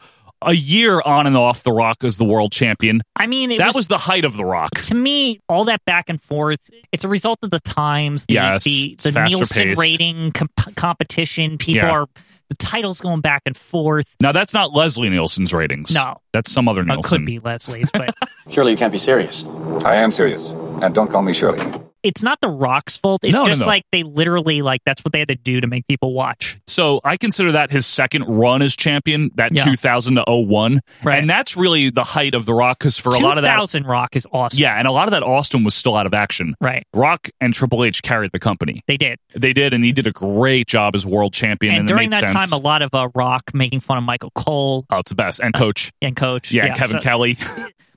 [SPEAKER 2] a year on and off, The Rock is the world champion.
[SPEAKER 3] I mean, it
[SPEAKER 2] that was, the height of The Rock.
[SPEAKER 3] to me, all that back and forth, it's a result of the times, the
[SPEAKER 2] Yes,
[SPEAKER 3] the,
[SPEAKER 2] it's
[SPEAKER 3] the
[SPEAKER 2] faster
[SPEAKER 3] Nielsen
[SPEAKER 2] paced.
[SPEAKER 3] rating comp- competition. People
[SPEAKER 2] Yeah.
[SPEAKER 3] are the titles going back and forth.
[SPEAKER 2] Now that's not Leslie Nielsen's ratings.
[SPEAKER 3] No.
[SPEAKER 2] that's some other
[SPEAKER 3] It could
[SPEAKER 2] Nielsen.
[SPEAKER 3] be Leslie's, but
[SPEAKER 18] Surely you can't be serious. I am serious. And don't call me Shirley.
[SPEAKER 3] it's not the Rock's fault. It's
[SPEAKER 2] No, no,
[SPEAKER 3] just
[SPEAKER 2] no.
[SPEAKER 3] like they literally like that's what they had to do to make people watch.
[SPEAKER 2] So I consider that his second run as champion, that
[SPEAKER 3] Yeah.
[SPEAKER 2] 2000 to 01, and that's really the height of the Rock because for a lot of that,
[SPEAKER 3] 2000 Rock is awesome.
[SPEAKER 2] yeah, and a lot of that Austin was still out of action.
[SPEAKER 3] Right.
[SPEAKER 2] Rock and Triple H carried the company.
[SPEAKER 3] They did.
[SPEAKER 2] They did, and he did a great job as world champion.
[SPEAKER 3] And,
[SPEAKER 2] And,
[SPEAKER 3] during
[SPEAKER 2] it made
[SPEAKER 3] that
[SPEAKER 2] sense.
[SPEAKER 3] time, a lot of uh, Rock making fun of Michael Cole
[SPEAKER 2] oh, it's the best. And Coach,
[SPEAKER 3] and Coach.
[SPEAKER 2] yeah, and Kevin
[SPEAKER 3] so-
[SPEAKER 2] Kelly.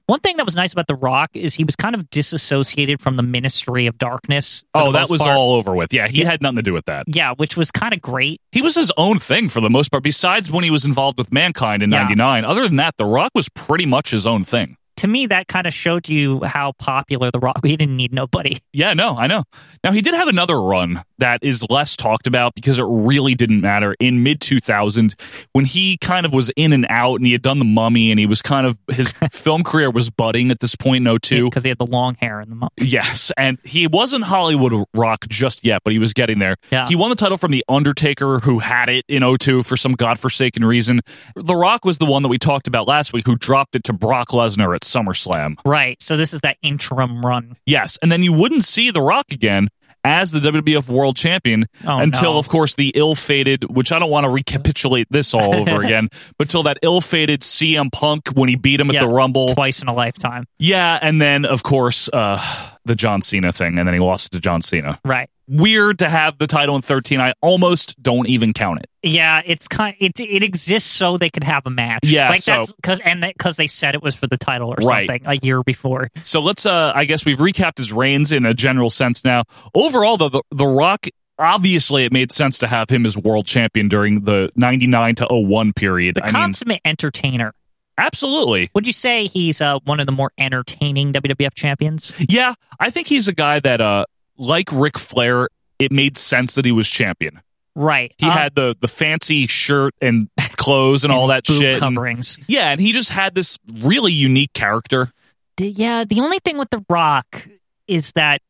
[SPEAKER 3] One thing that was nice about The Rock is he was kind of disassociated from the Ministry of Darkness. for
[SPEAKER 2] Oh,
[SPEAKER 3] the
[SPEAKER 2] that
[SPEAKER 3] most
[SPEAKER 2] was
[SPEAKER 3] part.
[SPEAKER 2] all over with. Yeah, he had nothing to do with that.
[SPEAKER 3] Yeah, which was kind of great.
[SPEAKER 2] He was his own thing for the most part. Besides when he was involved with Mankind in
[SPEAKER 3] Yeah.
[SPEAKER 2] '99, other than that, The Rock was pretty much his own thing.
[SPEAKER 3] To me, that kind of showed you how popular The Rock. He didn't need nobody.
[SPEAKER 2] Yeah, no, I know. Now he did have another run that is less talked about because it really didn't matter in mid 2000 when he kind of was in and out and he had done the mummy and he was kind of his film career was budding at this point in 02.
[SPEAKER 3] because he had the long hair in the mouth.
[SPEAKER 2] Yes, and he wasn't Hollywood Rock just yet, but he was getting there.
[SPEAKER 3] Yeah.
[SPEAKER 2] He won the title from The Undertaker, who had it in 02 for some godforsaken reason. The Rock was the one that we talked about last week who dropped it to Brock Lesnar at SummerSlam.
[SPEAKER 3] Right. So this is that interim run.
[SPEAKER 2] Yes, and then you wouldn't see The Rock again as the WWF World Champion
[SPEAKER 3] Oh,
[SPEAKER 2] until,
[SPEAKER 3] no.
[SPEAKER 2] of course, the ill-fated, which I don't want to recapitulate this all over again, but till that ill-fated CM Punk when he beat him at
[SPEAKER 3] Yeah,
[SPEAKER 2] the Rumble.
[SPEAKER 3] twice in a lifetime.
[SPEAKER 2] Yeah, and then of course uh, the John Cena thing, and then he lost to John Cena.
[SPEAKER 3] Right.
[SPEAKER 2] Weird to have the title in 13. I almost don't even count it.
[SPEAKER 3] Yeah, it's kind. It it exists so they could have a match.
[SPEAKER 2] Yeah,
[SPEAKER 3] like
[SPEAKER 2] so-
[SPEAKER 3] that's because and because they said it was for the title or
[SPEAKER 2] Right.
[SPEAKER 3] something a year before.
[SPEAKER 2] So let's. Uh, I guess we've recapped his reigns in a general sense now. Overall, though, the, the Rock. Obviously, it made sense to have him as world champion during the 99 to 01 period.
[SPEAKER 3] The
[SPEAKER 2] I mean,
[SPEAKER 3] consummate entertainer.
[SPEAKER 2] absolutely.
[SPEAKER 3] Would you say he's uh, one of the more entertaining WWF champions?
[SPEAKER 2] Yeah, I think he's a guy that, uh, like Ric Flair, it made sense that he was champion.
[SPEAKER 3] Right.
[SPEAKER 2] He
[SPEAKER 3] Uh,
[SPEAKER 2] had the, the fancy shirt and clothes and, Uh, all that
[SPEAKER 3] boob
[SPEAKER 2] shit. and-
[SPEAKER 3] coverings.
[SPEAKER 2] Yeah, and he just had this really unique character.
[SPEAKER 3] The- yeah, the only thing with The Rock is that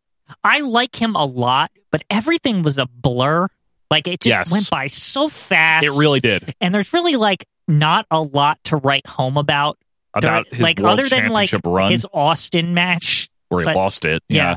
[SPEAKER 3] I like him a lot, but everything was a blur. Like it just
[SPEAKER 2] Yes.
[SPEAKER 3] went by so fast.
[SPEAKER 2] It really did.
[SPEAKER 3] and there's really like not a lot to write home about.
[SPEAKER 2] About
[SPEAKER 3] during-
[SPEAKER 2] his
[SPEAKER 3] like
[SPEAKER 2] world
[SPEAKER 3] other than like
[SPEAKER 2] championship run.
[SPEAKER 3] his Austin match
[SPEAKER 2] Where he
[SPEAKER 3] but-
[SPEAKER 2] lost it.
[SPEAKER 3] yeah.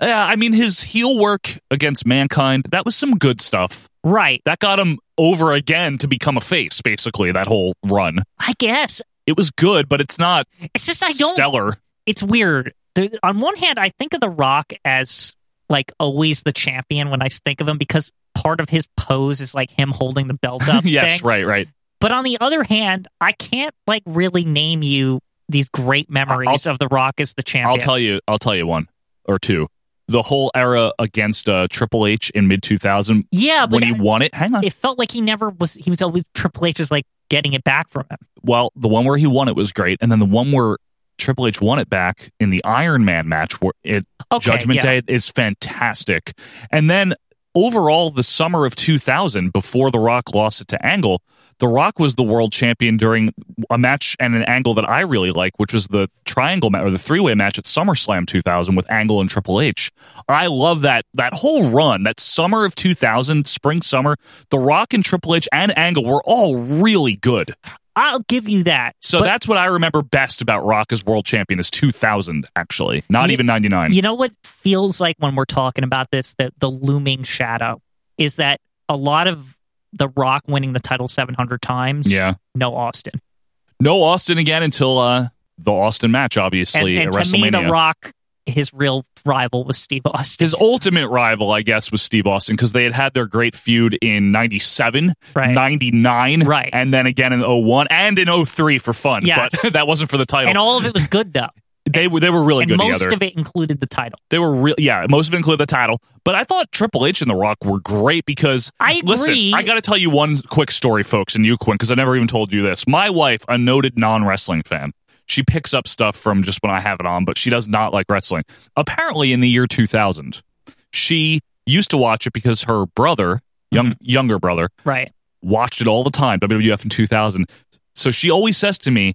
[SPEAKER 2] yeah. Yeah, I mean, his heel work against Mankind, that was some good stuff.
[SPEAKER 3] Right.
[SPEAKER 2] That got him over again to become a face, basically, that whole run.
[SPEAKER 3] I guess
[SPEAKER 2] It was good, but it's not
[SPEAKER 3] it's just I don't.
[SPEAKER 2] stellar.
[SPEAKER 3] It's weird. There, on one hand, I think of The Rock as like always the champion when I think of him because part of his pose is like him holding the belt up.
[SPEAKER 2] yes,
[SPEAKER 3] thing.
[SPEAKER 2] right, right.
[SPEAKER 3] But on the other hand, I can't like really name you these great memories of The Rock as the champion.
[SPEAKER 2] I'll tell you. I'll tell you one or two. The whole era against uh, Triple H in mid two thousand.
[SPEAKER 3] Yeah, but
[SPEAKER 2] when he
[SPEAKER 3] I-
[SPEAKER 2] won it. Hang on.
[SPEAKER 3] It felt like he never was. He was always Triple H was like getting it back from him.
[SPEAKER 2] well, the one where he won it was great, and then the one where Triple H won it back in the Iron Man match where it
[SPEAKER 3] Okay,
[SPEAKER 2] Judgment
[SPEAKER 3] yeah.
[SPEAKER 2] Day is fantastic. And then overall, the summer of two thousand, before The Rock lost it to Angle, The Rock was the world champion during a match and an angle that I really like, which was the triangle match or the three way match at SummerSlam two thousand with Angle and Triple H. I love that that whole run, that summer of two thousand, spring summer. The Rock and Triple H and Angle were all really good.
[SPEAKER 3] I'll give you that.
[SPEAKER 2] So
[SPEAKER 3] But
[SPEAKER 2] that's what I remember best about Rock as world champion is 2000, actually, not
[SPEAKER 3] You-
[SPEAKER 2] even 99.
[SPEAKER 3] you know what feels like when we're talking about this that the looming shadow is that a lot of the Rock winning the title seven hundred times.
[SPEAKER 2] Yeah.
[SPEAKER 3] no Austin.
[SPEAKER 2] no Austin again until uh, the Austin match,
[SPEAKER 3] And,
[SPEAKER 2] obviously,
[SPEAKER 3] and
[SPEAKER 2] at
[SPEAKER 3] to me,
[SPEAKER 2] WrestleMania.
[SPEAKER 3] the Rock, his real rival was Steve Austin.
[SPEAKER 2] His ultimate rival, I guess, was Steve Austin because they had had their great feud in 97,
[SPEAKER 3] Right.
[SPEAKER 2] 99,
[SPEAKER 3] Right.
[SPEAKER 2] and then again in 01 and in 03 for fun.
[SPEAKER 3] Yes.
[SPEAKER 2] But that wasn't for the title.
[SPEAKER 3] and all of it was good though.
[SPEAKER 2] they, were, they were really
[SPEAKER 3] and
[SPEAKER 2] good
[SPEAKER 3] most
[SPEAKER 2] together.
[SPEAKER 3] of it included the title.
[SPEAKER 2] They were real, yeah. Most of it included the title, but I thought Triple H and The Rock were great because
[SPEAKER 3] I agree.
[SPEAKER 2] Listen, I got to tell you one quick story, folks, and you, Quinn, because I never even told you this. My wife, a noted non wrestling fan, she picks up stuff from just when I have it on, but she does not like wrestling. Apparently, in the year 2000, she used to watch it because her brother, young
[SPEAKER 3] Mm-hmm.
[SPEAKER 2] younger brother,
[SPEAKER 3] Right.
[SPEAKER 2] watched it all the time, WWF in 2000. So she always says to me,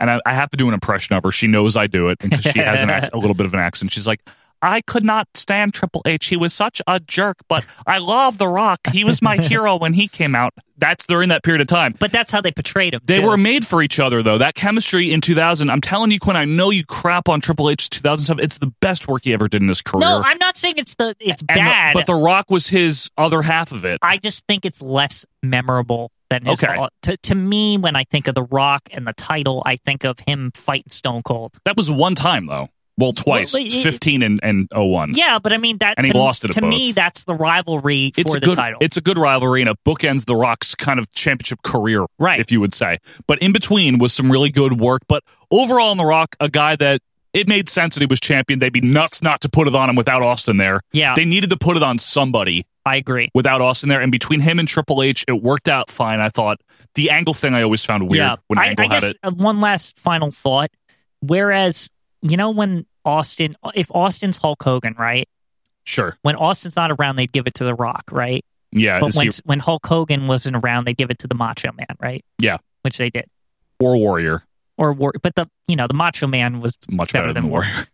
[SPEAKER 2] and I, I have to do an impression of her. She knows I do it because she has an ac- a little bit of an accent. She's like, I could not stand Triple H. He was such a jerk, but I love The Rock. He was my hero when he came out. That's during that period of time.
[SPEAKER 3] But that's how they portrayed him.
[SPEAKER 2] They
[SPEAKER 3] too.
[SPEAKER 2] were made for each other, though. That chemistry in 2000, I'm telling you, Quinn, I know you crap on Triple H 2007. It's the best work he ever did in his career.
[SPEAKER 3] No, I'm not saying it's the it's
[SPEAKER 2] And the-
[SPEAKER 3] bad.
[SPEAKER 2] but The Rock was his other half of it.
[SPEAKER 3] I just think it's less memorable than his.
[SPEAKER 2] Okay.
[SPEAKER 3] To, to me, when I think of The Rock and the title, I think of him fighting Stone Cold.
[SPEAKER 2] That was one time, though. Well, twice,
[SPEAKER 3] Well, it-
[SPEAKER 2] 15 and, and 01.
[SPEAKER 3] Yeah, but I mean that.
[SPEAKER 2] And he
[SPEAKER 3] to,
[SPEAKER 2] lost it at
[SPEAKER 3] to me.
[SPEAKER 2] both.
[SPEAKER 3] That's the rivalry
[SPEAKER 2] It's
[SPEAKER 3] for
[SPEAKER 2] a
[SPEAKER 3] the
[SPEAKER 2] good,
[SPEAKER 3] title.
[SPEAKER 2] It's a good rivalry, and it bookends The Rock's kind of championship career,
[SPEAKER 3] Right.
[SPEAKER 2] if you would say. But in between was some really good work. But overall, in The Rock, a guy that it made sense that he was champion. They'd be nuts not to put it on him without Austin there.
[SPEAKER 3] Yeah.
[SPEAKER 2] They needed to put it on somebody.
[SPEAKER 3] I agree.
[SPEAKER 2] without Austin there. And between him and Triple H, it worked out fine. I thought the angle thing I always found weird when
[SPEAKER 3] I,
[SPEAKER 2] Angle
[SPEAKER 3] I
[SPEAKER 2] had
[SPEAKER 3] guess
[SPEAKER 2] it.
[SPEAKER 3] uh, one last final thought. Whereas, you know, when Austin, if Austin's Hulk Hogan, right?
[SPEAKER 2] Sure.
[SPEAKER 3] When Austin's not around, they'd give it to The Rock, right?
[SPEAKER 2] Yeah.
[SPEAKER 3] but
[SPEAKER 2] is
[SPEAKER 3] when,
[SPEAKER 2] he-
[SPEAKER 3] when Hulk Hogan wasn't around, they'd give it to the Macho Man, right?
[SPEAKER 2] yeah.
[SPEAKER 3] Which they did.
[SPEAKER 2] Or Warrior.
[SPEAKER 3] Or War, but the you know the Macho Man was
[SPEAKER 2] Much better, than Warrior.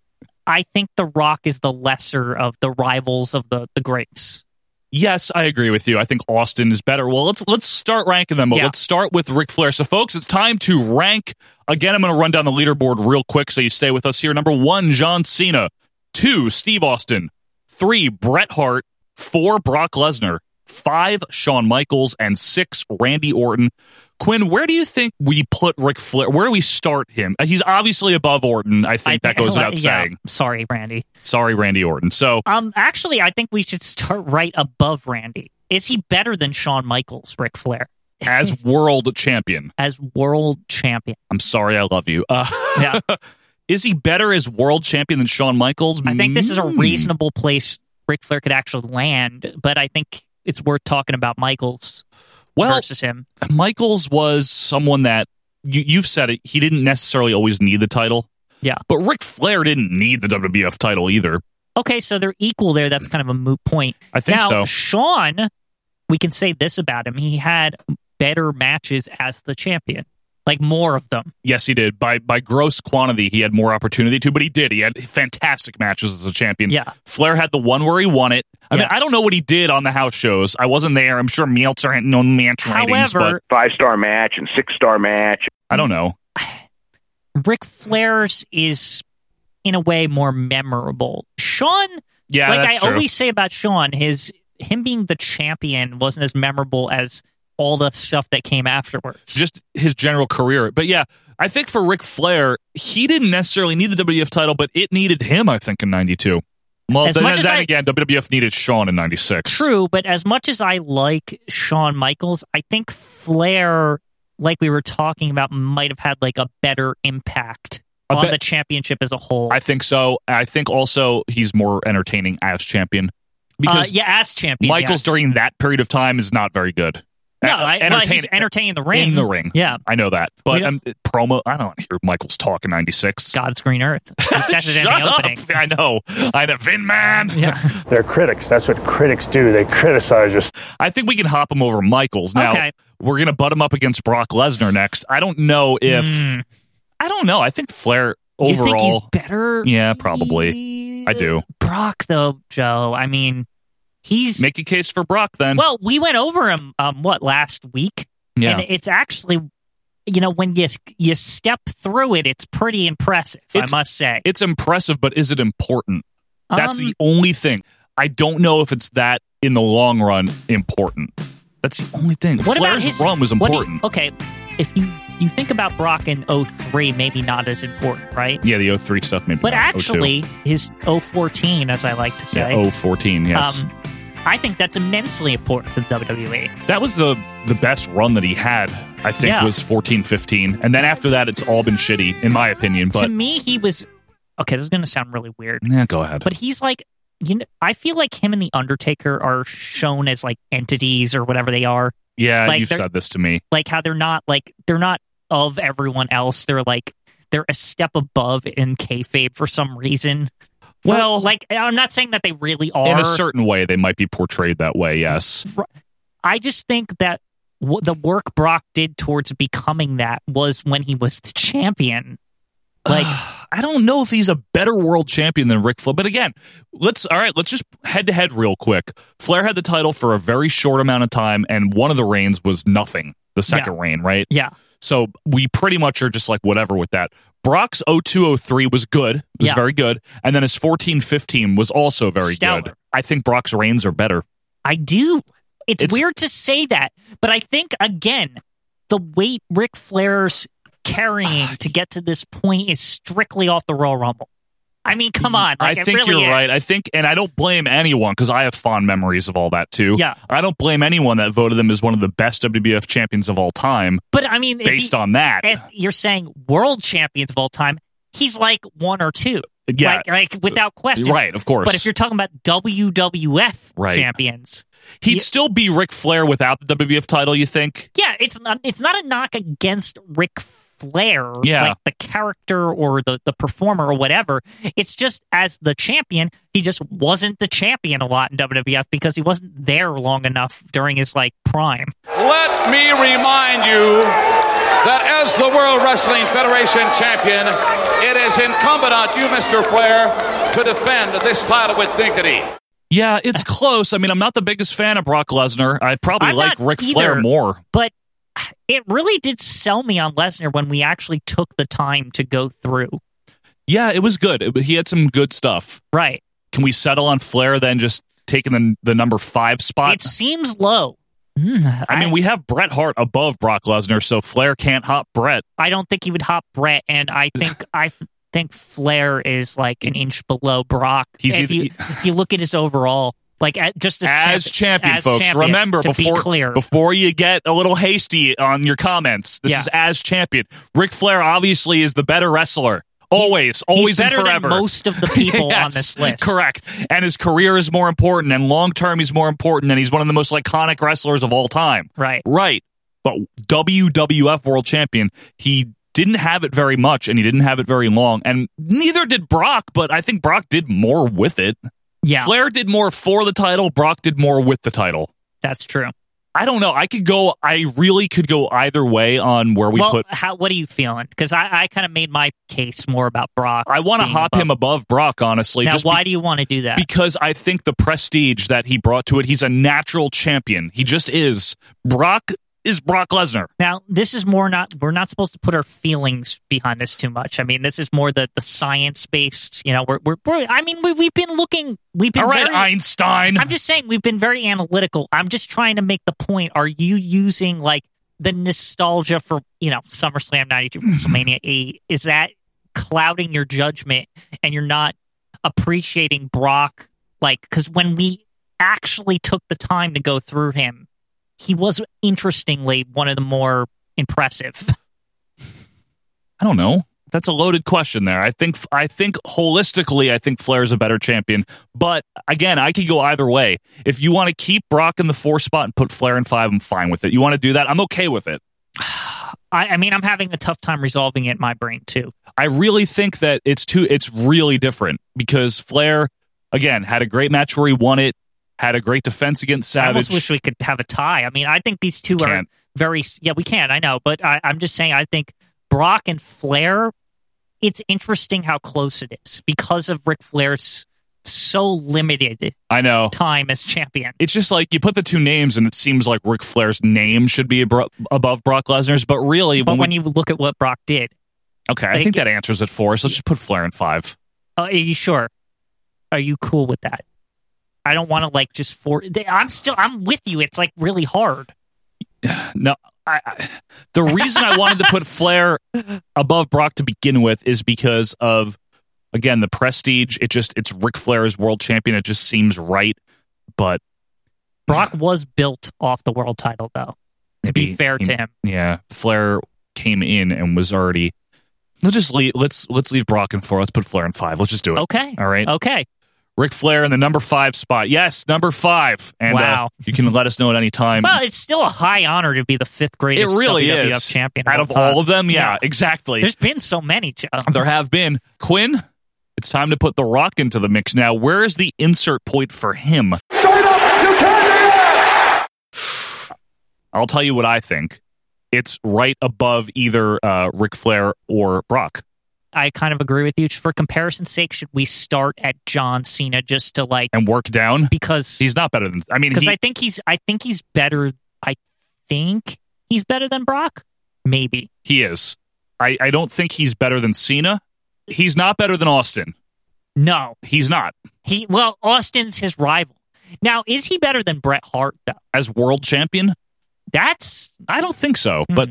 [SPEAKER 3] I think The Rock is the lesser of the rivals of the the greats.
[SPEAKER 2] Yes, I agree with you. I think Austin is better. Well, let's let's start ranking them. But
[SPEAKER 3] Yeah.
[SPEAKER 2] Let's start with Ric Flair. So, folks, it's time to rank. Again, I'm going to run down the leaderboard real quick, so you stay with us here. Number one, John Cena. Two, Steve Austin. Three, Bret Hart. Four, Brock Lesnar. Five, Shawn Michaels, and six, Randy Orton. Quinn, where do you think we put Ric Flair? Where do we start him? Uh, He's obviously above Orton. I think that goes without
[SPEAKER 3] yeah,
[SPEAKER 2] saying.
[SPEAKER 3] Sorry, Randy.
[SPEAKER 2] Sorry, Randy Orton. So,
[SPEAKER 3] Um, actually, I think we should start right above Randy. Is he better than Shawn Michaels, Ric Flair,
[SPEAKER 2] as world champion,
[SPEAKER 3] as world champion?
[SPEAKER 2] I'm sorry, I love you. Uh,
[SPEAKER 3] Yeah.
[SPEAKER 2] is he better as world champion than Shawn Michaels?
[SPEAKER 3] I think this is a
[SPEAKER 2] Mm.
[SPEAKER 3] reasonable place Ric Flair could actually land, but I think it's worth talking about Michaels
[SPEAKER 2] Well-
[SPEAKER 3] versus him.
[SPEAKER 2] Michaels was someone that you, you've said it. He didn't necessarily always need the title,
[SPEAKER 3] Yeah.
[SPEAKER 2] but Ric Flair didn't need the WWF title either.
[SPEAKER 3] Okay, so they're equal there. That's kind of a moot point.
[SPEAKER 2] I think
[SPEAKER 3] now,
[SPEAKER 2] so.
[SPEAKER 3] Sean, we can say this about him: he had better matches as the champion, like more of them.
[SPEAKER 2] Yes, he did. By by gross quantity, he had more opportunity to, but he did. He had fantastic matches as a champion.
[SPEAKER 3] Yeah.
[SPEAKER 2] Flair had the one where he won it. I mean,
[SPEAKER 3] Yeah.
[SPEAKER 2] I don't know what he did on the house shows. I wasn't there. I'm sure Meltzer had no match ratings,
[SPEAKER 3] However,
[SPEAKER 2] but
[SPEAKER 19] Five star match and six star match.
[SPEAKER 2] I don't know.
[SPEAKER 3] Ric Flair's is in a way more memorable. Sean,
[SPEAKER 2] Yeah,
[SPEAKER 3] like
[SPEAKER 2] that's
[SPEAKER 3] I
[SPEAKER 2] true.
[SPEAKER 3] always say about Sean, his him being the champion wasn't as memorable as all the stuff that came afterwards.
[SPEAKER 2] just his general career. But yeah, I think for Ric Flair, he didn't necessarily need the WWF title, but it needed him, I think, in 92. Well,
[SPEAKER 3] As
[SPEAKER 2] then,
[SPEAKER 3] much as
[SPEAKER 2] then
[SPEAKER 3] I-
[SPEAKER 2] again, WWF needed Shawn in 96.
[SPEAKER 3] True, but as much as I like Shawn Michaels, I think Flair, like we were talking about, might have had like a better impact
[SPEAKER 2] I
[SPEAKER 3] on
[SPEAKER 2] bet-
[SPEAKER 3] the championship as a whole.
[SPEAKER 2] I think so. I think also he's more entertaining as champion because
[SPEAKER 3] because uh, yeah, as champion,
[SPEAKER 2] Michaels
[SPEAKER 3] yes.
[SPEAKER 2] during that period of time is not very good.
[SPEAKER 3] no,
[SPEAKER 2] Uh,
[SPEAKER 3] I, well, he's entertaining the ring,
[SPEAKER 2] In the ring.
[SPEAKER 3] yeah,
[SPEAKER 2] I know that. But
[SPEAKER 3] don't-
[SPEAKER 2] um, promo, I don't hear Michaels talk in 96.
[SPEAKER 3] God's green earth, The Saturday
[SPEAKER 2] Shut
[SPEAKER 3] night
[SPEAKER 2] up.
[SPEAKER 3] opening.
[SPEAKER 2] I know. I know. Vin Man.
[SPEAKER 3] Yeah.
[SPEAKER 20] They're critics. That's what critics do. They criticize us.
[SPEAKER 2] I think we can hop him over Michaels. Now
[SPEAKER 3] Okay.
[SPEAKER 2] we're gonna butt him up against Brock Lesnar next. I don't know if I don't know. I think Flair
[SPEAKER 3] Hmm. You think he's
[SPEAKER 2] overall.
[SPEAKER 3] better?
[SPEAKER 2] yeah, probably. I do.
[SPEAKER 3] Brock though, Joe. I mean, he's
[SPEAKER 2] Make a case for Brock then.
[SPEAKER 3] well. We went over him. Um, what last week?
[SPEAKER 2] Yeah.
[SPEAKER 3] and it's actually, you know, when you you step through it, it's pretty impressive.
[SPEAKER 2] It's-
[SPEAKER 3] I must say.
[SPEAKER 2] it's impressive, but is it important? That's
[SPEAKER 3] Um,
[SPEAKER 2] the only thing. I don't know if it's that in the long run important. That's the only thing. Flair's
[SPEAKER 3] What about his
[SPEAKER 2] run was
[SPEAKER 3] what do you-
[SPEAKER 2] important.
[SPEAKER 3] okay, if you you think about Brock in 03, maybe not as important, right?
[SPEAKER 2] yeah, the 03 stuff maybe.
[SPEAKER 3] But
[SPEAKER 2] not. 02.
[SPEAKER 3] actually, his 014, as I like to say,
[SPEAKER 2] yeah, 014, yes.
[SPEAKER 3] um, I think that's immensely important to WWE.
[SPEAKER 2] That was the the best run that he had, I think,
[SPEAKER 3] Yeah.
[SPEAKER 2] was 14 15. And then after that, it's all been shitty, in my opinion. But
[SPEAKER 3] to me, he was okay. This is going to sound really weird,
[SPEAKER 2] yeah, go ahead.
[SPEAKER 3] but he's like, you know, I feel like him and the Undertaker are shown as like entities or whatever they are,
[SPEAKER 2] yeah,
[SPEAKER 3] like,
[SPEAKER 2] you've
[SPEAKER 3] they're-
[SPEAKER 2] said this to me.
[SPEAKER 3] like how they're not like they're not of everyone else. They're like they're a step above in kayfabe for some reason.
[SPEAKER 2] Well-
[SPEAKER 3] like I'm not saying that they really are.
[SPEAKER 2] In a certain way, they might be portrayed that way, yes.
[SPEAKER 3] I just think that w- the work Brock did towards becoming that was when he was the champion. Like,
[SPEAKER 2] I don't know if he's a better world champion than Ric Flair, but again, let's all right, let's just head to head real quick. Flair had the title for a very short amount of time, and one of the reigns was nothing. The second
[SPEAKER 3] Yeah.
[SPEAKER 2] reign, right?
[SPEAKER 3] yeah,
[SPEAKER 2] So we pretty much are just like whatever with that. Brock's 0203 was good. It was
[SPEAKER 3] Yeah.
[SPEAKER 2] very good. And then his 1415 was also very
[SPEAKER 3] Stellar.
[SPEAKER 2] good. I think Brock's reigns are better.
[SPEAKER 3] I do. It's,
[SPEAKER 2] It's-
[SPEAKER 3] weird to say that, but I think again, the weight Ric Flair's carrying to get to this point is strictly off the Royal Rumble. I mean, come on. Like,
[SPEAKER 2] I
[SPEAKER 3] it
[SPEAKER 2] think
[SPEAKER 3] really
[SPEAKER 2] you're right.
[SPEAKER 3] is.
[SPEAKER 2] I think, and I don't blame anyone because I have fond memories of all that too.
[SPEAKER 3] Yeah.
[SPEAKER 2] I don't blame anyone that voted him as one of the best WBF champions of all time
[SPEAKER 3] But I mean, if
[SPEAKER 2] based
[SPEAKER 3] he-
[SPEAKER 2] on that.
[SPEAKER 3] if you're saying world champions of all time, he's like one or two.
[SPEAKER 2] Yeah.
[SPEAKER 3] Like, like without question.
[SPEAKER 2] Right, of course.
[SPEAKER 3] But if you're talking about WWF
[SPEAKER 2] Right.
[SPEAKER 3] champions,
[SPEAKER 2] He'd still be Ric Flair without the WBF title, you think?
[SPEAKER 3] yeah, it's not it's not a knock against Ric Flair,
[SPEAKER 2] Yeah.
[SPEAKER 3] like the character or the, the performer or whatever. It's just as the champion, he just wasn't the champion a lot in WWF because he wasn't there long enough during his like prime.
[SPEAKER 11] Let me remind you that as the World Wrestling Federation champion, it is incumbent on you, Mr. Flair, to defend this title with dignity.
[SPEAKER 2] Yeah, it's close. I mean, I'm not the biggest fan of Brock Lesnar. I probably
[SPEAKER 3] I'm
[SPEAKER 2] like
[SPEAKER 3] not
[SPEAKER 2] Ric
[SPEAKER 3] either,
[SPEAKER 2] Flair more.
[SPEAKER 3] But it really did sell me on Lesnar when we actually took the time to go through.
[SPEAKER 2] Yeah, it was good. It- he had some good stuff.
[SPEAKER 3] Right.
[SPEAKER 2] Can we settle on Flair then just taking the, the number five spot?
[SPEAKER 3] It seems low.
[SPEAKER 2] I mean, we have Bret Hart above Brock Lesnar, so Flair can't hop Bret.
[SPEAKER 3] I don't think he would hop Brett, and I think I think Flair is like an inch below Brock.
[SPEAKER 2] He's
[SPEAKER 3] if
[SPEAKER 2] either-
[SPEAKER 3] you if you look at his overall, like at, just as,
[SPEAKER 2] As champion,
[SPEAKER 3] as
[SPEAKER 2] folks,
[SPEAKER 3] champion,
[SPEAKER 2] remember
[SPEAKER 3] to
[SPEAKER 2] before
[SPEAKER 3] be clear,
[SPEAKER 2] before you get a little hasty on your comments, this
[SPEAKER 3] Yeah.
[SPEAKER 2] is as champion. Ric Flair obviously is the better wrestler. Always, always,
[SPEAKER 3] he's better
[SPEAKER 2] and forever.
[SPEAKER 3] than most of the people on
[SPEAKER 2] Yes,
[SPEAKER 3] this list.
[SPEAKER 2] Correct. And his career is more important, and long term, he's more important, and he's one of the most iconic wrestlers of all time.
[SPEAKER 3] Right.
[SPEAKER 2] Right. But WWF World Champion, he didn't have it very much, and he didn't have it very long, and neither did Brock, but I think Brock did more with it.
[SPEAKER 3] Yeah,
[SPEAKER 2] Flair did more for the title, Brock did more with the title.
[SPEAKER 3] that's true.
[SPEAKER 2] I don't know. I could go, I really could go either way on where we
[SPEAKER 3] well,
[SPEAKER 2] put.
[SPEAKER 3] how, what are you feeling? Because I, I kind of made my case more about Brock.
[SPEAKER 2] I want to
[SPEAKER 3] being
[SPEAKER 2] hop
[SPEAKER 3] above.
[SPEAKER 2] him above Brock, honestly.
[SPEAKER 3] Now,
[SPEAKER 2] just be-
[SPEAKER 3] why do you want to do that?
[SPEAKER 2] because I think the prestige that he brought to it, he's a natural champion. He just is. Brock is Brock Lesnar.
[SPEAKER 3] Now, this is more not we're not supposed to put our feelings behind this too much. I mean, this is more the the science based. You know, we're, we're we're I mean, we we've been looking, we've been
[SPEAKER 2] All right,
[SPEAKER 3] very-
[SPEAKER 2] Einstein.
[SPEAKER 3] I'm just saying we've been very analytical. I'm just trying to make the point. Are you using like the nostalgia for you know SummerSlam '92, WrestleMania eight? Is that clouding your judgment and you're not appreciating Brock? Like, because when we actually took the time to go through him, he was interestingly one of the more impressive.
[SPEAKER 2] I don't know. That's a loaded question there. I think I think holistically, I think Flair's a better champion. But again, I could go either way. If you want to keep Brock in the four spot and put Flair in five, I'm fine with it. You want to do that? I'm okay with it.
[SPEAKER 3] I, I mean, I'm having a tough time resolving it in my brain too.
[SPEAKER 2] I really think that it's too it's really different because Flair, again, had a great match where he won it, had a great defense against
[SPEAKER 3] I
[SPEAKER 2] Savage.
[SPEAKER 3] almost wish we could have a tie. I mean, I think these 2 are
[SPEAKER 2] Can't.
[SPEAKER 3] very. Yeah, we can. I know, but I, I'm just saying. I think Brock and Flair. It's interesting how close it is because of Ric Flair's so limited
[SPEAKER 2] I know.
[SPEAKER 3] time as champion.
[SPEAKER 2] it's just like you put the two names and it seems like Ric Flair's name should be abro- above Brock Lesnar's, but really,
[SPEAKER 3] But
[SPEAKER 2] when,
[SPEAKER 3] when
[SPEAKER 2] we,
[SPEAKER 3] you look at what Brock did,
[SPEAKER 2] okay, I
[SPEAKER 3] like-
[SPEAKER 2] think that answers it for us. Let's just put Flair in five.
[SPEAKER 3] uh, are you sure? Are you cool with that? I don't want to like just for. I'm still. I'm with you. It's like really hard.
[SPEAKER 2] No, I, I, the reason I wanted to put Flair above Brock to begin with is because of again the prestige. It just it's Ric Flair as world champion. It just seems right, but
[SPEAKER 3] Brock was built off the world title though. To be
[SPEAKER 2] maybe
[SPEAKER 3] fair
[SPEAKER 2] he-
[SPEAKER 3] to him,
[SPEAKER 2] yeah, Flair came in and was already. Let's just leave. Let's let's leave Brock in four. Let's put Flair in five. Let's just do it.
[SPEAKER 3] okay.
[SPEAKER 2] All right.
[SPEAKER 3] Okay.
[SPEAKER 2] Ric Flair in the number five spot. Yes, number five. And uh,
[SPEAKER 3] Wow.
[SPEAKER 2] you can let us know at any time.
[SPEAKER 3] Well, it's still a high honor to be the fifth
[SPEAKER 2] Mm-hmm. it
[SPEAKER 3] greatest
[SPEAKER 2] really
[SPEAKER 3] WWF
[SPEAKER 2] is.
[SPEAKER 3] champion
[SPEAKER 2] Out of
[SPEAKER 3] time.
[SPEAKER 2] all of them, yeah,
[SPEAKER 3] Yeah.
[SPEAKER 2] exactly.
[SPEAKER 3] um, There's been so many. Ch-
[SPEAKER 2] there have been Quinn. It's time to put The Rock into the mix now. Where is the insert point for him? I'll tell you what I think. It's right above either uh, Ric Flair or Brock.
[SPEAKER 3] I kind of agree with you. For comparison's sake, should we start at John Cena just to like
[SPEAKER 2] and work down
[SPEAKER 3] because
[SPEAKER 2] he's not better than. I mean,
[SPEAKER 3] because
[SPEAKER 2] he-
[SPEAKER 3] I think he's I think he's better. I think he's better than Brock. Maybe
[SPEAKER 2] He is. I, I don't think he's better than Cena. He's not better than Austin.
[SPEAKER 3] no.
[SPEAKER 2] He's not.
[SPEAKER 3] He well Austin's his rival. Now is he better than Bret Hart though?
[SPEAKER 2] As world champion,
[SPEAKER 3] That's
[SPEAKER 2] I don't think so. But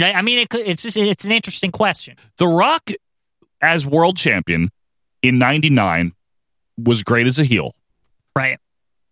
[SPEAKER 3] I I mean it could, it's just it's an interesting question.
[SPEAKER 2] The Rock, as world champion in 99, was great as a heel.
[SPEAKER 3] Right.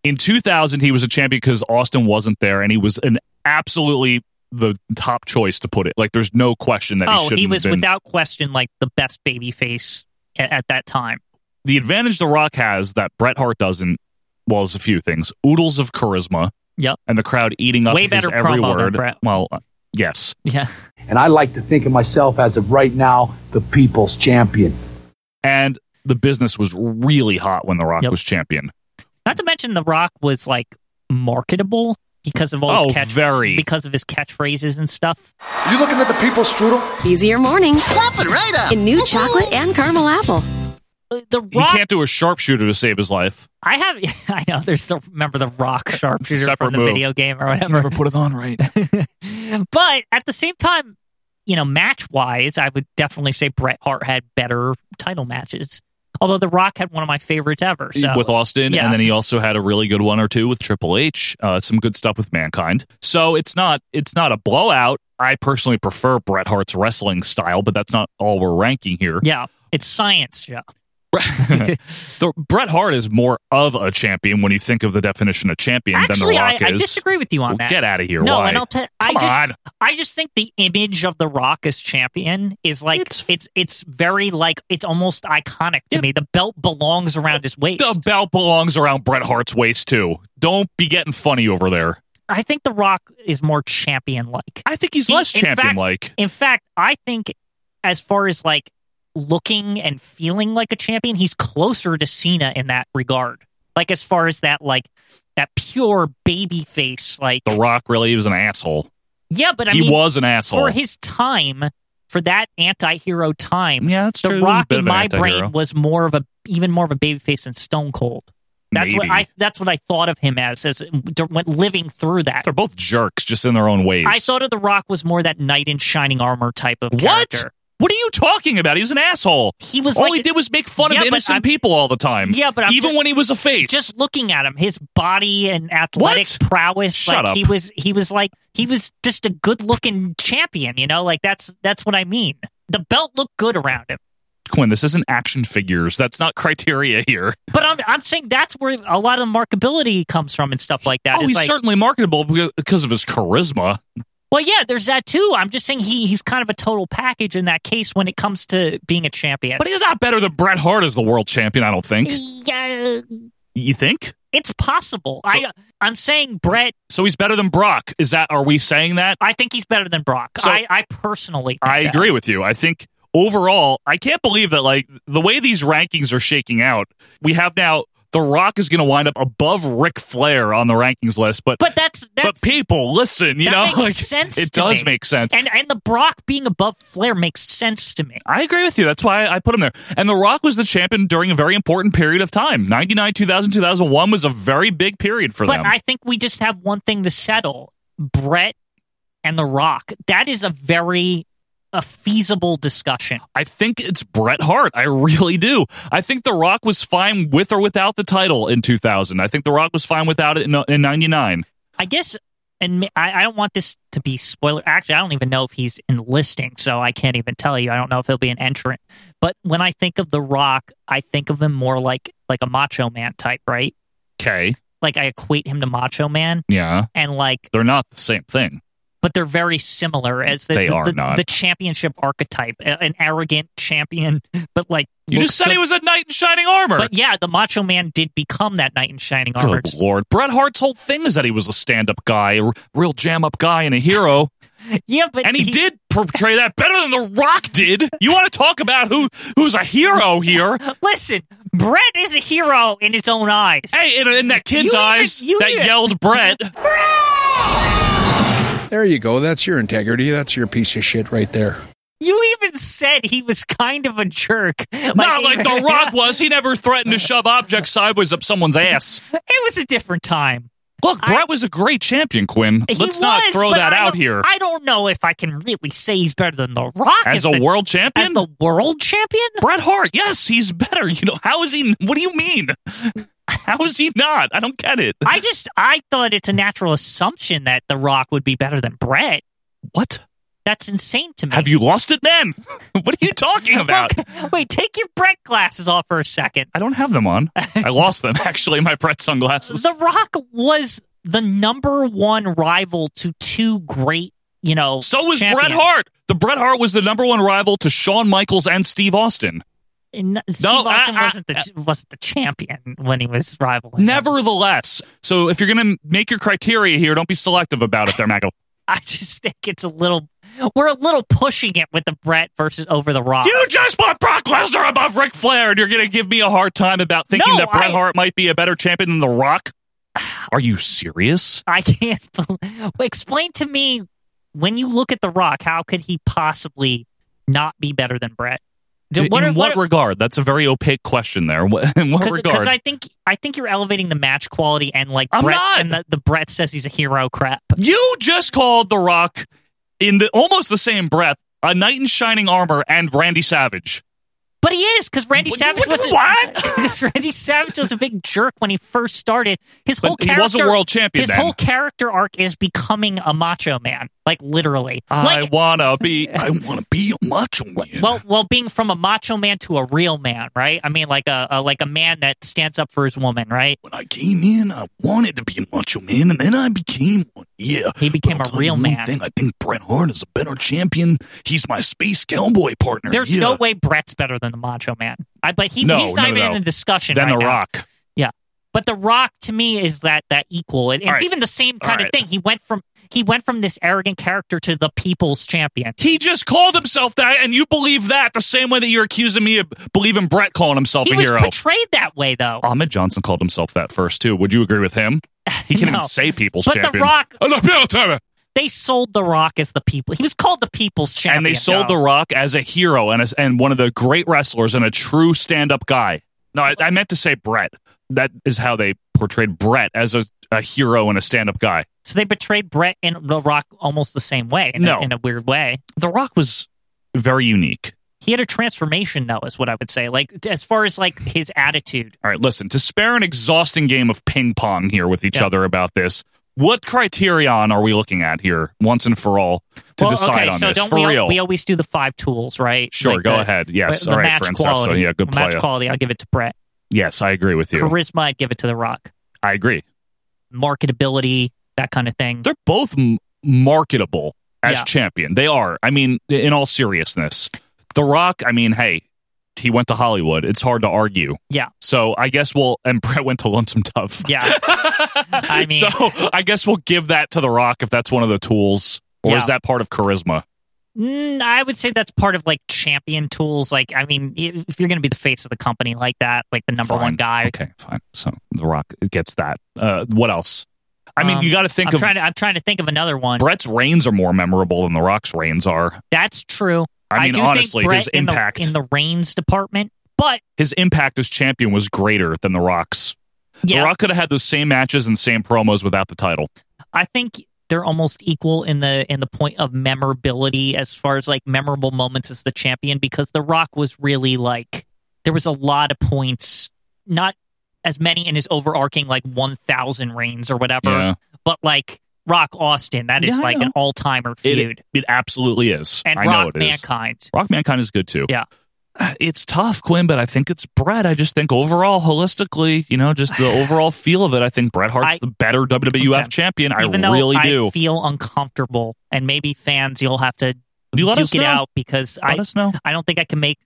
[SPEAKER 2] In 2000, he was a champion because Austin wasn't there, and he was an absolutely the top choice to put it. Like, there's no question that he
[SPEAKER 3] oh,
[SPEAKER 2] should
[SPEAKER 3] he was
[SPEAKER 2] been.
[SPEAKER 3] without question like the best baby face at, at that time.
[SPEAKER 2] the advantage The Rock has that Bret Hart doesn't. Well, it's a few things. Oodles of charisma.
[SPEAKER 3] Yep.
[SPEAKER 2] And the crowd eating up
[SPEAKER 3] Way
[SPEAKER 2] his
[SPEAKER 3] better
[SPEAKER 2] every
[SPEAKER 3] promo than
[SPEAKER 2] word.
[SPEAKER 3] Bret.
[SPEAKER 2] Well, uh, yes.
[SPEAKER 3] Yeah.
[SPEAKER 13] And I like to think of myself as of right now, the people's champion.
[SPEAKER 2] And the business was really hot when The Rock
[SPEAKER 3] Yep.
[SPEAKER 2] was champion.
[SPEAKER 3] Not to mention The Rock was like marketable because of all his
[SPEAKER 2] Oh,
[SPEAKER 3] catch
[SPEAKER 2] very.
[SPEAKER 3] because of his catchphrases and stuff.
[SPEAKER 4] You looking at the people's strudel?
[SPEAKER 21] Easier mornings. Slap it right up. In noon chocolate and caramel apple.
[SPEAKER 3] Uh, The
[SPEAKER 2] He
[SPEAKER 3] Rock
[SPEAKER 2] can't do a sharpshooter to save his life.
[SPEAKER 3] I have I know there's the remember the rock sharpshooter
[SPEAKER 2] separate
[SPEAKER 3] from the
[SPEAKER 2] move.
[SPEAKER 3] video game or
[SPEAKER 16] I
[SPEAKER 3] whatever.
[SPEAKER 16] never put it on right.
[SPEAKER 3] But at the same time, you know, match wise, I would definitely say Bret Hart had better title matches. Although The Rock had one of my favorites ever. So
[SPEAKER 2] with Austin,
[SPEAKER 3] yeah.
[SPEAKER 2] and then he also had a really good one or two with Triple H. Uh, some good stuff with Mankind. So it's not it's not a blowout. I personally prefer Bret Hart's wrestling style, but that's not all we're ranking here.
[SPEAKER 3] Yeah. It's science, yeah.
[SPEAKER 2] The, Bret Hart is more of a champion when you think of the definition of champion
[SPEAKER 3] Actually,
[SPEAKER 2] than The
[SPEAKER 3] I,
[SPEAKER 2] Rock
[SPEAKER 3] I
[SPEAKER 2] is.
[SPEAKER 3] disagree with you on
[SPEAKER 2] Well,
[SPEAKER 3] that.
[SPEAKER 2] get outta here.
[SPEAKER 3] No,
[SPEAKER 2] Why?
[SPEAKER 3] and I'll tell. I
[SPEAKER 2] Come
[SPEAKER 3] just,
[SPEAKER 2] on.
[SPEAKER 3] I just think the image of the Rock as champion is like it's it's, very like it's almost iconic to me. The belt belongs around his waist.
[SPEAKER 2] The belt belongs around Bret Hart's waist too. Don't be getting funny over there.
[SPEAKER 3] I think The Rock is more champion like.
[SPEAKER 2] I think he's less champion like.
[SPEAKER 3] In fact, I think as far as like looking and feeling like a champion, he's closer to Cena in that regard. Like as far as that like that pure baby face, like
[SPEAKER 2] The Rock really was an asshole.
[SPEAKER 3] yeah, but I
[SPEAKER 2] he
[SPEAKER 3] mean,
[SPEAKER 2] was an asshole.
[SPEAKER 3] for his time, for that anti-hero time,
[SPEAKER 2] Yeah, that's
[SPEAKER 3] The
[SPEAKER 2] true. He was a
[SPEAKER 3] Rock
[SPEAKER 2] bit
[SPEAKER 3] in
[SPEAKER 2] of an
[SPEAKER 3] my
[SPEAKER 2] anti-hero.
[SPEAKER 3] brain was more of a even more of a babyface than Stone Cold. That's what
[SPEAKER 2] Maybe.
[SPEAKER 3] I that's what I thought of him as as when living through that.
[SPEAKER 2] They're both jerks, just in their own ways.
[SPEAKER 3] I thought of The Rock was more that knight in shining armor type of
[SPEAKER 2] What?
[SPEAKER 3] character.
[SPEAKER 2] What are you talking about? He was an asshole.
[SPEAKER 3] He was
[SPEAKER 2] all
[SPEAKER 3] like-
[SPEAKER 2] he did was make fun
[SPEAKER 3] Yeah,
[SPEAKER 2] of
[SPEAKER 3] but
[SPEAKER 2] innocent
[SPEAKER 3] I'm-
[SPEAKER 2] people all the time.
[SPEAKER 3] Yeah, but I'm
[SPEAKER 2] even
[SPEAKER 3] ju-
[SPEAKER 2] when he was a face,
[SPEAKER 3] Just looking at him, his body and athletic
[SPEAKER 2] What?
[SPEAKER 3] prowess,
[SPEAKER 2] Shut
[SPEAKER 3] like
[SPEAKER 2] up.
[SPEAKER 3] he was he was like he was just a good looking champion, you know? Like that's that's what I mean. The belt looked good around him.
[SPEAKER 2] Quinn, this isn't action figures. That's not criteria here.
[SPEAKER 3] But I'm I'm saying that's where a lot of the markability comes from and stuff like that.
[SPEAKER 2] oh,
[SPEAKER 3] It's
[SPEAKER 2] he's
[SPEAKER 3] like-
[SPEAKER 2] certainly marketable beca- because of his charisma.
[SPEAKER 3] well, yeah, there's that too. I'm just saying he he's kind of a total package in that case when it comes to being a champion.
[SPEAKER 2] But he's not better than Bret Hart as the world champion. I don't think.
[SPEAKER 3] yeah,
[SPEAKER 2] You think?
[SPEAKER 3] it's possible. I I'm saying Brett.
[SPEAKER 2] So he's better than Brock. Is that? Are we saying that?
[SPEAKER 3] I think he's better than Brock.
[SPEAKER 2] So-
[SPEAKER 3] I I personally, think
[SPEAKER 2] I
[SPEAKER 3] that.
[SPEAKER 2] agree with you. I think overall, I can't believe that like the way these rankings are shaking out. We have now The Rock is going to wind up above Ric Flair on the rankings list, but
[SPEAKER 3] But that's
[SPEAKER 2] but
[SPEAKER 3] that's
[SPEAKER 2] people listen, you know,
[SPEAKER 3] that makes
[SPEAKER 2] like,
[SPEAKER 3] sense.
[SPEAKER 2] It
[SPEAKER 3] to
[SPEAKER 2] does
[SPEAKER 3] me.
[SPEAKER 2] make sense.
[SPEAKER 3] and and the Brock being above Flair makes sense to me.
[SPEAKER 2] I agree with you. That's why I put him there. And The Rock was the champion during a very important period of time. 99, 2000, 2001 was a very big period for
[SPEAKER 3] But
[SPEAKER 2] them.
[SPEAKER 3] I think we just have one thing to settle: Brett and The Rock. That is a very a feasible discussion.
[SPEAKER 2] I think it's Bret Hart. I really do. I think The Rock was fine with or without the title in 2000. I think The Rock was fine without it in, uh, in 99.
[SPEAKER 3] I guess, and ma- I, I don't want this to be spoiler. Actually, I don't even know if he's enlisting, so I can't even tell you. I don't know if he'll be an entrant. But when I think of The Rock, I think of him more like like a Macho Man type, right?
[SPEAKER 2] Okay.
[SPEAKER 3] Like I equate him to Macho Man,
[SPEAKER 2] Yeah.
[SPEAKER 3] and like,
[SPEAKER 2] They're not the same thing.
[SPEAKER 3] but they're very similar as the
[SPEAKER 2] They
[SPEAKER 3] the,
[SPEAKER 2] are
[SPEAKER 3] the-
[SPEAKER 2] not.
[SPEAKER 3] the championship archetype, a- an arrogant champion, but like
[SPEAKER 2] You
[SPEAKER 3] looks
[SPEAKER 2] just said
[SPEAKER 3] good.
[SPEAKER 2] he was a knight in shining armor.
[SPEAKER 3] But yeah, the Macho Man did become that knight in shining armor.
[SPEAKER 2] Good lord. Bret Hart's whole thing is that he was a stand up guy.
[SPEAKER 16] Real jam up guy and a hero.
[SPEAKER 3] Yeah, but
[SPEAKER 2] and he, did portray that better than The Rock did. You want to talk about who who's a hero here?
[SPEAKER 3] Listen, Brett is a hero in his own eyes.
[SPEAKER 2] Hey, in, in that kid's
[SPEAKER 3] You even-
[SPEAKER 2] eyes
[SPEAKER 3] you
[SPEAKER 2] that
[SPEAKER 3] even-
[SPEAKER 2] yelled Brett.
[SPEAKER 5] There you go. That's your integrity. That's your piece of shit right there.
[SPEAKER 3] You even said he was kind of a jerk.
[SPEAKER 2] Not like
[SPEAKER 3] even-
[SPEAKER 2] The Rock was. He never threatened to shove objects sideways up someone's ass.
[SPEAKER 3] It was a different time.
[SPEAKER 2] Look, Brett was a great champion, Quinn.
[SPEAKER 3] He
[SPEAKER 2] Let's not
[SPEAKER 3] was,
[SPEAKER 2] throw
[SPEAKER 3] but
[SPEAKER 2] that
[SPEAKER 3] I
[SPEAKER 2] out
[SPEAKER 3] don't-
[SPEAKER 2] here.
[SPEAKER 3] I don't know if I can really say he's better than The Rock
[SPEAKER 2] As a
[SPEAKER 3] the-
[SPEAKER 2] world champion?
[SPEAKER 3] As the world champion,
[SPEAKER 2] Bret Hart, yes, he's better. You know, how is he? What do you mean? How is he not? I don't get it.
[SPEAKER 3] I just I thought it's a natural assumption that The Rock would be better than Brett.
[SPEAKER 2] What?
[SPEAKER 3] That's insane to me.
[SPEAKER 2] Have you lost it then? what are you talking about?
[SPEAKER 3] Wait, take your Brett glasses off for a second.
[SPEAKER 2] I don't have them on. I lost them, actually, my Brett sunglasses.
[SPEAKER 3] The Rock was the number one rival to two great, you know.
[SPEAKER 2] so was
[SPEAKER 3] champions.
[SPEAKER 2] Bret Hart. The Bret Hart was the number one rival to Shawn Michaels and Steve Austin.
[SPEAKER 3] And Steve
[SPEAKER 2] No, I-
[SPEAKER 3] Austin
[SPEAKER 2] I-
[SPEAKER 3] wasn't the wasn't the champion when he was rivaling.
[SPEAKER 2] Nevertheless, so if you're going to make your criteria here, don't be selective about it there, Michael.
[SPEAKER 3] I just think it's a little. We're a little pushing it with the Brett versus over the Rock.
[SPEAKER 2] You just put Brock Lesnar above Ric Flair, and you're going to give me a hard time about thinking
[SPEAKER 3] No,
[SPEAKER 2] that Bret
[SPEAKER 3] I-
[SPEAKER 2] Hart might be a better champion than The Rock? Are you serious?
[SPEAKER 3] I can't. bel- Explain to me when you look at the Rock, how could he possibly not be better than Brett?
[SPEAKER 2] In what, regard? That's a very opaque question there. What- In what
[SPEAKER 3] Because
[SPEAKER 2] regard?
[SPEAKER 3] I think I think you're elevating the match quality and like
[SPEAKER 2] I'm
[SPEAKER 3] Brett
[SPEAKER 2] not.
[SPEAKER 3] and the, the Brett says he's a hero crap.
[SPEAKER 2] you just called The Rock in the almost the same breath a knight in shining armor and Randy Savage.
[SPEAKER 3] But he is because Randy
[SPEAKER 2] What-
[SPEAKER 3] Savage
[SPEAKER 2] what-
[SPEAKER 3] was
[SPEAKER 2] what?
[SPEAKER 3] Because Randy Savage was a big jerk when he first started. His
[SPEAKER 2] But
[SPEAKER 3] whole
[SPEAKER 2] he
[SPEAKER 3] character
[SPEAKER 2] was a world champion
[SPEAKER 3] His
[SPEAKER 2] then.
[SPEAKER 3] whole character arc is becoming a macho man, like literally.
[SPEAKER 2] I
[SPEAKER 3] like
[SPEAKER 2] wanna be. I wanna be a macho man.
[SPEAKER 3] well, well, being from a macho man to a real man, right? I mean, like a, a like a man that stands up for his woman, right?
[SPEAKER 2] when I came in, I wanted to be a macho man, and then I became one. Yeah,
[SPEAKER 3] He became
[SPEAKER 2] But I'll
[SPEAKER 3] a
[SPEAKER 2] tell
[SPEAKER 3] real
[SPEAKER 2] you one
[SPEAKER 3] man.
[SPEAKER 2] Thing I think Bret Hart is a better champion. He's my space cowboy partner.
[SPEAKER 3] There's
[SPEAKER 2] Yeah.
[SPEAKER 3] no way Brett's better than the Macho Man. I but he,
[SPEAKER 2] No,
[SPEAKER 3] he's not
[SPEAKER 2] no,
[SPEAKER 3] even
[SPEAKER 2] no.
[SPEAKER 3] in the discussion.
[SPEAKER 2] Than
[SPEAKER 3] right
[SPEAKER 2] The
[SPEAKER 3] now.
[SPEAKER 2] Rock.
[SPEAKER 3] Yeah, but The Rock to me is that that equal. And it's
[SPEAKER 2] All right.
[SPEAKER 3] even the same
[SPEAKER 2] All
[SPEAKER 3] kind of
[SPEAKER 2] right.
[SPEAKER 3] thing. He went from he went from this arrogant character to the people's champion.
[SPEAKER 2] He just called himself that, and you believe that the same way that you're accusing me of believing Brett calling himself
[SPEAKER 3] He
[SPEAKER 2] a
[SPEAKER 3] was
[SPEAKER 2] hero.
[SPEAKER 3] portrayed that way though.
[SPEAKER 2] Ahmed Johnson called himself that first too. Would you agree with him? He can't
[SPEAKER 3] No.
[SPEAKER 2] even say people's
[SPEAKER 3] But The
[SPEAKER 2] champion.
[SPEAKER 3] Rock-
[SPEAKER 2] I'm the people's champion.
[SPEAKER 3] They sold The Rock as the people. He was called the people's champion.
[SPEAKER 2] and they sold
[SPEAKER 3] though.
[SPEAKER 2] The Rock as a hero and a, and one of the great wrestlers and a true stand up guy. No, I, I meant to say Brett. That is how they portrayed Brett as a, a hero and a stand up guy.
[SPEAKER 3] So they betrayed Brett and The Rock almost the same way. In,
[SPEAKER 2] No.
[SPEAKER 3] a, in a weird way.
[SPEAKER 2] The Rock was very unique.
[SPEAKER 3] He had a transformation though, is what I would say. Like t- as far as like his attitude.
[SPEAKER 2] All right, listen, to spare an exhausting game of ping pong here with each
[SPEAKER 3] Yeah.
[SPEAKER 2] other about this, what criterion are we looking at here once and for all to
[SPEAKER 3] Well,
[SPEAKER 2] decide
[SPEAKER 3] okay,
[SPEAKER 2] on
[SPEAKER 3] so
[SPEAKER 2] this?
[SPEAKER 3] Don't
[SPEAKER 2] for
[SPEAKER 3] we, al-
[SPEAKER 2] real.
[SPEAKER 3] we always do the five tools, right?
[SPEAKER 2] Sure, go ahead. Yes,
[SPEAKER 3] the
[SPEAKER 2] all right,
[SPEAKER 3] match
[SPEAKER 2] Francesco,
[SPEAKER 3] quality.
[SPEAKER 2] yeah, good
[SPEAKER 3] The Match
[SPEAKER 2] play.
[SPEAKER 3] quality, I'll give it to Brett.
[SPEAKER 2] yes, I agree with you.
[SPEAKER 3] Charisma, I'd give it to The Rock.
[SPEAKER 2] I agree.
[SPEAKER 3] Marketability, that kind of thing.
[SPEAKER 2] They're both m- marketable as
[SPEAKER 3] Yeah.
[SPEAKER 2] champion. They are. I mean, in all seriousness, The Rock, I mean, hey, he went to Hollywood. It's hard to argue.
[SPEAKER 3] yeah,
[SPEAKER 2] So I guess we'll and Brett went to Lonesome Dove.
[SPEAKER 3] yeah. I mean,
[SPEAKER 2] so I guess we'll give that to The Rock if that's one of the tools, or is
[SPEAKER 3] Yeah.
[SPEAKER 2] that part of charisma?
[SPEAKER 3] mm, I would say that's part of like champion tools. Like, I mean, i- if you're going to be the face of the company like that, like the number
[SPEAKER 2] Fine.
[SPEAKER 3] one guy.
[SPEAKER 2] Okay, fine. So The Rock gets that. Uh, what else? I mean,
[SPEAKER 3] um,
[SPEAKER 2] you got to think
[SPEAKER 3] I'm
[SPEAKER 2] of
[SPEAKER 3] Trying to, I'm trying to think of another one.
[SPEAKER 2] Brett's reigns are more memorable than The Rock's reigns are.
[SPEAKER 3] That's true.
[SPEAKER 2] I mean,
[SPEAKER 3] do
[SPEAKER 2] honestly,
[SPEAKER 3] think Brett
[SPEAKER 2] his
[SPEAKER 3] in the-
[SPEAKER 2] impact-
[SPEAKER 3] in the, reigns department, but
[SPEAKER 2] His impact as champion was greater than The Rock's.
[SPEAKER 3] yeah,
[SPEAKER 2] The Rock could have had those same matches and same promos without the title.
[SPEAKER 3] I think they're almost equal in the in the point of memorability as far as like memorable moments as the champion because The Rock was really like there was a lot of points, not as many in his overarching like one thousand reigns or whatever,
[SPEAKER 2] Yeah.
[SPEAKER 3] but like Rock Austin, that is
[SPEAKER 2] Yeah, I
[SPEAKER 3] like an
[SPEAKER 2] know.
[SPEAKER 3] all timer
[SPEAKER 2] It,
[SPEAKER 3] feud,
[SPEAKER 2] it absolutely is.
[SPEAKER 3] and
[SPEAKER 2] I
[SPEAKER 3] Rock
[SPEAKER 2] know it is.
[SPEAKER 3] Mankind,
[SPEAKER 2] Rock Mankind is good too.
[SPEAKER 3] yeah.
[SPEAKER 2] It's tough, Quinn, but I think it's Brett. I just think overall, holistically, you know, just the overall feel of it, I think Bret Hart's
[SPEAKER 3] I-
[SPEAKER 2] the better WWF
[SPEAKER 3] Okay.
[SPEAKER 2] champion. I
[SPEAKER 3] Even though
[SPEAKER 2] really
[SPEAKER 3] I
[SPEAKER 2] do.
[SPEAKER 3] feel uncomfortable, and maybe fans, you'll have to
[SPEAKER 2] You let
[SPEAKER 3] duke
[SPEAKER 2] us
[SPEAKER 3] it
[SPEAKER 2] know.
[SPEAKER 3] out because
[SPEAKER 2] Let
[SPEAKER 3] I
[SPEAKER 2] us know.
[SPEAKER 3] I don't think I can make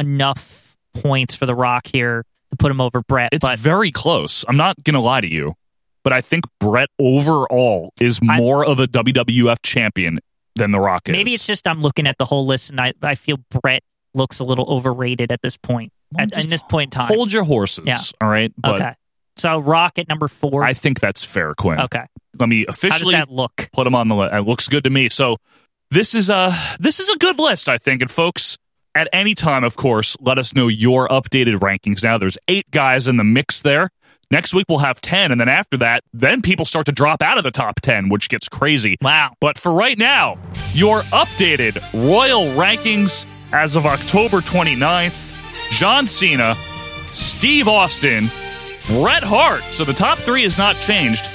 [SPEAKER 3] enough points for The Rock here to put him over Brett.
[SPEAKER 2] It's
[SPEAKER 3] but
[SPEAKER 2] very close. I'm not going to lie to you, but I think Brett overall is more of a WWF champion than The Rock is.
[SPEAKER 3] Maybe it's just I'm looking at the whole list and I, I feel Brett looks a little overrated at this point. At, in this point in time.
[SPEAKER 2] Hold your horses.
[SPEAKER 3] Yeah.
[SPEAKER 2] All right. But
[SPEAKER 3] okay. So Rock at number four.
[SPEAKER 2] I think that's fair, Quinn.
[SPEAKER 3] Okay.
[SPEAKER 2] Let me officially
[SPEAKER 3] that look?
[SPEAKER 2] put him on the list. It looks good to me. So this is a this is a good list, I think. And folks, at any time, of course, let us know your updated rankings. Now there's eight guys in the mix there. Next week we'll have ten, and then after that, then people start to drop out of the top ten, which gets crazy.
[SPEAKER 3] Wow.
[SPEAKER 2] But for right now, your updated royal rankings as of October 29th, John Cena, Steve Austin, Bret Hart. So the top three is not changed.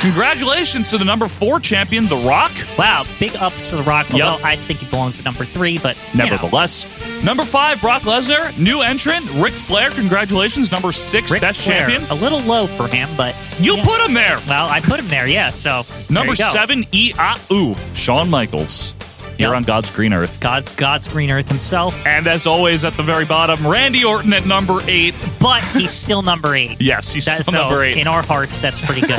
[SPEAKER 2] Congratulations to the number four champion, The Rock.
[SPEAKER 3] Wow, Uh, big ups to The Rock.
[SPEAKER 2] Yep.
[SPEAKER 3] Although I think he belongs at number three, but you know.
[SPEAKER 2] Nevertheless, number five, Brock Lesnar, new entrant, Ric Flair. Congratulations, number six,
[SPEAKER 3] Ric
[SPEAKER 2] best
[SPEAKER 3] Flair,
[SPEAKER 2] champion.
[SPEAKER 3] A little low for him, but
[SPEAKER 2] You
[SPEAKER 3] yeah.
[SPEAKER 2] put him there.
[SPEAKER 3] Well, I put him there, yeah. So there
[SPEAKER 2] Number
[SPEAKER 3] you go.
[SPEAKER 2] seven, E-I-U, Shawn Michaels. Here
[SPEAKER 3] Yep.
[SPEAKER 2] on God's green earth.
[SPEAKER 3] God, God's green earth himself,
[SPEAKER 2] And as always, at the very bottom, Randy Orton at number eight.
[SPEAKER 3] but he's still number eight.
[SPEAKER 2] Yes, he's
[SPEAKER 3] That-
[SPEAKER 2] still
[SPEAKER 3] so
[SPEAKER 2] number eight.
[SPEAKER 3] in our hearts. That's pretty good.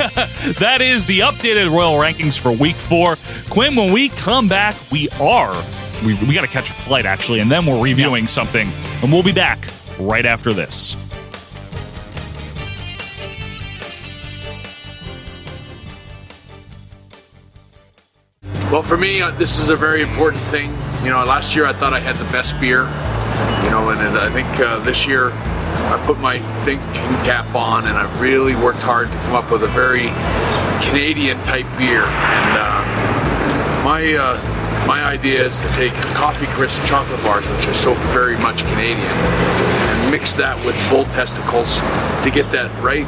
[SPEAKER 2] that is the updated royal rankings for week four. Quinn, when we come back, we are. We, we got to catch a flight, actually, and then we're reviewing something. And we'll be back right after this.
[SPEAKER 7] Well, for me, uh, this is a very important thing. You know, last year I thought I had the best beer. You know, and I think uh, this year I put my thinking cap on and I really worked hard to come up with a very Canadian type beer. And uh, my uh, my idea is to take coffee crisp chocolate bars, which are so very much Canadian, and mix that with bull testicles to get that right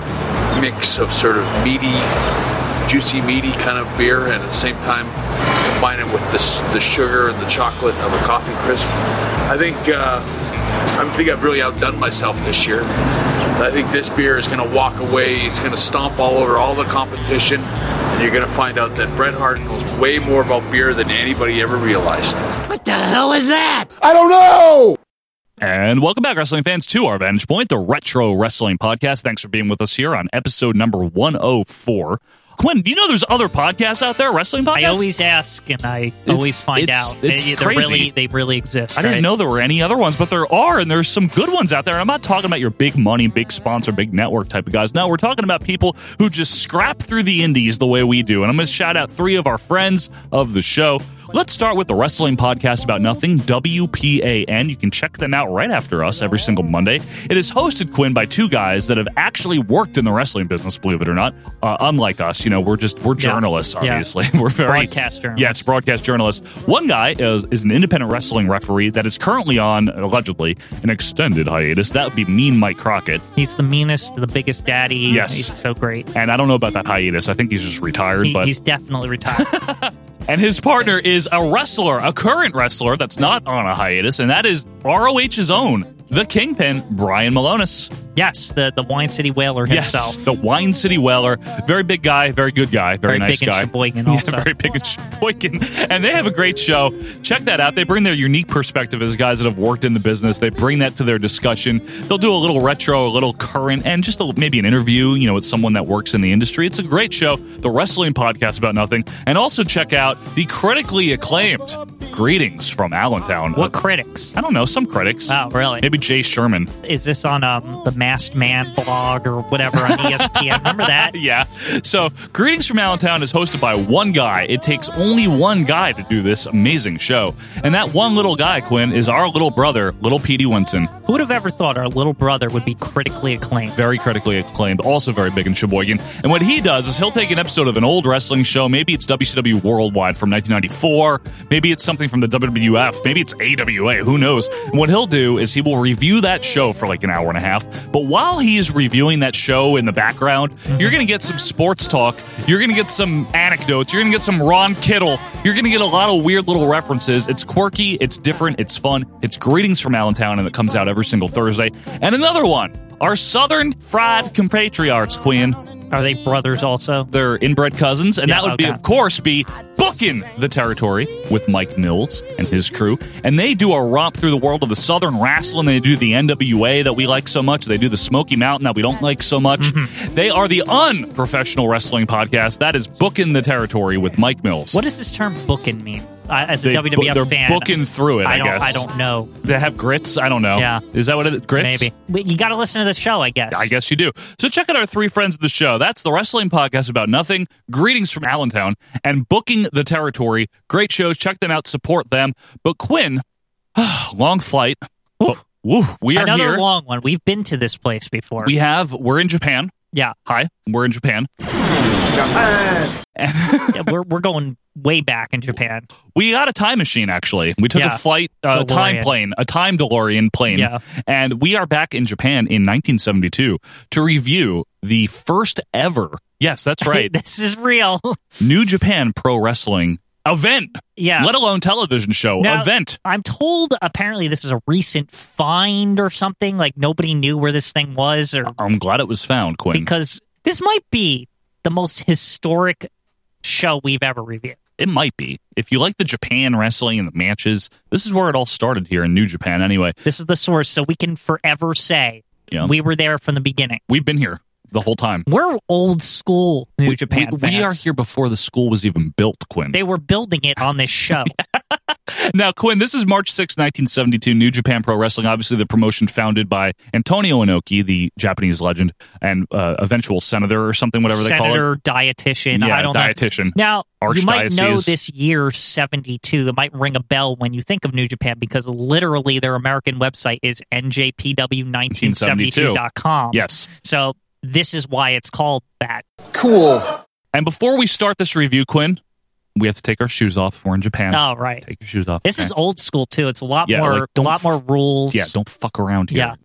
[SPEAKER 7] mix of sort of meaty juicy, meaty kind of beer, and at the same time combine it with this, the sugar and the chocolate of a coffee crisp. I think uh, I think I've really outdone myself this year. I think this beer is going to walk away. It's going to stomp all over all the competition, and you're going to find out that Bret Hart knows way more about beer than anybody ever realized.
[SPEAKER 8] What the hell is that?
[SPEAKER 14] I don't know!
[SPEAKER 2] And welcome back, wrestling fans, to our Vantage Point, the Retro Wrestling Podcast. Thanks for being with us here on episode number 104. Quinn, do you know there's other podcasts out there, wrestling podcasts?
[SPEAKER 3] I always ask, and I always find
[SPEAKER 2] it's-
[SPEAKER 3] out.
[SPEAKER 2] it's
[SPEAKER 3] they, they're
[SPEAKER 2] crazy.
[SPEAKER 3] really they really exist.
[SPEAKER 2] I didn't
[SPEAKER 3] right?
[SPEAKER 2] know there were any other ones, but there are, and there's some good ones out there. And I'm not talking about your big money, big sponsor, big network type of guys. No, we're talking about people who just scrap through the indies the way we do. And I'm going to shout out three of our friends of the show. Let's start with the Wrestling Podcast About Nothing, WPAN. You can check them out right after us every single Monday. It is hosted, Quinn, by two guys that have actually worked in the wrestling business, believe it or not. Uh, unlike us, you know, we're just, we're
[SPEAKER 3] Yeah.
[SPEAKER 2] journalists,
[SPEAKER 3] Yeah.
[SPEAKER 2] obviously. We're very.
[SPEAKER 3] Broadcast journalists.
[SPEAKER 2] Yeah, it's broadcast journalist. One guy is, is an independent wrestling referee that is currently on, allegedly, an extended hiatus. That would be Mean Mike Crockett.
[SPEAKER 3] He's the meanest, the biggest daddy.
[SPEAKER 2] Yes.
[SPEAKER 3] he's so great.
[SPEAKER 2] And I don't know about that hiatus. I think he's just retired.
[SPEAKER 3] He-
[SPEAKER 2] but
[SPEAKER 3] he's definitely retired.
[SPEAKER 2] And his partner is a wrestler, a current wrestler that's not on a hiatus, and that is ROH's own, the kingpin, Brian Malonis.
[SPEAKER 3] yes, the the Wine City Whaler
[SPEAKER 2] Yes,
[SPEAKER 3] himself.
[SPEAKER 2] the Wine City Weller. Very big guy, very good guy, very,
[SPEAKER 3] Very
[SPEAKER 2] nice
[SPEAKER 3] big in
[SPEAKER 2] guy.
[SPEAKER 3] Sheboygan
[SPEAKER 2] Yeah,
[SPEAKER 3] also.
[SPEAKER 2] very big in Sheboygan. And they have a great show. Check that out. They bring their unique perspective as guys that have worked in the business. They bring that to their discussion. They'll do a little retro, a little current, and just a, maybe an interview, you know, with someone that works in the industry. It's a great show. The Wrestling Podcast About Nothing. And also check out the critically acclaimed Greetings from Allentown.
[SPEAKER 3] What
[SPEAKER 2] Uh,
[SPEAKER 3] critics?
[SPEAKER 2] I don't know, some critics.
[SPEAKER 3] Oh, really?
[SPEAKER 2] Maybe Jay Sherman.
[SPEAKER 3] Is this on um, the Masked Man blog or whatever on E ESPN? Remember that?
[SPEAKER 2] yeah. So, Greetings from Allentown is hosted by one guy. It takes only one guy to do this amazing show. And that one little guy, Quinn, is our little brother, little Petey Winson.
[SPEAKER 3] Who would have ever thought our little brother would be critically acclaimed?
[SPEAKER 2] Very critically acclaimed, also very big in Sheboygan. And what he does is he'll take an episode of an old wrestling show. Maybe it's WCW Worldwide from 1994. Maybe it's something from the WWF. Maybe it's AWA. Who knows? And what he'll do is he will review that show for like an hour and a half. But while he's reviewing that show in the background, you're going to get some sports talk. You're going to get some anecdotes. You're going to get some Ron Kittle. You're going to get a lot of weird little references. It's quirky. It's different. It's fun. It's greetings from Allentown, and it comes out every single Thursday. And another one. Our Southern fried compatriots, Quinn.
[SPEAKER 3] Are they brothers also?
[SPEAKER 2] They're inbred cousins, and
[SPEAKER 3] Yeah,
[SPEAKER 2] that would be,
[SPEAKER 3] okay.
[SPEAKER 2] of course, be booking the territory with Mike Mills and his crew. And they do a romp through the world of the Southern wrestling. They do the NWA that we like so much. They do the Smoky Mountain that we don't like so much.
[SPEAKER 3] Mm-hmm.
[SPEAKER 2] They are the unprofessional wrestling podcast that is booking the territory with Mike Mills.
[SPEAKER 3] What does this term booking mean? I as a
[SPEAKER 2] They
[SPEAKER 3] WWF
[SPEAKER 2] bu- they're
[SPEAKER 3] fan,
[SPEAKER 2] booking through it, I
[SPEAKER 3] don't,
[SPEAKER 2] guess.
[SPEAKER 3] I don't know.
[SPEAKER 2] They have grits. I don't know.
[SPEAKER 3] Yeah.
[SPEAKER 2] Is that what it grits?
[SPEAKER 3] Maybe But you got to listen to the show. I guess.
[SPEAKER 2] I guess you do. So check out our three friends of the show. That's the Wrestling Podcast About Nothing, Greetings from Allentown, and Booking the Territory. Great shows. Check them out. Support them. But Quinn, long flight. But, woo, we are
[SPEAKER 3] Another
[SPEAKER 2] here.
[SPEAKER 3] long one. We've been to this place before.
[SPEAKER 2] we have. We're in Japan.
[SPEAKER 3] Yeah.
[SPEAKER 2] Hi. We're in Japan.
[SPEAKER 3] Yeah, we're we're going way back in Japan.
[SPEAKER 2] We got a time machine, actually. We took
[SPEAKER 3] Yeah.
[SPEAKER 2] a flight, uh, a time
[SPEAKER 3] DeLorean.
[SPEAKER 2] plane, a time DeLorean plane.
[SPEAKER 3] Yeah.
[SPEAKER 2] And we are back in Japan in 1972 to review the first ever, yes, that's right,
[SPEAKER 3] this is real.
[SPEAKER 2] New Japan Pro Wrestling event.
[SPEAKER 3] Yeah.
[SPEAKER 2] Let alone television show.
[SPEAKER 3] Now,
[SPEAKER 2] event.
[SPEAKER 3] I'm told apparently this is a recent find or something. Like nobody knew where this thing was, or
[SPEAKER 2] I'm glad it was found, Quinn.
[SPEAKER 3] because this might be the most historic show we've ever reviewed.
[SPEAKER 2] it might be. If you like the Japan wrestling and the matches, this is where it all started here in New Japan anyway.
[SPEAKER 3] This is the source, so we can forever say
[SPEAKER 2] Yeah.
[SPEAKER 3] we were there from the beginning.
[SPEAKER 2] We've been here the whole time.
[SPEAKER 3] We're old school New
[SPEAKER 2] we,
[SPEAKER 3] Japan
[SPEAKER 2] we,
[SPEAKER 3] fans.
[SPEAKER 2] we are here before the school was even built, Quinn.
[SPEAKER 3] They were building it on this show.
[SPEAKER 2] Now, Quinn, this is March 6, 1972, New Japan Pro Wrestling, obviously the promotion founded by Antonio Inoki, the Japanese legend and uh, eventual senator or something, whatever they call it.
[SPEAKER 3] Senator, dietitian.
[SPEAKER 2] Yeah,
[SPEAKER 3] I don't
[SPEAKER 2] dietitian.
[SPEAKER 3] know. Now, you might know
[SPEAKER 2] Archdiocese.
[SPEAKER 3] this year 72. It might ring a bell when you think of New Japan because literally their American website is njpw1972.com.
[SPEAKER 2] Yes.
[SPEAKER 3] So this is why it's called that.
[SPEAKER 2] Cool. And before we start this review, Quinn, we have to take our shoes off. We're in Japan.
[SPEAKER 3] All right.
[SPEAKER 2] Take your shoes off.
[SPEAKER 3] This
[SPEAKER 2] okay?
[SPEAKER 3] is old school too. It's a lot
[SPEAKER 2] Yeah,
[SPEAKER 3] more
[SPEAKER 2] like, don't
[SPEAKER 3] a lot
[SPEAKER 2] f-
[SPEAKER 3] more rules.
[SPEAKER 2] Yeah, don't fuck around here. Yeah.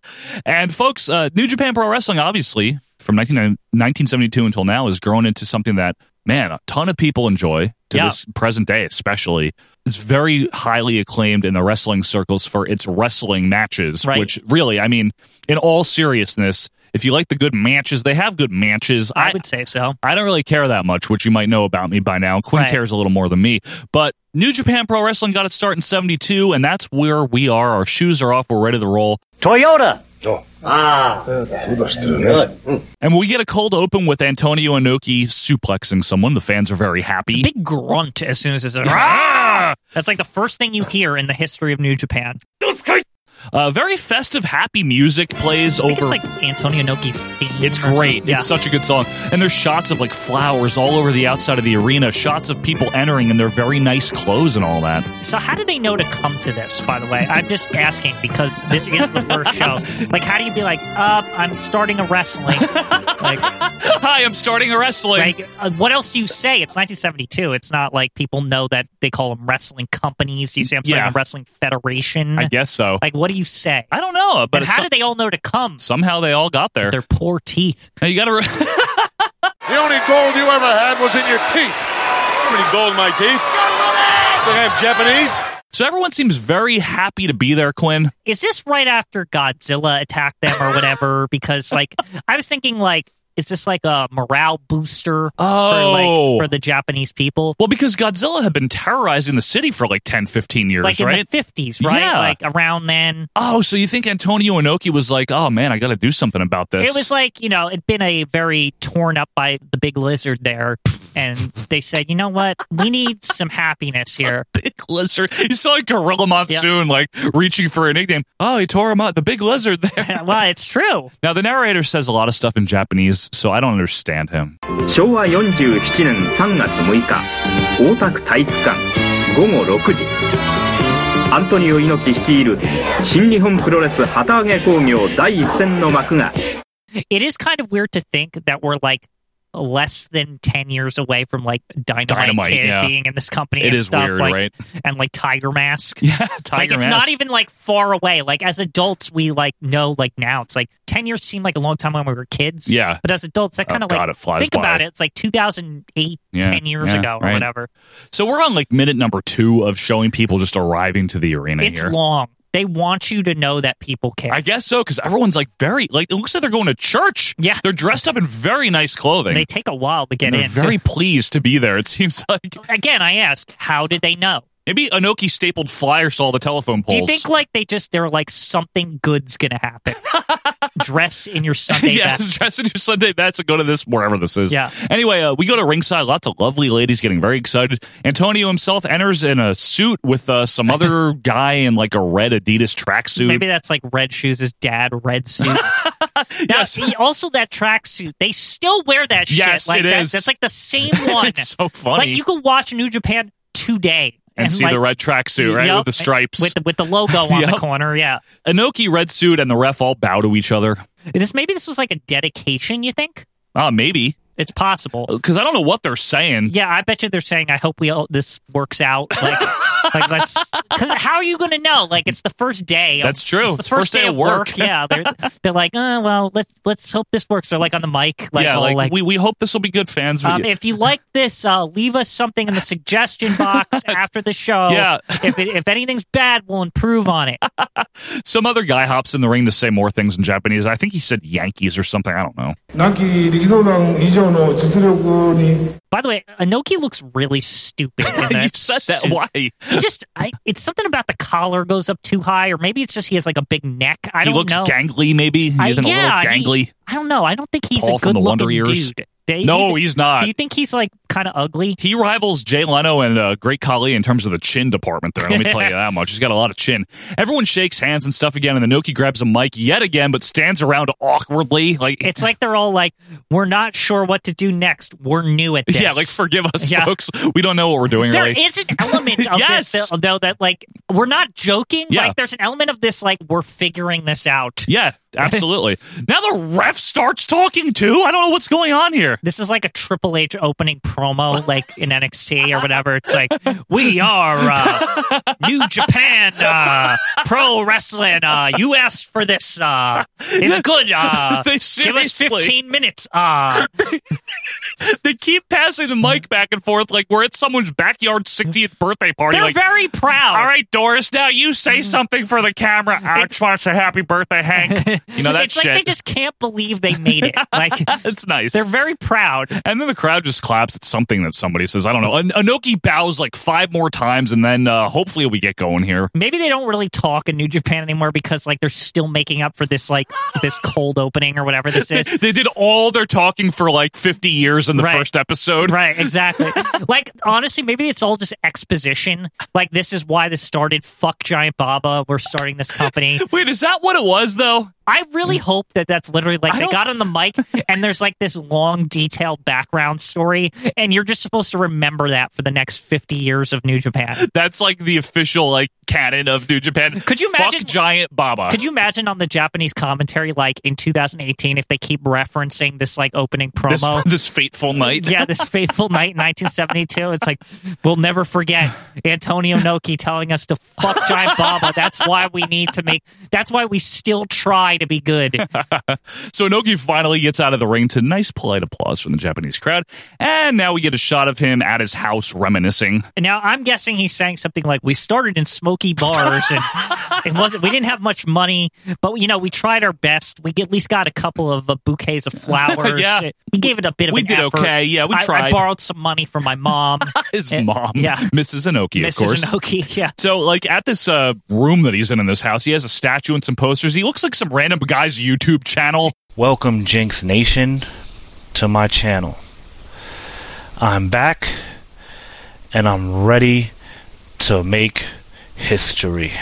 [SPEAKER 2] And folks, uh, New Japan Pro Wrestling, obviously, from 19, 1972 until now, has grown into something that, man, a ton of people enjoy to
[SPEAKER 3] Yeah.
[SPEAKER 2] this present day, especially. It's very highly acclaimed in the wrestling circles for its wrestling matches,
[SPEAKER 3] Right.
[SPEAKER 2] which really, I mean, in all seriousness, if you like the good matches, they have good matches.
[SPEAKER 3] I, would say so.
[SPEAKER 2] I don't really care that much, which you might know about me by now. Quinn
[SPEAKER 3] Right.
[SPEAKER 2] cares a little more than me. But New Japan Pro Wrestling got its start in 72, and that's where we are. Our shoes are off. We're ready to roll.
[SPEAKER 8] Toyota.
[SPEAKER 2] Mm. And we get a cold open with Antonio Inoki suplexing someone. The fans are very happy.
[SPEAKER 3] Big grunt as soon as it's
[SPEAKER 2] Ah!
[SPEAKER 3] That's like the first thing you hear in the history of New Japan.
[SPEAKER 2] Uh, very festive, happy music plays
[SPEAKER 3] I think
[SPEAKER 2] over.
[SPEAKER 3] it's like Antonio Noki's theme.
[SPEAKER 2] It's
[SPEAKER 3] or something.
[SPEAKER 2] great.
[SPEAKER 3] Yeah.
[SPEAKER 2] It's such a good song. And there's shots of like flowers all over the outside of the arena, shots of people entering in their very nice clothes and all that.
[SPEAKER 3] So how did they know to come to this? By the way, I'm just asking because this is the first show. Like, how do you be like, uh, I'm starting a wrestling? like,
[SPEAKER 2] Hi, I'm starting a wrestling.
[SPEAKER 3] like uh, what else do you say? It's 1972. It's not like people know that they call them wrestling companies. You say I'm starting
[SPEAKER 2] Yeah.
[SPEAKER 3] a wrestling federation.
[SPEAKER 2] I guess so.
[SPEAKER 3] Like, what do you say?
[SPEAKER 2] I don't know, but
[SPEAKER 3] But
[SPEAKER 2] it's
[SPEAKER 3] how
[SPEAKER 2] some-
[SPEAKER 3] did they all know to come?
[SPEAKER 2] somehow they all got there.
[SPEAKER 3] Their poor teeth.
[SPEAKER 2] Now you got to. Re-
[SPEAKER 6] The only gold you ever had was in your teeth. Pretty gold in my teeth. Think I'm Japanese?
[SPEAKER 2] So everyone seems very happy to be there, Quinn.
[SPEAKER 3] Is this right after Godzilla attacked them or whatever? because like, I was thinking like. Is this like a morale booster for
[SPEAKER 2] Oh.
[SPEAKER 3] like for the Japanese people?
[SPEAKER 2] Well, because Godzilla had been terrorizing the city for like 10, 15 years,
[SPEAKER 3] like
[SPEAKER 2] right?
[SPEAKER 3] in the 50s, right?
[SPEAKER 2] Yeah.
[SPEAKER 3] Like around then.
[SPEAKER 2] oh, so you think Antonio Inoki was like, oh man, I got to do something about this.
[SPEAKER 3] It was like, you know, it'd been a very torn up by the big lizard there. And they said, you know what? We need some happiness here.
[SPEAKER 2] Big Lizard. You saw like Gorilla Monsoon like reaching for a nickname. Oh, he tore him out. The Big Lizard there.
[SPEAKER 3] well, it's true.
[SPEAKER 2] now, the narrator says a lot of stuff in Japanese, so I don't understand him.
[SPEAKER 1] 昭和47年3月6日大田区体育館午後6時アントニオ猪木率いる新日本プロレス旗揚げ工業第一戦の幕が
[SPEAKER 3] It is kind of weird to think that we're like less than 10 years away from like Dynamite,
[SPEAKER 2] Dynamite,
[SPEAKER 3] Kid
[SPEAKER 2] yeah.
[SPEAKER 3] being in this company
[SPEAKER 2] It
[SPEAKER 3] and
[SPEAKER 2] is
[SPEAKER 3] stuff.
[SPEAKER 2] weird,
[SPEAKER 3] like,
[SPEAKER 2] right?
[SPEAKER 3] And like Tiger Mask.
[SPEAKER 2] Yeah, Tiger
[SPEAKER 3] like it's
[SPEAKER 2] Mask.
[SPEAKER 3] not even like far away. Like as adults, we like know like now it's like ten years seemed like a long time when we were kids.
[SPEAKER 2] Yeah.
[SPEAKER 3] but as adults, that
[SPEAKER 2] Oh,
[SPEAKER 3] kind of
[SPEAKER 2] God,
[SPEAKER 3] like
[SPEAKER 2] it flies
[SPEAKER 3] think
[SPEAKER 2] by.
[SPEAKER 3] about it. It's like 2008,
[SPEAKER 2] Yeah,
[SPEAKER 3] ten years
[SPEAKER 2] yeah,
[SPEAKER 3] ago or
[SPEAKER 2] right.
[SPEAKER 3] whatever.
[SPEAKER 2] So we're on like minute number two of showing people just arriving to the arena
[SPEAKER 3] It's
[SPEAKER 2] here.
[SPEAKER 3] long. They want you to know that people care.
[SPEAKER 2] I guess so, because everyone's like very like it looks like they're going to church.
[SPEAKER 3] Yeah.
[SPEAKER 2] they're dressed up in very nice clothing.
[SPEAKER 3] they take a while to get
[SPEAKER 2] And they're
[SPEAKER 3] in.
[SPEAKER 2] very
[SPEAKER 3] too.
[SPEAKER 2] pleased to be there. It seems like
[SPEAKER 3] Again, I ask, how did they know?
[SPEAKER 2] Maybe Anoki stapled flyers to all the telephone poles.
[SPEAKER 3] Do you think like they just they're like something good's gonna happen? dress in your Sunday
[SPEAKER 2] yes,
[SPEAKER 3] best.
[SPEAKER 2] dress in your Sunday best and go to this wherever this is.
[SPEAKER 3] Yeah.
[SPEAKER 2] Anyway, uh, we go to ringside. Lots of lovely ladies getting very excited. Antonio himself enters in a suit with uh, some other guy in like a red Adidas tracksuit.
[SPEAKER 3] Maybe that's like red shoes. His dad red suit. yes. also, that tracksuit. They still wear that shit.
[SPEAKER 2] Yes,
[SPEAKER 3] like
[SPEAKER 2] it
[SPEAKER 3] that,
[SPEAKER 2] is.
[SPEAKER 3] That's like the same one.
[SPEAKER 2] It's so funny.
[SPEAKER 3] Like you could watch New Japan today
[SPEAKER 2] and, see
[SPEAKER 3] like,
[SPEAKER 2] the red tracksuit, right?
[SPEAKER 3] Yep,
[SPEAKER 2] with the stripes.
[SPEAKER 3] with the, with the logo on the
[SPEAKER 2] Yep.
[SPEAKER 3] corner. Yeah.
[SPEAKER 2] Anoki red suit and the ref all bow to each other.
[SPEAKER 3] This maybe this was like a dedication. You think?
[SPEAKER 2] Ah, maybe.
[SPEAKER 3] It's possible.
[SPEAKER 2] Because I don't know what they're saying.
[SPEAKER 3] Yeah, I bet you they're saying, "I hope we all this works out." Like, like let's. Because how are you going to know? Like, it's the first day. of-
[SPEAKER 2] That's true.
[SPEAKER 3] It's the first, day, of work. yeah, they're, they're like, oh, well, let's let's hope this works. They're like on the mic, like,
[SPEAKER 2] yeah,
[SPEAKER 3] all,
[SPEAKER 2] like,
[SPEAKER 3] like
[SPEAKER 2] we, we hope this will be good, fans. We-
[SPEAKER 3] um, if you like this, uh, leave us something in the suggestion box after the show.
[SPEAKER 2] Yeah.
[SPEAKER 3] if it, if anything's bad, we'll improve on it.
[SPEAKER 2] Some other guy hops in the ring to say more things in Japanese. I think he said Yankees or something. I don't know.
[SPEAKER 9] 亡き力道山以上の実力に
[SPEAKER 3] By the way, Anoki looks really stupid. In
[SPEAKER 2] you
[SPEAKER 3] that
[SPEAKER 2] said that.
[SPEAKER 3] suit.
[SPEAKER 2] Why?
[SPEAKER 3] He just I, it's something about the collar goes up too high, or maybe it's just he has like a big neck.
[SPEAKER 2] he
[SPEAKER 3] I don't
[SPEAKER 2] looks
[SPEAKER 3] know.
[SPEAKER 2] gangly, maybe. He's
[SPEAKER 3] I-
[SPEAKER 2] even
[SPEAKER 3] yeah,
[SPEAKER 2] a
[SPEAKER 3] he-
[SPEAKER 2] little gangly.
[SPEAKER 3] I don't know. I don't think he's
[SPEAKER 2] Paul
[SPEAKER 3] a
[SPEAKER 2] from
[SPEAKER 3] good
[SPEAKER 2] the Wonder
[SPEAKER 3] looking
[SPEAKER 2] Years.
[SPEAKER 3] dude. Do you-
[SPEAKER 2] No, he's not.
[SPEAKER 3] Do you think he's like kind of ugly?
[SPEAKER 2] He rivals Jay Leno and uh, Great Khali in terms of the chin department there. Let me tell you that much. He's got a lot of chin. Everyone shakes hands and stuff again, and Anoki grabs a mic yet again, but stands around awkwardly. Like,
[SPEAKER 3] It's like they're all like, we're not sure what to do next. We're new at this.
[SPEAKER 2] yeah, like forgive us,
[SPEAKER 3] Yeah.
[SPEAKER 2] folks. We don't know what we're doing
[SPEAKER 3] There
[SPEAKER 2] really.
[SPEAKER 3] is an element of
[SPEAKER 2] Yes.
[SPEAKER 3] this though, though that like we're not joking.
[SPEAKER 2] Yeah.
[SPEAKER 3] Like there's an element of this like we're figuring this out.
[SPEAKER 2] yeah, absolutely. now the ref starts talking too. I don't know what's going on here.
[SPEAKER 3] This is like a Triple H opening promo, like in NXT or whatever. It's like we are uh, New Japan uh, Pro Wrestling. Uh, you asked for this. Uh, it's good. Uh,
[SPEAKER 2] They
[SPEAKER 3] give us
[SPEAKER 2] seriously-
[SPEAKER 3] fifteen minutes. Uh,
[SPEAKER 2] They keep passing the mic back and forth like we're at someone's backyard 60th birthday party.
[SPEAKER 3] they're Mm-hmm.
[SPEAKER 2] Like,
[SPEAKER 3] very proud.
[SPEAKER 2] all right, Doris, now you say something for the camera. I just want to say happy birthday, Hank. You know that
[SPEAKER 3] it's
[SPEAKER 2] shit.
[SPEAKER 3] like they just can't believe they made it. Like
[SPEAKER 2] it's nice.
[SPEAKER 3] they're very proud.
[SPEAKER 2] And then the crowd just claps at something that somebody says. I don't know. An- Anoki bows like five more times, and then uh, hopefully we get going here.
[SPEAKER 3] Maybe they don't really talk in New Japan anymore because like they're still making up for this like this cold opening or whatever this
[SPEAKER 2] They,
[SPEAKER 3] is.
[SPEAKER 2] they did all their talking for like 50 years in the
[SPEAKER 3] Right.
[SPEAKER 2] first episode.
[SPEAKER 3] Right, exactly. like honestly, maybe it's all just exposition. Like this is why this started. Fuck Giant Baba. We're starting this company.
[SPEAKER 2] Wait, is that what it was, though?
[SPEAKER 3] I really hope that that's literally like
[SPEAKER 2] I
[SPEAKER 3] they
[SPEAKER 2] don't-
[SPEAKER 3] got on the mic and there's like this long, detailed background story, and you're just supposed to remember that for the next 50 years of New Japan.
[SPEAKER 2] That's like the official like canon of New Japan.
[SPEAKER 3] Could you
[SPEAKER 2] Fuck
[SPEAKER 3] imagine-
[SPEAKER 2] Giant Baba?
[SPEAKER 3] Could you imagine on the Japanese commentary, like in 2018, if they keep referencing this like opening
[SPEAKER 2] this,
[SPEAKER 3] promo?
[SPEAKER 2] this fateful night?
[SPEAKER 3] yeah, this fateful night in 1972. It's like we'll never forget Antonio Noki telling us to fuck Giant Baba. That's why we need to make. That's why we still try to be good.
[SPEAKER 2] So Inoki finally gets out of the ring to nice polite applause from the Japanese crowd. And now we get a shot of him at his house reminiscing.
[SPEAKER 3] And now I'm guessing he's saying something like, "We started in smoky bars, and it wasn't. We didn't have much money, but you know, we tried our best. We at least got a couple of uh, bouquets of flowers.
[SPEAKER 2] Yeah.
[SPEAKER 3] We gave it a bit of.
[SPEAKER 2] We
[SPEAKER 3] an
[SPEAKER 2] did
[SPEAKER 3] effort.
[SPEAKER 2] okay. Yeah, we
[SPEAKER 3] I- I
[SPEAKER 2] tried.
[SPEAKER 3] borrowed some money from my mom,
[SPEAKER 2] His
[SPEAKER 3] And-
[SPEAKER 2] mom,
[SPEAKER 3] Eh, yeah.
[SPEAKER 2] Mrs. Inoki, of
[SPEAKER 3] Mrs.
[SPEAKER 2] course.
[SPEAKER 3] Inoki. Yeah.
[SPEAKER 2] So, like at this uh, room that he's in in this house, he has a statue and some posters. He looks like some random guy's YouTube channel.
[SPEAKER 22] Welcome, Jinx Nation, to my channel. I'm back and I'm ready to make history.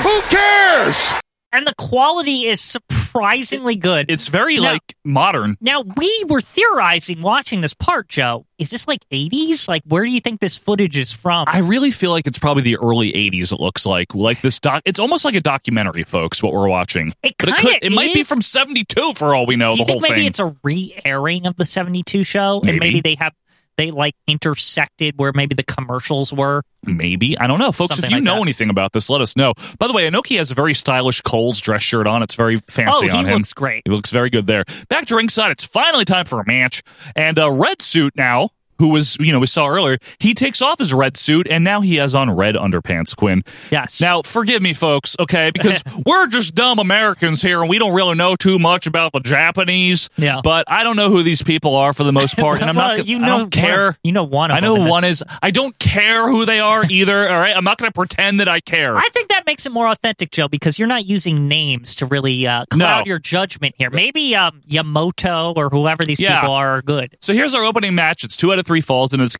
[SPEAKER 4] Who cares?
[SPEAKER 3] and the quality is surprisingly good.
[SPEAKER 2] It's very
[SPEAKER 3] No.
[SPEAKER 2] like modern.
[SPEAKER 3] Now we were theorizing watching this part, Joe. Is this like eighties? Like where do you think this footage is from?
[SPEAKER 2] I really feel like it's probably the early '80s. It looks like like this doc. It's almost like a documentary, folks. What we're watching.
[SPEAKER 3] It
[SPEAKER 2] But
[SPEAKER 3] kinda
[SPEAKER 2] It might be
[SPEAKER 3] is.
[SPEAKER 2] from '72 for all we know.
[SPEAKER 3] do you
[SPEAKER 2] the
[SPEAKER 3] think
[SPEAKER 2] whole
[SPEAKER 3] maybe
[SPEAKER 2] thing.
[SPEAKER 3] it's a re-airing of the seventy two show?
[SPEAKER 2] Maybe.
[SPEAKER 3] And maybe they have they like intersected where maybe the commercials were.
[SPEAKER 2] Maybe. I don't know. Folks,
[SPEAKER 3] Something
[SPEAKER 2] if you
[SPEAKER 3] like
[SPEAKER 2] know
[SPEAKER 3] that.
[SPEAKER 2] anything about this, let us know. By the way, Anoki has a very stylish Coles dress shirt on. It's very fancy
[SPEAKER 3] Oh, he
[SPEAKER 2] on him.
[SPEAKER 3] looks great.
[SPEAKER 2] He looks very good there. Back to ringside. It's finally time for a match. And a red suit now. who was, you know, we saw earlier, he takes off his red suit and now he has on red underpants, Quinn.
[SPEAKER 3] Yes.
[SPEAKER 2] Now, forgive me, folks, okay, because we're just dumb Americans here and we don't really know too much about the Japanese.
[SPEAKER 3] Yeah.
[SPEAKER 2] But I don't know who these people are for the most part. And I'm
[SPEAKER 3] Well,
[SPEAKER 2] not,
[SPEAKER 3] Uh, you
[SPEAKER 2] I
[SPEAKER 3] know
[SPEAKER 2] don't care.
[SPEAKER 3] one- you know one of
[SPEAKER 2] I know
[SPEAKER 3] them, and
[SPEAKER 2] one
[SPEAKER 3] that's-
[SPEAKER 2] is, I don't care who they are either, all right? I'm not going to pretend that I care.
[SPEAKER 3] I think that makes it more authentic, Joe, because you're not using names to really uh, cloud
[SPEAKER 2] No.
[SPEAKER 3] your judgment here. Maybe um, Yamoto or whoever these
[SPEAKER 2] Yeah.
[SPEAKER 3] people are are good.
[SPEAKER 2] So here's our opening match. It's two out of three falls, and it's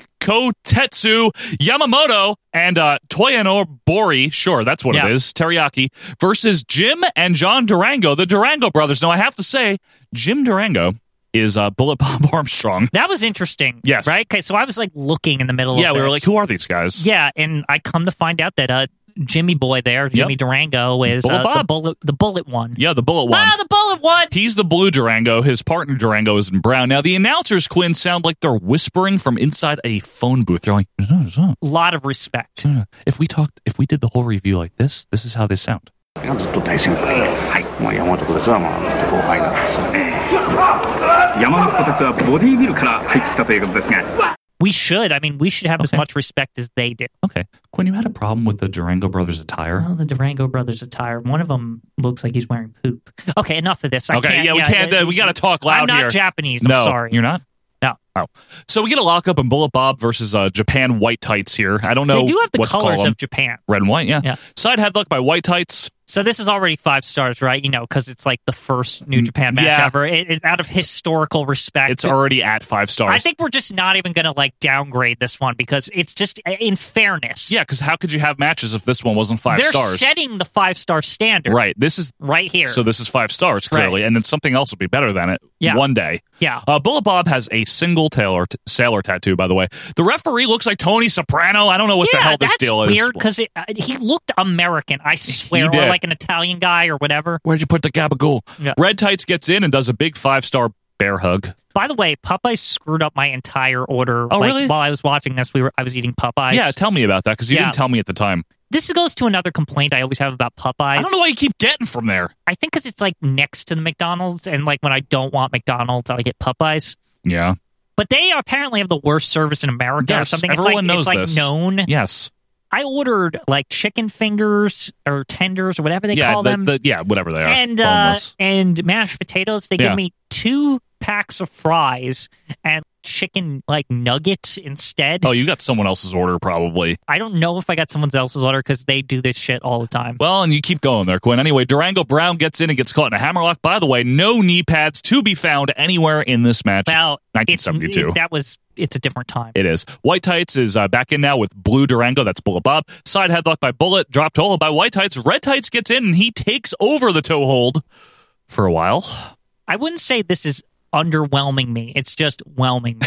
[SPEAKER 2] Kotetsu Yamamoto and uh, Toyanor Bori. Sure, that's what
[SPEAKER 3] Yeah.
[SPEAKER 2] it is. Teriyaki versus Jim and John Durango, the Durango brothers. Now I have to say, Jim Durango is uh, Bullet Bob Armstrong.
[SPEAKER 3] That was interesting.
[SPEAKER 2] Yes.
[SPEAKER 3] Right? Okay, so I was like looking in the middle
[SPEAKER 2] Yeah,
[SPEAKER 3] of
[SPEAKER 2] we were
[SPEAKER 3] this.
[SPEAKER 2] like, who are these guys?
[SPEAKER 3] Yeah, and I come to find out that uh, Jimmy Boy there, Jimmy Durango, is
[SPEAKER 2] Bullet
[SPEAKER 3] uh, The,
[SPEAKER 2] Bob.
[SPEAKER 3] bullet, the bullet one.
[SPEAKER 2] Yeah, the Bullet one.
[SPEAKER 3] Ah, the bullet one!
[SPEAKER 2] He's the blue Durango. His partner Durango is in brown. Now the announcers, Quinn, sound like they're whispering from inside a phone booth. They're like,
[SPEAKER 3] lot of respect.
[SPEAKER 2] if we talked, if we did the whole review like this, this is how they sound.
[SPEAKER 10] ずっと大先輩はいもう山本小鉄はもうずっと後輩なんですよね
[SPEAKER 12] 山本たちはボディービルから入ってきたということですが
[SPEAKER 3] We should. I mean, we should have as much respect as they do.
[SPEAKER 2] Okay, Quinn, you had a problem with the Durango brothers' attire.
[SPEAKER 3] Well, the Durango brothers attire. One of them looks like he's wearing poop. Okay, enough of this. I
[SPEAKER 2] okay,
[SPEAKER 3] can't,
[SPEAKER 2] yeah, we can't. uh, we got to talk loud
[SPEAKER 3] I'm not
[SPEAKER 2] here.
[SPEAKER 3] Japanese. I'm
[SPEAKER 2] no,
[SPEAKER 3] sorry.
[SPEAKER 2] you're not.
[SPEAKER 3] No.
[SPEAKER 2] Oh, so we get a lockup in Bullet Bob versus uh, Japan White Tights here. I don't know.
[SPEAKER 3] They do have the
[SPEAKER 2] what to call
[SPEAKER 3] colors
[SPEAKER 2] them.
[SPEAKER 3] of Japan.
[SPEAKER 2] Red and white, yeah.
[SPEAKER 3] Yeah.
[SPEAKER 2] Side headlock by White Tights.
[SPEAKER 3] So this is already five stars, right? You know, because it's like the first New Japan match
[SPEAKER 2] Mm, yeah.
[SPEAKER 3] ever. It, it- out of historical respect,
[SPEAKER 2] It's already at five stars.
[SPEAKER 3] I think we're just not even going to like downgrade this one because it's just uh, in fairness.
[SPEAKER 2] Yeah, because how could you have matches if this one wasn't 5
[SPEAKER 3] they're
[SPEAKER 2] stars?
[SPEAKER 3] setting the five star standard
[SPEAKER 2] right. This is
[SPEAKER 3] right here.
[SPEAKER 2] so. This is five stars clearly, and then something else will be better than it.
[SPEAKER 3] Yeah.
[SPEAKER 2] One day.
[SPEAKER 3] yeah,
[SPEAKER 2] Uh, Bullet Bob has a single tailor t- sailor tattoo, by the way. The referee looks like Tony Soprano. I don't know what
[SPEAKER 3] yeah,
[SPEAKER 2] the hell this
[SPEAKER 3] that's
[SPEAKER 2] deal is.
[SPEAKER 3] weird because uh, he looked American. I swear, or
[SPEAKER 2] did.
[SPEAKER 3] like an Italian guy or whatever.
[SPEAKER 2] Where'd you put the gabagool?
[SPEAKER 3] Yeah.
[SPEAKER 2] Red Tights gets in and does a big five star bear hug.
[SPEAKER 3] By the way, Popeyes screwed up my entire order.
[SPEAKER 2] Oh,
[SPEAKER 3] Like,
[SPEAKER 2] really?
[SPEAKER 3] While I was watching this, we were I was eating Popeyes.
[SPEAKER 2] yeah, tell me about that because you
[SPEAKER 3] Yeah.
[SPEAKER 2] didn't tell me at the time.
[SPEAKER 3] this goes to another complaint I always have about Popeyes.
[SPEAKER 2] I don't know why you keep getting from there.
[SPEAKER 3] I think because it's like next to the McDonald's, and like when I don't want McDonald's, I get Popeyes.
[SPEAKER 2] Yeah.
[SPEAKER 3] But they apparently have the worst service in America or
[SPEAKER 2] Yes,
[SPEAKER 3] something.
[SPEAKER 2] everyone
[SPEAKER 3] it's like,
[SPEAKER 2] knows
[SPEAKER 3] it's like
[SPEAKER 2] this.
[SPEAKER 3] known.
[SPEAKER 2] Eh. Yes.
[SPEAKER 3] I ordered like chicken fingers or tenders or whatever they
[SPEAKER 2] yeah.
[SPEAKER 3] call
[SPEAKER 2] the-
[SPEAKER 3] them,
[SPEAKER 2] the- yeah. Whatever they are.
[SPEAKER 3] and uh,
[SPEAKER 2] Boneless.
[SPEAKER 3] and mashed potatoes. They
[SPEAKER 2] Yeah.
[SPEAKER 3] give me two packs of fries and chicken like nuggets instead.
[SPEAKER 2] oh, you got someone else's order probably.
[SPEAKER 3] I don't know if I got someone else's order because they do this shit all the time.
[SPEAKER 2] Well, and you keep going there, Quinn. Anyway, Durango Brown gets in and gets caught in a hammerlock. By the way, no knee pads to be found anywhere in this match. It's
[SPEAKER 3] Well, it's-
[SPEAKER 2] 1972.
[SPEAKER 3] it- that was it's a different time.
[SPEAKER 2] It is. White Tights is uh, back in now with Blue Durango. That's Bullet Bob. Side headlock by Bullet. Drop toe hold by White Tights. Red Tights gets in and he takes over the toe hold for a while.
[SPEAKER 3] I wouldn't say this is underwhelming me. It's just whelming. Me.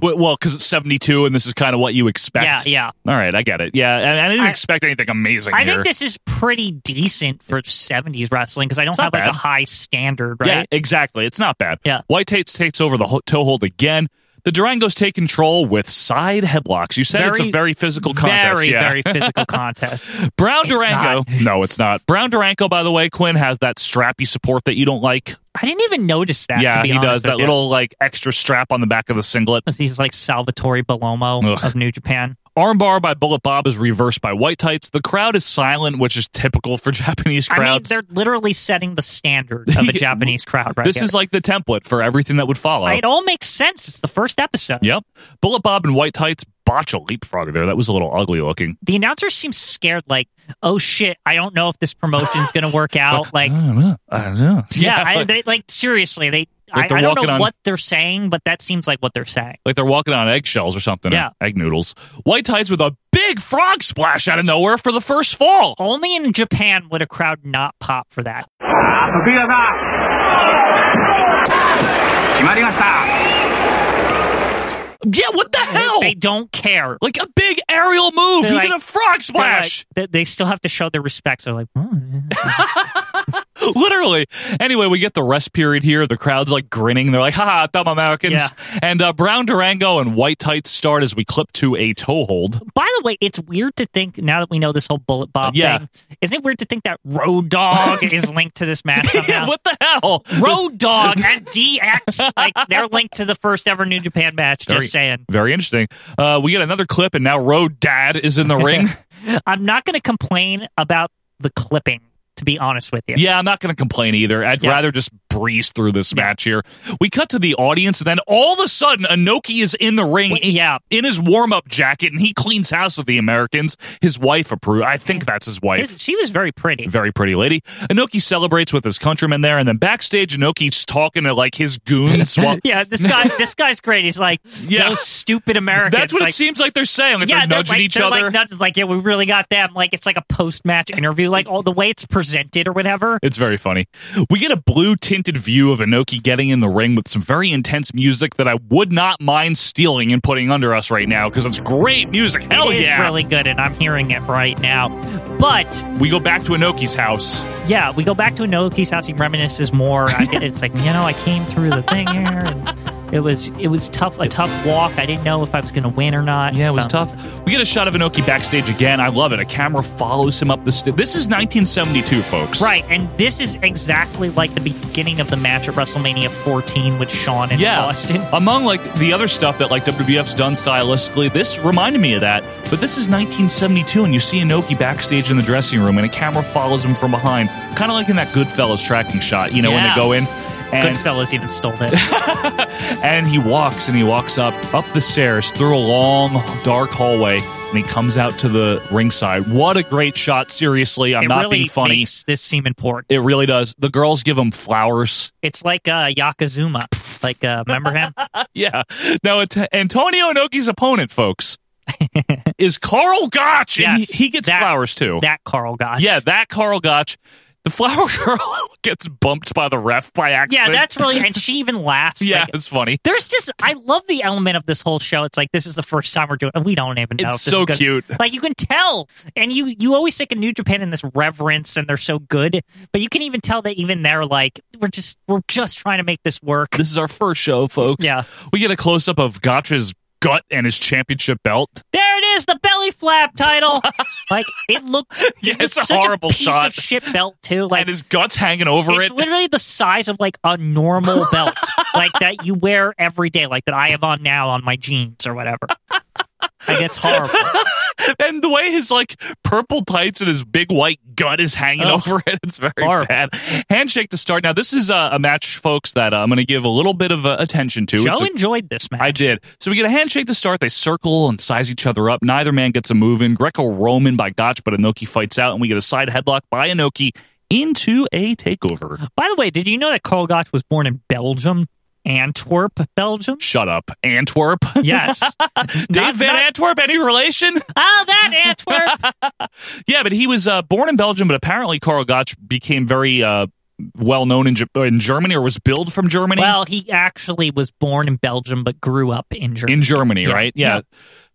[SPEAKER 2] Well, well, because it's 72 and this is kind of what you expect.
[SPEAKER 3] Yeah,
[SPEAKER 2] All right, I get it. Yeah, and I didn't
[SPEAKER 3] I-
[SPEAKER 2] expect anything amazing
[SPEAKER 3] I
[SPEAKER 2] here.
[SPEAKER 3] think this is pretty decent for '70s wrestling because I don't
[SPEAKER 2] It's not
[SPEAKER 3] have like
[SPEAKER 2] bad.
[SPEAKER 3] a high standard, right?
[SPEAKER 2] Yeah, exactly. It's not bad.
[SPEAKER 3] Yeah.
[SPEAKER 2] White Tights takes over the ho- toe hold again. The Durangos take control with side headlocks. You said it's a
[SPEAKER 3] Very-
[SPEAKER 2] very physical contest.
[SPEAKER 3] Very,
[SPEAKER 2] yeah.
[SPEAKER 3] very physical contest.
[SPEAKER 2] Brown
[SPEAKER 3] It's
[SPEAKER 2] Durango. No, it's not. Brown Durango, by the way, Quinn has that strappy support that you don't like.
[SPEAKER 3] I didn't even notice that.
[SPEAKER 2] yeah,
[SPEAKER 3] to be
[SPEAKER 2] he
[SPEAKER 3] honest
[SPEAKER 2] does that
[SPEAKER 3] with you.
[SPEAKER 2] little like extra strap on the back of the singlet.
[SPEAKER 3] He's like Salvatore Bellomo
[SPEAKER 2] Ugh.
[SPEAKER 3] of New Japan.
[SPEAKER 2] Armbar by Bullet Bob is reversed by White Tights. The crowd is silent, which is typical for Japanese
[SPEAKER 3] I mean,
[SPEAKER 2] crowds.
[SPEAKER 3] they're literally setting the standard of a Japanese crowd, right?
[SPEAKER 2] this
[SPEAKER 3] here.
[SPEAKER 2] is like the template for everything that would follow.
[SPEAKER 3] it all makes sense. It's the first episode.
[SPEAKER 2] Yep. Bullet Bob and White Tights botch a leapfrog there. That was a little ugly looking.
[SPEAKER 3] The announcers seem scared, like, oh shit, I don't know if this promotion's going to work out. Like, yeah, I, they, like seriously, they. I,
[SPEAKER 2] Like they're
[SPEAKER 3] I don't
[SPEAKER 2] walking
[SPEAKER 3] know
[SPEAKER 2] on-
[SPEAKER 3] what they're saying, but that seems like what they're saying.
[SPEAKER 2] like they're walking on eggshells or something.
[SPEAKER 3] Yeah.
[SPEAKER 2] Egg noodles. White Tights with a big frog splash out of nowhere for the first fall.
[SPEAKER 3] Only in Japan would a crowd not pop for that.
[SPEAKER 12] 得意技決まりました
[SPEAKER 2] Yeah, what the hell?
[SPEAKER 3] They don't care.
[SPEAKER 2] like a big aerial move.
[SPEAKER 3] They're
[SPEAKER 2] he
[SPEAKER 3] like-
[SPEAKER 2] did a frog
[SPEAKER 3] They're like-
[SPEAKER 2] splash.
[SPEAKER 3] they, they still have to show their respect. So they're like, "Hmm."
[SPEAKER 2] Literally. Anyway, we get the rest period here. The crowd's like grinning. They're like, haha, dumb Americans.
[SPEAKER 3] Yeah.
[SPEAKER 2] And uh, Brown Durango and White Tights start as we clip to a toe hold.
[SPEAKER 3] By the way, it's weird to think now that we know this whole bullet bob
[SPEAKER 2] Yeah.
[SPEAKER 3] thing. Isn't it weird to think that Road Dog is linked to this match somehow?
[SPEAKER 2] what the hell?
[SPEAKER 3] Road Dog and DX, like they're linked to the first ever New Japan match.
[SPEAKER 2] Very-
[SPEAKER 3] just saying.
[SPEAKER 2] Very interesting. Uh, we get another clip, and now Road Dad is in the ring.
[SPEAKER 3] I'm not going to complain about the clipping, to be honest with you.
[SPEAKER 2] Yeah, I'm not going to complain either. I'd
[SPEAKER 3] Yeah.
[SPEAKER 2] rather just breeze through this match here. We cut to the audience, and then all of a sudden, Anoki is in the ring
[SPEAKER 3] Wait, yeah.
[SPEAKER 2] in his warm up jacket, and he cleans house with the Americans. His wife approves. I think that's his wife.
[SPEAKER 3] His- she was very pretty.
[SPEAKER 2] Very pretty lady. Anoki celebrates with his countrymen there, and then backstage, Anoki's talking to like his goons. while-
[SPEAKER 3] yeah, this guy, this guy's great. He's like
[SPEAKER 2] Yeah.
[SPEAKER 3] those stupid Americans.
[SPEAKER 2] That's what
[SPEAKER 3] like,
[SPEAKER 2] it seems like they're saying. Like
[SPEAKER 3] yeah,
[SPEAKER 2] they're nudging
[SPEAKER 3] like,
[SPEAKER 2] each
[SPEAKER 3] they're
[SPEAKER 2] other.
[SPEAKER 3] Like, nudging, like, yeah, we really got them. Like, it's like a post-match interview. Like, all the way it's presented or whatever.
[SPEAKER 2] It's very funny. We get a blue tinted view of Inoki getting in the ring with some very intense music that I would not mind stealing and putting under us right now because it's great music. Hell
[SPEAKER 3] It is
[SPEAKER 2] yeah.
[SPEAKER 3] really good, and I'm hearing it right now. But
[SPEAKER 2] we go back to Inoki's house.
[SPEAKER 3] yeah, we go back to Inoki's house. He reminisces more. I, get- it's like you know, I came through the thing here, and it was it was tough, a tough walk. I didn't know if I was going to win or not.
[SPEAKER 2] Yeah, it was
[SPEAKER 3] So-
[SPEAKER 2] tough. We get a shot of Inoki backstage again. I love it. A camera follows him up the stairs. This is 1972, folks.
[SPEAKER 3] Right, and this is exactly like the beginning of the match at WrestleMania 14 with Shawn and
[SPEAKER 2] Yeah.
[SPEAKER 3] Austin.
[SPEAKER 2] Among like the other stuff that like WWF's done stylistically, this reminded me of that. But this is 1972, and you see Inoki backstage in the dressing room, and a camera follows him from behind, kind of like in that Goodfellas tracking shot. You know when
[SPEAKER 3] Yeah.
[SPEAKER 2] they go in. And
[SPEAKER 3] Goodfellas even stole this.
[SPEAKER 2] And he walks and he walks up up the stairs through a long dark hallway and he comes out to the ringside. What a great shot! Seriously, I'm
[SPEAKER 3] It
[SPEAKER 2] not
[SPEAKER 3] really
[SPEAKER 2] being funny.
[SPEAKER 3] makes this seem important.
[SPEAKER 2] it really does. The girls give him flowers.
[SPEAKER 3] It's like uh, Yakazuma. Like, uh, remember him?
[SPEAKER 2] Yeah. Now it- Antonio Inoki's opponent, folks, is Carl Gotch, and
[SPEAKER 3] Yes.
[SPEAKER 2] he, he gets
[SPEAKER 3] That-
[SPEAKER 2] flowers too.
[SPEAKER 3] that Carl Gotch.
[SPEAKER 2] yeah, that Carl Gotch. The flower girl gets bumped by the ref by accident.
[SPEAKER 3] Yeah, that's really, and she even laughs.
[SPEAKER 2] yeah,
[SPEAKER 3] like,
[SPEAKER 2] it's funny.
[SPEAKER 3] there's just, I love the element of this whole show. It's like this is the first time we're doing, and we don't even know.
[SPEAKER 2] It's
[SPEAKER 3] if this
[SPEAKER 2] so
[SPEAKER 3] is gonna-
[SPEAKER 2] cute.
[SPEAKER 3] Like you can tell, and you you always think of New Japan in this reverence, and they're so good. But you can even tell that even they're like, we're just we're just trying to make this work.
[SPEAKER 2] This is our first show, folks.
[SPEAKER 3] Yeah.
[SPEAKER 2] We get a close up of Gotch's gut and his championship belt.
[SPEAKER 3] There it is, the belly flap title. like it looked,
[SPEAKER 2] Yeah,
[SPEAKER 3] it was
[SPEAKER 2] it's a
[SPEAKER 3] such
[SPEAKER 2] horrible
[SPEAKER 3] piece
[SPEAKER 2] shot.
[SPEAKER 3] of shit belt too. Like
[SPEAKER 2] and his guts hanging over
[SPEAKER 3] it's
[SPEAKER 2] it.
[SPEAKER 3] literally the size of like a normal belt, like that you wear every day, like that I have on now on my jeans or whatever. Like it's horrible.
[SPEAKER 2] and the way his like purple tights and his big white gut is hanging
[SPEAKER 3] Ugh.
[SPEAKER 2] over it, it's very
[SPEAKER 3] Horrible.
[SPEAKER 2] bad. Handshake to start. Now this is a, a match, folks, that uh, I'm going to give a little bit of uh, attention to. It's
[SPEAKER 3] Joe
[SPEAKER 2] a-
[SPEAKER 3] enjoyed this match.
[SPEAKER 2] I did. So we get a handshake to start. They circle and size each other up. Neither man gets a move in. Greco Roman by Gotch, but Inoki fights out, and we get a side headlock by Inoki into a takeover.
[SPEAKER 3] By the way, did you know that Carl Gotch was born in Belgium, Antwerp, Belgium?
[SPEAKER 2] Shut up, Antwerp.
[SPEAKER 3] Yes.
[SPEAKER 2] Dave Van Antwerp, any relation?
[SPEAKER 3] Oh, that Antwerp.
[SPEAKER 2] Yeah, but he was uh, born in Belgium, but apparently Karl Gotch became very uh, well known in, Ge- in Germany or was billed from Germany.
[SPEAKER 3] well, he actually was born in Belgium but grew up in Germany.
[SPEAKER 2] in Germany,
[SPEAKER 3] Yeah,
[SPEAKER 2] right? Yeah.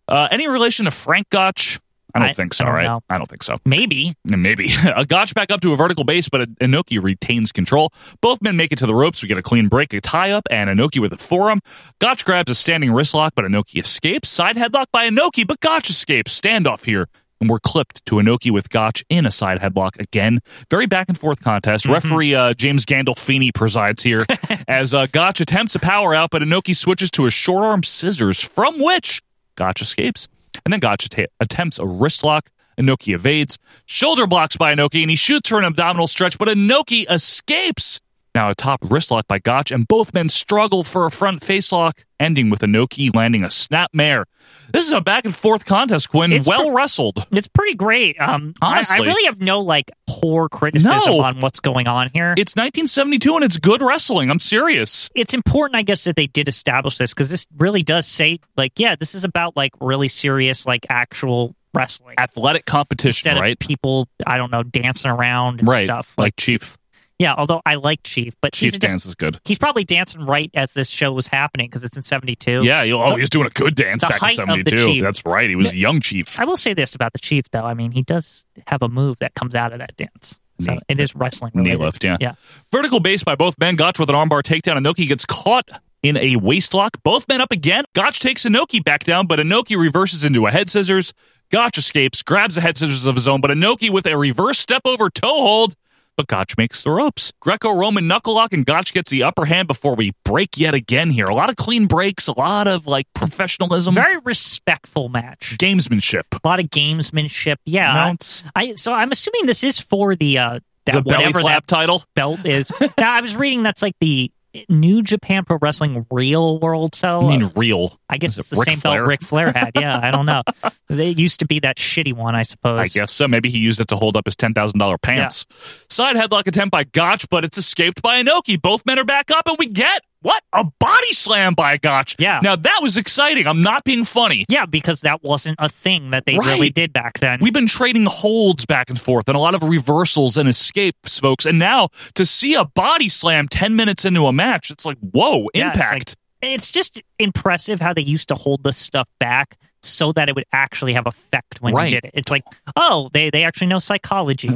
[SPEAKER 2] Uh, any relation to Frank Gotch? I don't
[SPEAKER 3] I-
[SPEAKER 2] think so,
[SPEAKER 3] I don't
[SPEAKER 2] right?
[SPEAKER 3] know.
[SPEAKER 2] I don't think so.
[SPEAKER 3] Maybe.
[SPEAKER 2] Maybe. a Gotch back up to a vertical base, but Inoki retains control. Both men make it to the ropes. We get a clean break, a tie up, and Inoki with a forearm. Gotch grabs a standing wrist lock, but Inoki escapes. Side headlock by Inoki, but Gotch escapes. Standoff here. And we're clipped to Inoki with Gotch in a side headlock again. Very back and forth contest. Referee uh, James Gandolfini presides here as uh, Gotch attempts a power out, but Inoki switches to a short arm scissors, from which Gotch escapes. And then Gotch atta- attempts a wrist lock. Inoki evades. Shoulder blocks by Inoki, and he shoots for an abdominal stretch, but Inoki escapes. Now a top wrist lock by Gotch, and both men struggle for a front face lock, ending with Inoki landing a snap mare. This is a back and forth contest, Quinn.
[SPEAKER 3] It's
[SPEAKER 2] well
[SPEAKER 3] pre-
[SPEAKER 2] wrestled.
[SPEAKER 3] It's pretty great. Um, I- I,
[SPEAKER 2] Honestly.
[SPEAKER 3] really have no like poor criticism
[SPEAKER 2] No.
[SPEAKER 3] on what's going on here.
[SPEAKER 2] It's 1972, and it's good wrestling. I'm serious.
[SPEAKER 3] it's important, I guess, that they did establish this because this really does say, like, yeah, this is about like really serious, like actual wrestling
[SPEAKER 2] Athletic competition,
[SPEAKER 3] instead
[SPEAKER 2] right?
[SPEAKER 3] of people, I don't know, dancing around and
[SPEAKER 2] right.
[SPEAKER 3] stuff.
[SPEAKER 2] Like Chief.
[SPEAKER 3] Yeah, although I like Chief, but he's
[SPEAKER 2] Chief's
[SPEAKER 3] a diff-
[SPEAKER 2] dance is good.
[SPEAKER 3] He's probably dancing right as this show was happening because it's in '72.
[SPEAKER 2] Yeah, you- oh,
[SPEAKER 3] The-
[SPEAKER 2] he was doing a good dance
[SPEAKER 3] the
[SPEAKER 2] back in
[SPEAKER 3] height of the
[SPEAKER 2] 72.
[SPEAKER 3] Chief.
[SPEAKER 2] That's right. He was young Chief.
[SPEAKER 3] I will say this about the Chief, though. I mean, he does have a move that comes out of that dance. So
[SPEAKER 2] Knee.
[SPEAKER 3] it is wrestling
[SPEAKER 2] Knee
[SPEAKER 3] related.
[SPEAKER 2] lift, yeah.
[SPEAKER 3] Yeah.
[SPEAKER 2] Vertical base by both men. Gotch with an armbar takedown. Inoki gets caught in a waist lock. Both men up again. Gotch takes Inoki back down, but Inoki reverses into a head scissors. Gotch escapes, grabs a head scissors of his own, but Inoki with a reverse step over toe hold. But Gotch makes the ropes. Greco Roman knuckle lock, and Gotch gets the upper hand before we break yet again here. A lot of clean breaks, a lot of like professionalism.
[SPEAKER 3] Very respectful match.
[SPEAKER 2] gamesmanship.
[SPEAKER 3] A lot of gamesmanship. Yeah.
[SPEAKER 2] Mounts.
[SPEAKER 3] I so I'm assuming this is for the uh that
[SPEAKER 2] The belly
[SPEAKER 3] whatever
[SPEAKER 2] flap
[SPEAKER 3] that
[SPEAKER 2] title.
[SPEAKER 3] belt is. now I was reading that's like the New Japan Pro Wrestling Real World
[SPEAKER 2] I
[SPEAKER 3] so
[SPEAKER 2] mean, real.
[SPEAKER 3] I
[SPEAKER 2] Is
[SPEAKER 3] guess
[SPEAKER 2] it
[SPEAKER 3] it's the
[SPEAKER 2] Ric
[SPEAKER 3] same
[SPEAKER 2] Flair?
[SPEAKER 3] belt Ric Flair had. Yeah, I don't know. they used to be that shitty one, I suppose.
[SPEAKER 2] I guess so. Maybe he used it to hold up his ten thousand dollar pants. Side headlock attempt by Gotch, but it's escaped by Inoki. Both men are back up, and we get what a body slam by Gotch.
[SPEAKER 3] Yeah.
[SPEAKER 2] Now that was exciting. I'm not being funny.
[SPEAKER 3] Yeah, because that wasn't a thing that they
[SPEAKER 2] Right.
[SPEAKER 3] really did back then.
[SPEAKER 2] We've been trading holds back and forth and a lot of reversals and escapes, folks. And now to see a body slam 10 minutes into a match, it's like, whoa,
[SPEAKER 3] Yeah, it's like-
[SPEAKER 2] impact.
[SPEAKER 3] it's just impressive how they used to hold this stuff back so that it would actually have effect when
[SPEAKER 2] Right.
[SPEAKER 3] you did it. It's like, oh, they they actually know psychology.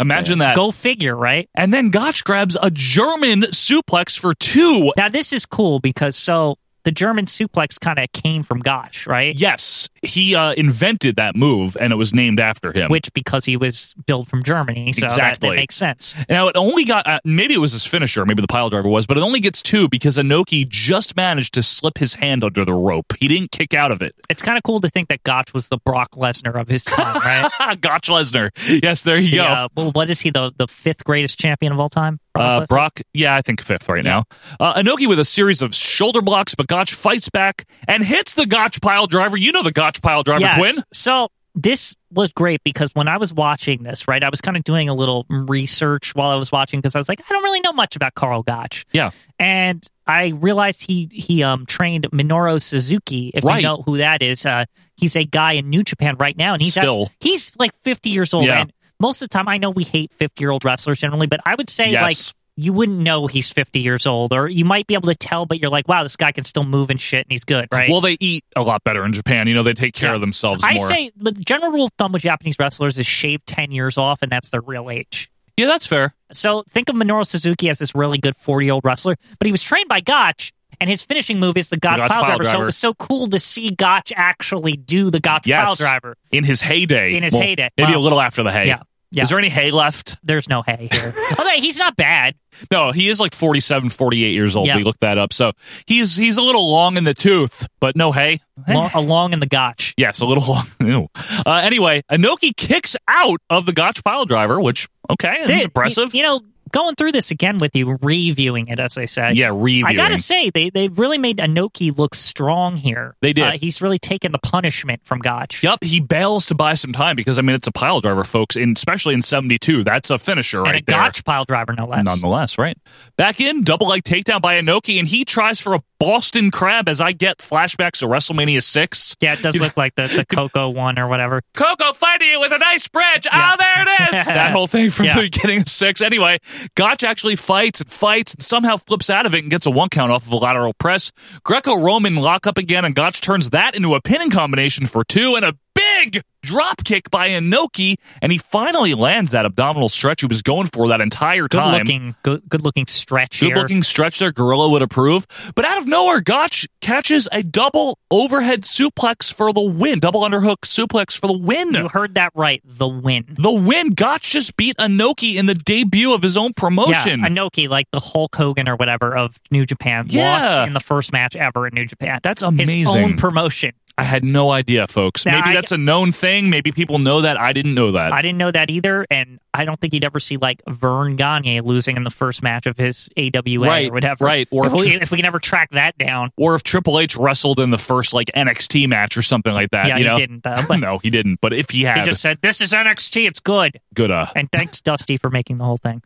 [SPEAKER 2] Imagine that.
[SPEAKER 3] Go figure, right?
[SPEAKER 2] And then Gotch grabs a German suplex for two.
[SPEAKER 3] Now this is cool because so the German suplex kind of came from Gotch, right?
[SPEAKER 2] Yes, he uh, invented that move and it was named after him.
[SPEAKER 3] Which because he was billed from Germany, so that,
[SPEAKER 2] Um, Exactly.
[SPEAKER 3] that makes sense.
[SPEAKER 2] Now it only got uh, maybe it was his finisher, maybe the pile driver was, but it only gets two because Inoki just managed to slip his hand under the rope. He didn't kick out of it.
[SPEAKER 3] It's kind of cool to think that Gotch was the Brock Lesnar of his time, right?
[SPEAKER 2] Ah, Gotch Lesnar. Yes, there you
[SPEAKER 3] The,
[SPEAKER 2] go.
[SPEAKER 3] uh, well, what is he the the fifth greatest champion of all time?
[SPEAKER 2] Uh,
[SPEAKER 3] Brock
[SPEAKER 2] Brock, yeah, I think fifth right now. Uh, Inoki with a series of shoulder blocks, but Gotch fights back and hits the Gotch pile driver. You know the Gotch pile driver,
[SPEAKER 3] Yes.
[SPEAKER 2] Quinn.
[SPEAKER 3] So this was great because when I was watching this, right, I was kind of doing a little research while I was watching because I was like, I don't really know much about Carl Gotch.
[SPEAKER 2] Yeah.
[SPEAKER 3] And I realized he he um trained Minoru Suzuki. If
[SPEAKER 2] Right.
[SPEAKER 3] you know who that is, uh, he's a guy in New Japan right now, and he's at-
[SPEAKER 2] Still.
[SPEAKER 3] he's like fifty years old.
[SPEAKER 2] Yeah.
[SPEAKER 3] And most of the time, I know we hate fifty year old wrestlers generally, but I would say
[SPEAKER 2] Yes.
[SPEAKER 3] like you wouldn't know he's fifty years old, or you might be able to tell, but you're like, wow, this guy can still move and shit, and he's good, right?
[SPEAKER 2] Well, they eat a lot better in Japan. You know, they take care
[SPEAKER 3] Yeah.
[SPEAKER 2] of themselves
[SPEAKER 3] I
[SPEAKER 2] more.
[SPEAKER 3] say the general rule of thumb with Japanese wrestlers is shave 10 years off, and that's their real age.
[SPEAKER 2] yeah, that's fair.
[SPEAKER 3] So think of Minoru Suzuki as this really good 40 year old wrestler, but he was trained by Gotch, and his finishing move is the Gotch,
[SPEAKER 2] Gotch
[SPEAKER 3] pile,
[SPEAKER 2] pile
[SPEAKER 3] driver. So
[SPEAKER 2] driver.
[SPEAKER 3] it was so cool to see Gotch actually do the Gotch
[SPEAKER 2] Yes.
[SPEAKER 3] pile driver.
[SPEAKER 2] In his heyday.
[SPEAKER 3] In his heyday.
[SPEAKER 2] Maybe
[SPEAKER 3] Wow.
[SPEAKER 2] a little after the hay.
[SPEAKER 3] Yeah. Yeah.
[SPEAKER 2] Is there any hay left?
[SPEAKER 3] There's no hay here. Although he's not bad.
[SPEAKER 2] No, he is like 47, 48 years old.
[SPEAKER 3] Yeah.
[SPEAKER 2] We looked that up. So he's he's a little long in the tooth, but no hay.
[SPEAKER 3] Long, along in the Gotch.
[SPEAKER 2] Yes, a little long. Ew. Uh, anyway, Inoki kicks out of the Gotch pile driver, which, okay,
[SPEAKER 3] Did-
[SPEAKER 2] that's impressive.
[SPEAKER 3] You, you know, going through this again with you, reviewing it, as they say.
[SPEAKER 2] Yeah, reviewing.
[SPEAKER 3] I gotta say, they they really made Anoki look strong here.
[SPEAKER 2] They did.
[SPEAKER 3] Uh, he's really taken the punishment from Gotch.
[SPEAKER 2] Yup, he bails to buy some time because I mean it's a pile driver, folks, and especially in '72, that's a finisher
[SPEAKER 3] and
[SPEAKER 2] right
[SPEAKER 3] a
[SPEAKER 2] there.
[SPEAKER 3] Gotch pile driver, no less.
[SPEAKER 2] Nonetheless, right back in double leg takedown by Inoki, and he tries for a Boston Crab. As I get flashbacks of WrestleMania six,
[SPEAKER 3] Yeah, it does
[SPEAKER 2] You know-
[SPEAKER 3] look like the, the Coco one or whatever.
[SPEAKER 2] Coco fighting you with a nice bridge.
[SPEAKER 3] Yeah.
[SPEAKER 2] Oh, there it is. that whole thing from
[SPEAKER 3] Yeah.
[SPEAKER 2] the beginning of six. Anyway, Gotch actually fights and fights and somehow flips out of it and gets a one count off of a lateral press. Greco Roman lock up again, and Gotch turns that into a pinning combination for two and a big drop kick by Inoki. And he finally lands that abdominal stretch he was going for that entire
[SPEAKER 3] Good
[SPEAKER 2] time.
[SPEAKER 3] looking, good, good looking stretch
[SPEAKER 2] Good
[SPEAKER 3] here.
[SPEAKER 2] looking stretch there, Gorilla would approve. But out of nowhere, Gotch catches a double overhead suplex for the win, double underhook suplex for the win.
[SPEAKER 3] You heard that right. The win.
[SPEAKER 2] The win. Gotch just beat Anoki in the debut of his own promotion.
[SPEAKER 3] Yeah, Anoki, like the Hulk Hogan or whatever of New Japan,
[SPEAKER 2] Yeah.
[SPEAKER 3] lost in the first match ever in New Japan.
[SPEAKER 2] That's
[SPEAKER 3] His
[SPEAKER 2] amazing.
[SPEAKER 3] own promotion.
[SPEAKER 2] I had no idea, folks.
[SPEAKER 3] Now,
[SPEAKER 2] Maybe
[SPEAKER 3] I-
[SPEAKER 2] that's a known thing. Maybe people know that. I didn't know that.
[SPEAKER 3] I didn't know that either, and I don't think you'd ever see like Vern Gagne losing in the first match of his AWA
[SPEAKER 2] Right,
[SPEAKER 3] or whatever.
[SPEAKER 2] right, or
[SPEAKER 3] if,
[SPEAKER 2] if-
[SPEAKER 3] we, if we can ever track that down,
[SPEAKER 2] or if Triple H wrestled in the first like NXT match or something like that.
[SPEAKER 3] Yeah,
[SPEAKER 2] you
[SPEAKER 3] he
[SPEAKER 2] know?
[SPEAKER 3] didn't, though, but-
[SPEAKER 2] no, he didn't. But if he had,
[SPEAKER 3] he just said, "This is NXT. It's good."
[SPEAKER 2] good. Uh,
[SPEAKER 3] And thanks, Dusty, for making the whole thing.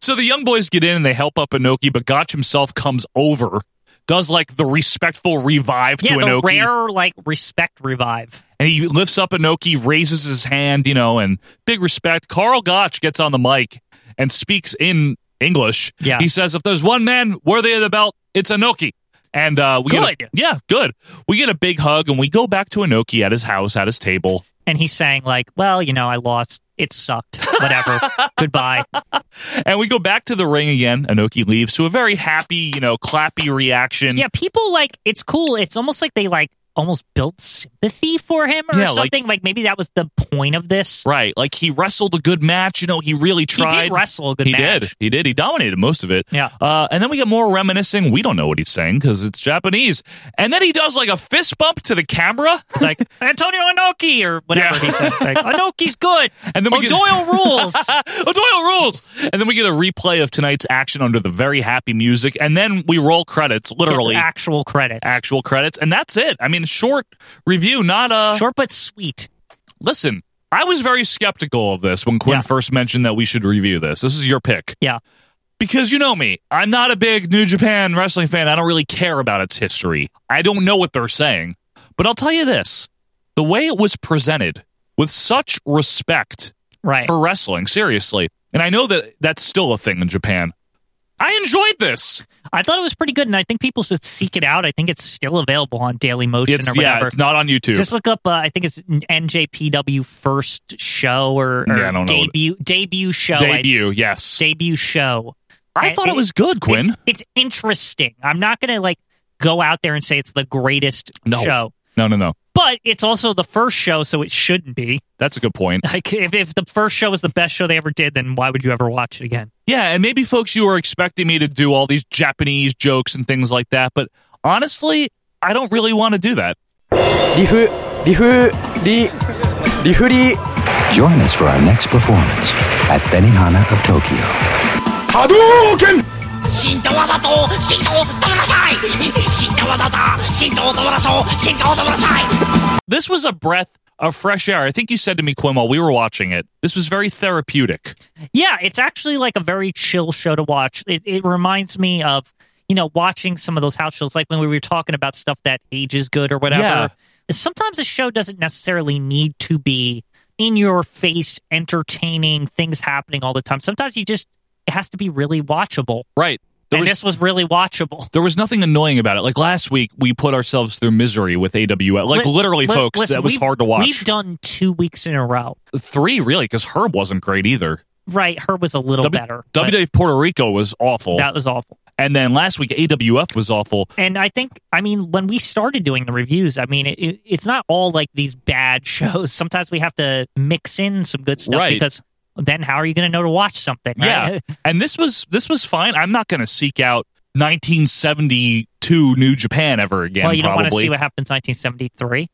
[SPEAKER 2] So the young boys get in and they help up Inoki, but Gotch himself comes over, does like the respectful revive
[SPEAKER 3] yeah,
[SPEAKER 2] to
[SPEAKER 3] the
[SPEAKER 2] Inoki,
[SPEAKER 3] rare like respect revive.
[SPEAKER 2] and he lifts up Inoki, raises his hand, you know, and big respect. Carl Gotch gets on the mic and speaks in English.
[SPEAKER 3] Yeah.
[SPEAKER 2] he says, "If there's one man worthy of the belt, it's Inoki." And uh, we Get a,
[SPEAKER 3] Good.
[SPEAKER 2] yeah, good. We get a big hug and we go back to Inoki at his house, at his table.
[SPEAKER 3] And he's saying like, "Well, you know, I lost it sucked. Whatever. Goodbye.
[SPEAKER 2] And we go back to the ring again. Anoki leaves to a very happy, you know, clappy reaction.
[SPEAKER 3] Yeah, people like it's cool. It's almost like they like almost built sympathy for him or
[SPEAKER 2] Yeah, like-
[SPEAKER 3] something. Like, maybe that was the point of this.
[SPEAKER 2] Right. Like he wrestled a good match. You know, he really tried.
[SPEAKER 3] wrestle a good
[SPEAKER 2] he
[SPEAKER 3] match.
[SPEAKER 2] did. He did. He dominated most of it.
[SPEAKER 3] Yeah.
[SPEAKER 2] Uh, and then we get more reminiscing. We don't know what he's saying because it's Japanese. And then he does like a fist bump to the camera.
[SPEAKER 3] It's like Antonio Inoki or whatever
[SPEAKER 2] Yeah.
[SPEAKER 3] he said. Like, Inoki's good.
[SPEAKER 2] And then we get-
[SPEAKER 3] O'Doyle rules.
[SPEAKER 2] O'Doyle rules. And then we get a replay of tonight's action under the very happy music. And then we roll credits, literally.
[SPEAKER 3] actual credits.
[SPEAKER 2] actual credits. And that's it. I mean, short review, not a.
[SPEAKER 3] Short but sweet.
[SPEAKER 2] Listen, I was very skeptical of this when Quinn
[SPEAKER 3] Yeah.
[SPEAKER 2] first mentioned that we should review this. This is your pick.
[SPEAKER 3] Yeah.
[SPEAKER 2] Because you know me, I'm not a big New Japan wrestling fan. I don't really care about its history. I don't know what they're saying. But I'll tell you this the way it was presented with such respect
[SPEAKER 3] Right.
[SPEAKER 2] for wrestling, seriously. And I know that that's still a thing in Japan. I enjoyed this.
[SPEAKER 3] I thought it was pretty good, and I think people should seek it out. I think it's still available on Daily Motion
[SPEAKER 2] It's,
[SPEAKER 3] or
[SPEAKER 2] yeah,
[SPEAKER 3] whatever.
[SPEAKER 2] it's not on YouTube.
[SPEAKER 3] Just look up. Uh, I think it's NJPW first show or, or
[SPEAKER 2] Yeah, I don't know.
[SPEAKER 3] debut debut show.
[SPEAKER 2] Debut, yes.
[SPEAKER 3] I, debut show.
[SPEAKER 2] I
[SPEAKER 3] And
[SPEAKER 2] thought it was good, Quinn.
[SPEAKER 3] It's, it's interesting. I'm not gonna like go out there and say it's the greatest
[SPEAKER 2] No.
[SPEAKER 3] show,
[SPEAKER 2] No, no, no.
[SPEAKER 3] but it's also the first show, so it shouldn't be.
[SPEAKER 2] That's a good point.
[SPEAKER 3] Like if, if the first show was the best show they ever did, then why would you ever watch it again?
[SPEAKER 2] Yeah, and maybe folks, you were expecting me to do all these Japanese jokes and things like that, but honestly, I don't really want to do that.
[SPEAKER 17] リフリフリリフリ
[SPEAKER 15] Join us for our next performance at Benihana of Tokyo.
[SPEAKER 17] 波動拳
[SPEAKER 8] 新と技と進化を止めなさい新と技だ進化を止めましょう進化を止めなさい
[SPEAKER 2] This was a breath of fresh air. I think you said to me, Quinn, while we were watching it, this was very therapeutic.
[SPEAKER 3] Yeah, it's actually like a very chill show to watch. It, it reminds me of, you know, watching some of those house shows, like when we were talking about stuff that ages good or whatever.
[SPEAKER 2] Yeah.
[SPEAKER 3] Sometimes a show doesn't necessarily need to be in your face, entertaining, things happening all the time. Sometimes you just, it has to be really watchable.
[SPEAKER 2] Right. There
[SPEAKER 3] and
[SPEAKER 2] was,
[SPEAKER 3] this was really watchable.
[SPEAKER 2] there was nothing annoying about it. Like last week, we put ourselves through misery with AWL. Like
[SPEAKER 3] Li-
[SPEAKER 2] literally,
[SPEAKER 3] li-
[SPEAKER 2] folks,
[SPEAKER 3] listen,
[SPEAKER 2] that was
[SPEAKER 3] we've-
[SPEAKER 2] hard to watch.
[SPEAKER 3] We've done two weeks in a row.
[SPEAKER 2] Three, really, because Herb wasn't great either.
[SPEAKER 3] Right. Her was a little
[SPEAKER 2] W-
[SPEAKER 3] better. but
[SPEAKER 2] WWF Puerto Rico was awful.
[SPEAKER 3] That was awful.
[SPEAKER 2] and then last week, AWF was awful.
[SPEAKER 3] And I think, I mean, when we started doing the reviews, I mean, it, it, it's not all like these bad shows. Sometimes we have to mix in some good stuff
[SPEAKER 2] Right.
[SPEAKER 3] because then how are you going to know to watch something?
[SPEAKER 2] Yeah,
[SPEAKER 3] right?
[SPEAKER 2] and this was this was fine. I'm not going to seek out 1972 New Japan ever again.
[SPEAKER 3] well, you don't want to
[SPEAKER 2] probably.
[SPEAKER 3] see what happens 1973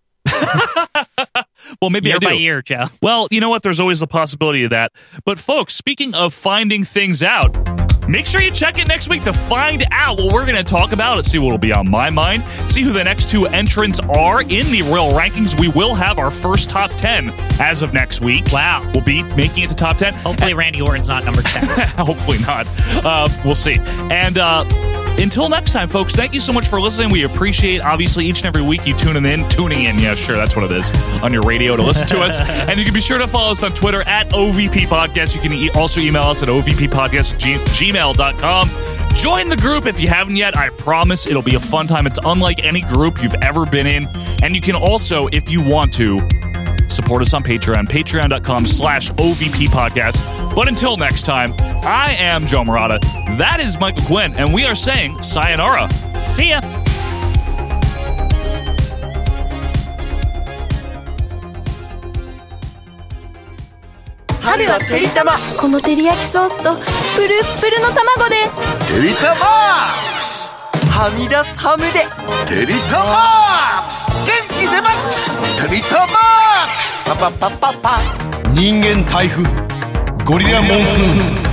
[SPEAKER 2] well, maybe
[SPEAKER 3] year
[SPEAKER 2] I do.
[SPEAKER 3] by year, Joe.
[SPEAKER 2] Well, you know what? There's always the possibility of that. But folks, speaking of finding things out. Make sure you check it next week to find out what we're going to talk about. Let's see what'll be on my mind. See who the next two entrants are in the real rankings. We will have our first top 10 as of next week. Wow. We'll be making it to top 10.
[SPEAKER 3] Hopefully, Randy Orton's not number 10.
[SPEAKER 2] Hopefully not. Uh, we'll see. And uh, until next time, folks, thank you so much for listening. We appreciate, obviously, each and every week you tuning in. Tuning in, yeah, sure, that's what it is, on your radio to listen to us. And you can be sure to follow us on Twitter at OVP Podcast. You can e- also email us at OVPPodcast g- gmail.com. Join the group if you haven't yet. I promise it'll be a fun time. It's unlike any group you've ever been in. And you can also, if you want to, support us on patreon patreon.com slash ovp podcast but until next time i am joe Morata. that is michael quinn and we are saying sayonara
[SPEAKER 3] See ya.
[SPEAKER 23] 春は照り玉この照り焼きソースとプルップルの卵で
[SPEAKER 15] 照り
[SPEAKER 23] 玉はみ出すハムで
[SPEAKER 15] 照り
[SPEAKER 23] 玉元気出ます照り玉パパパパパ
[SPEAKER 13] 人間台風ゴリラモンスーン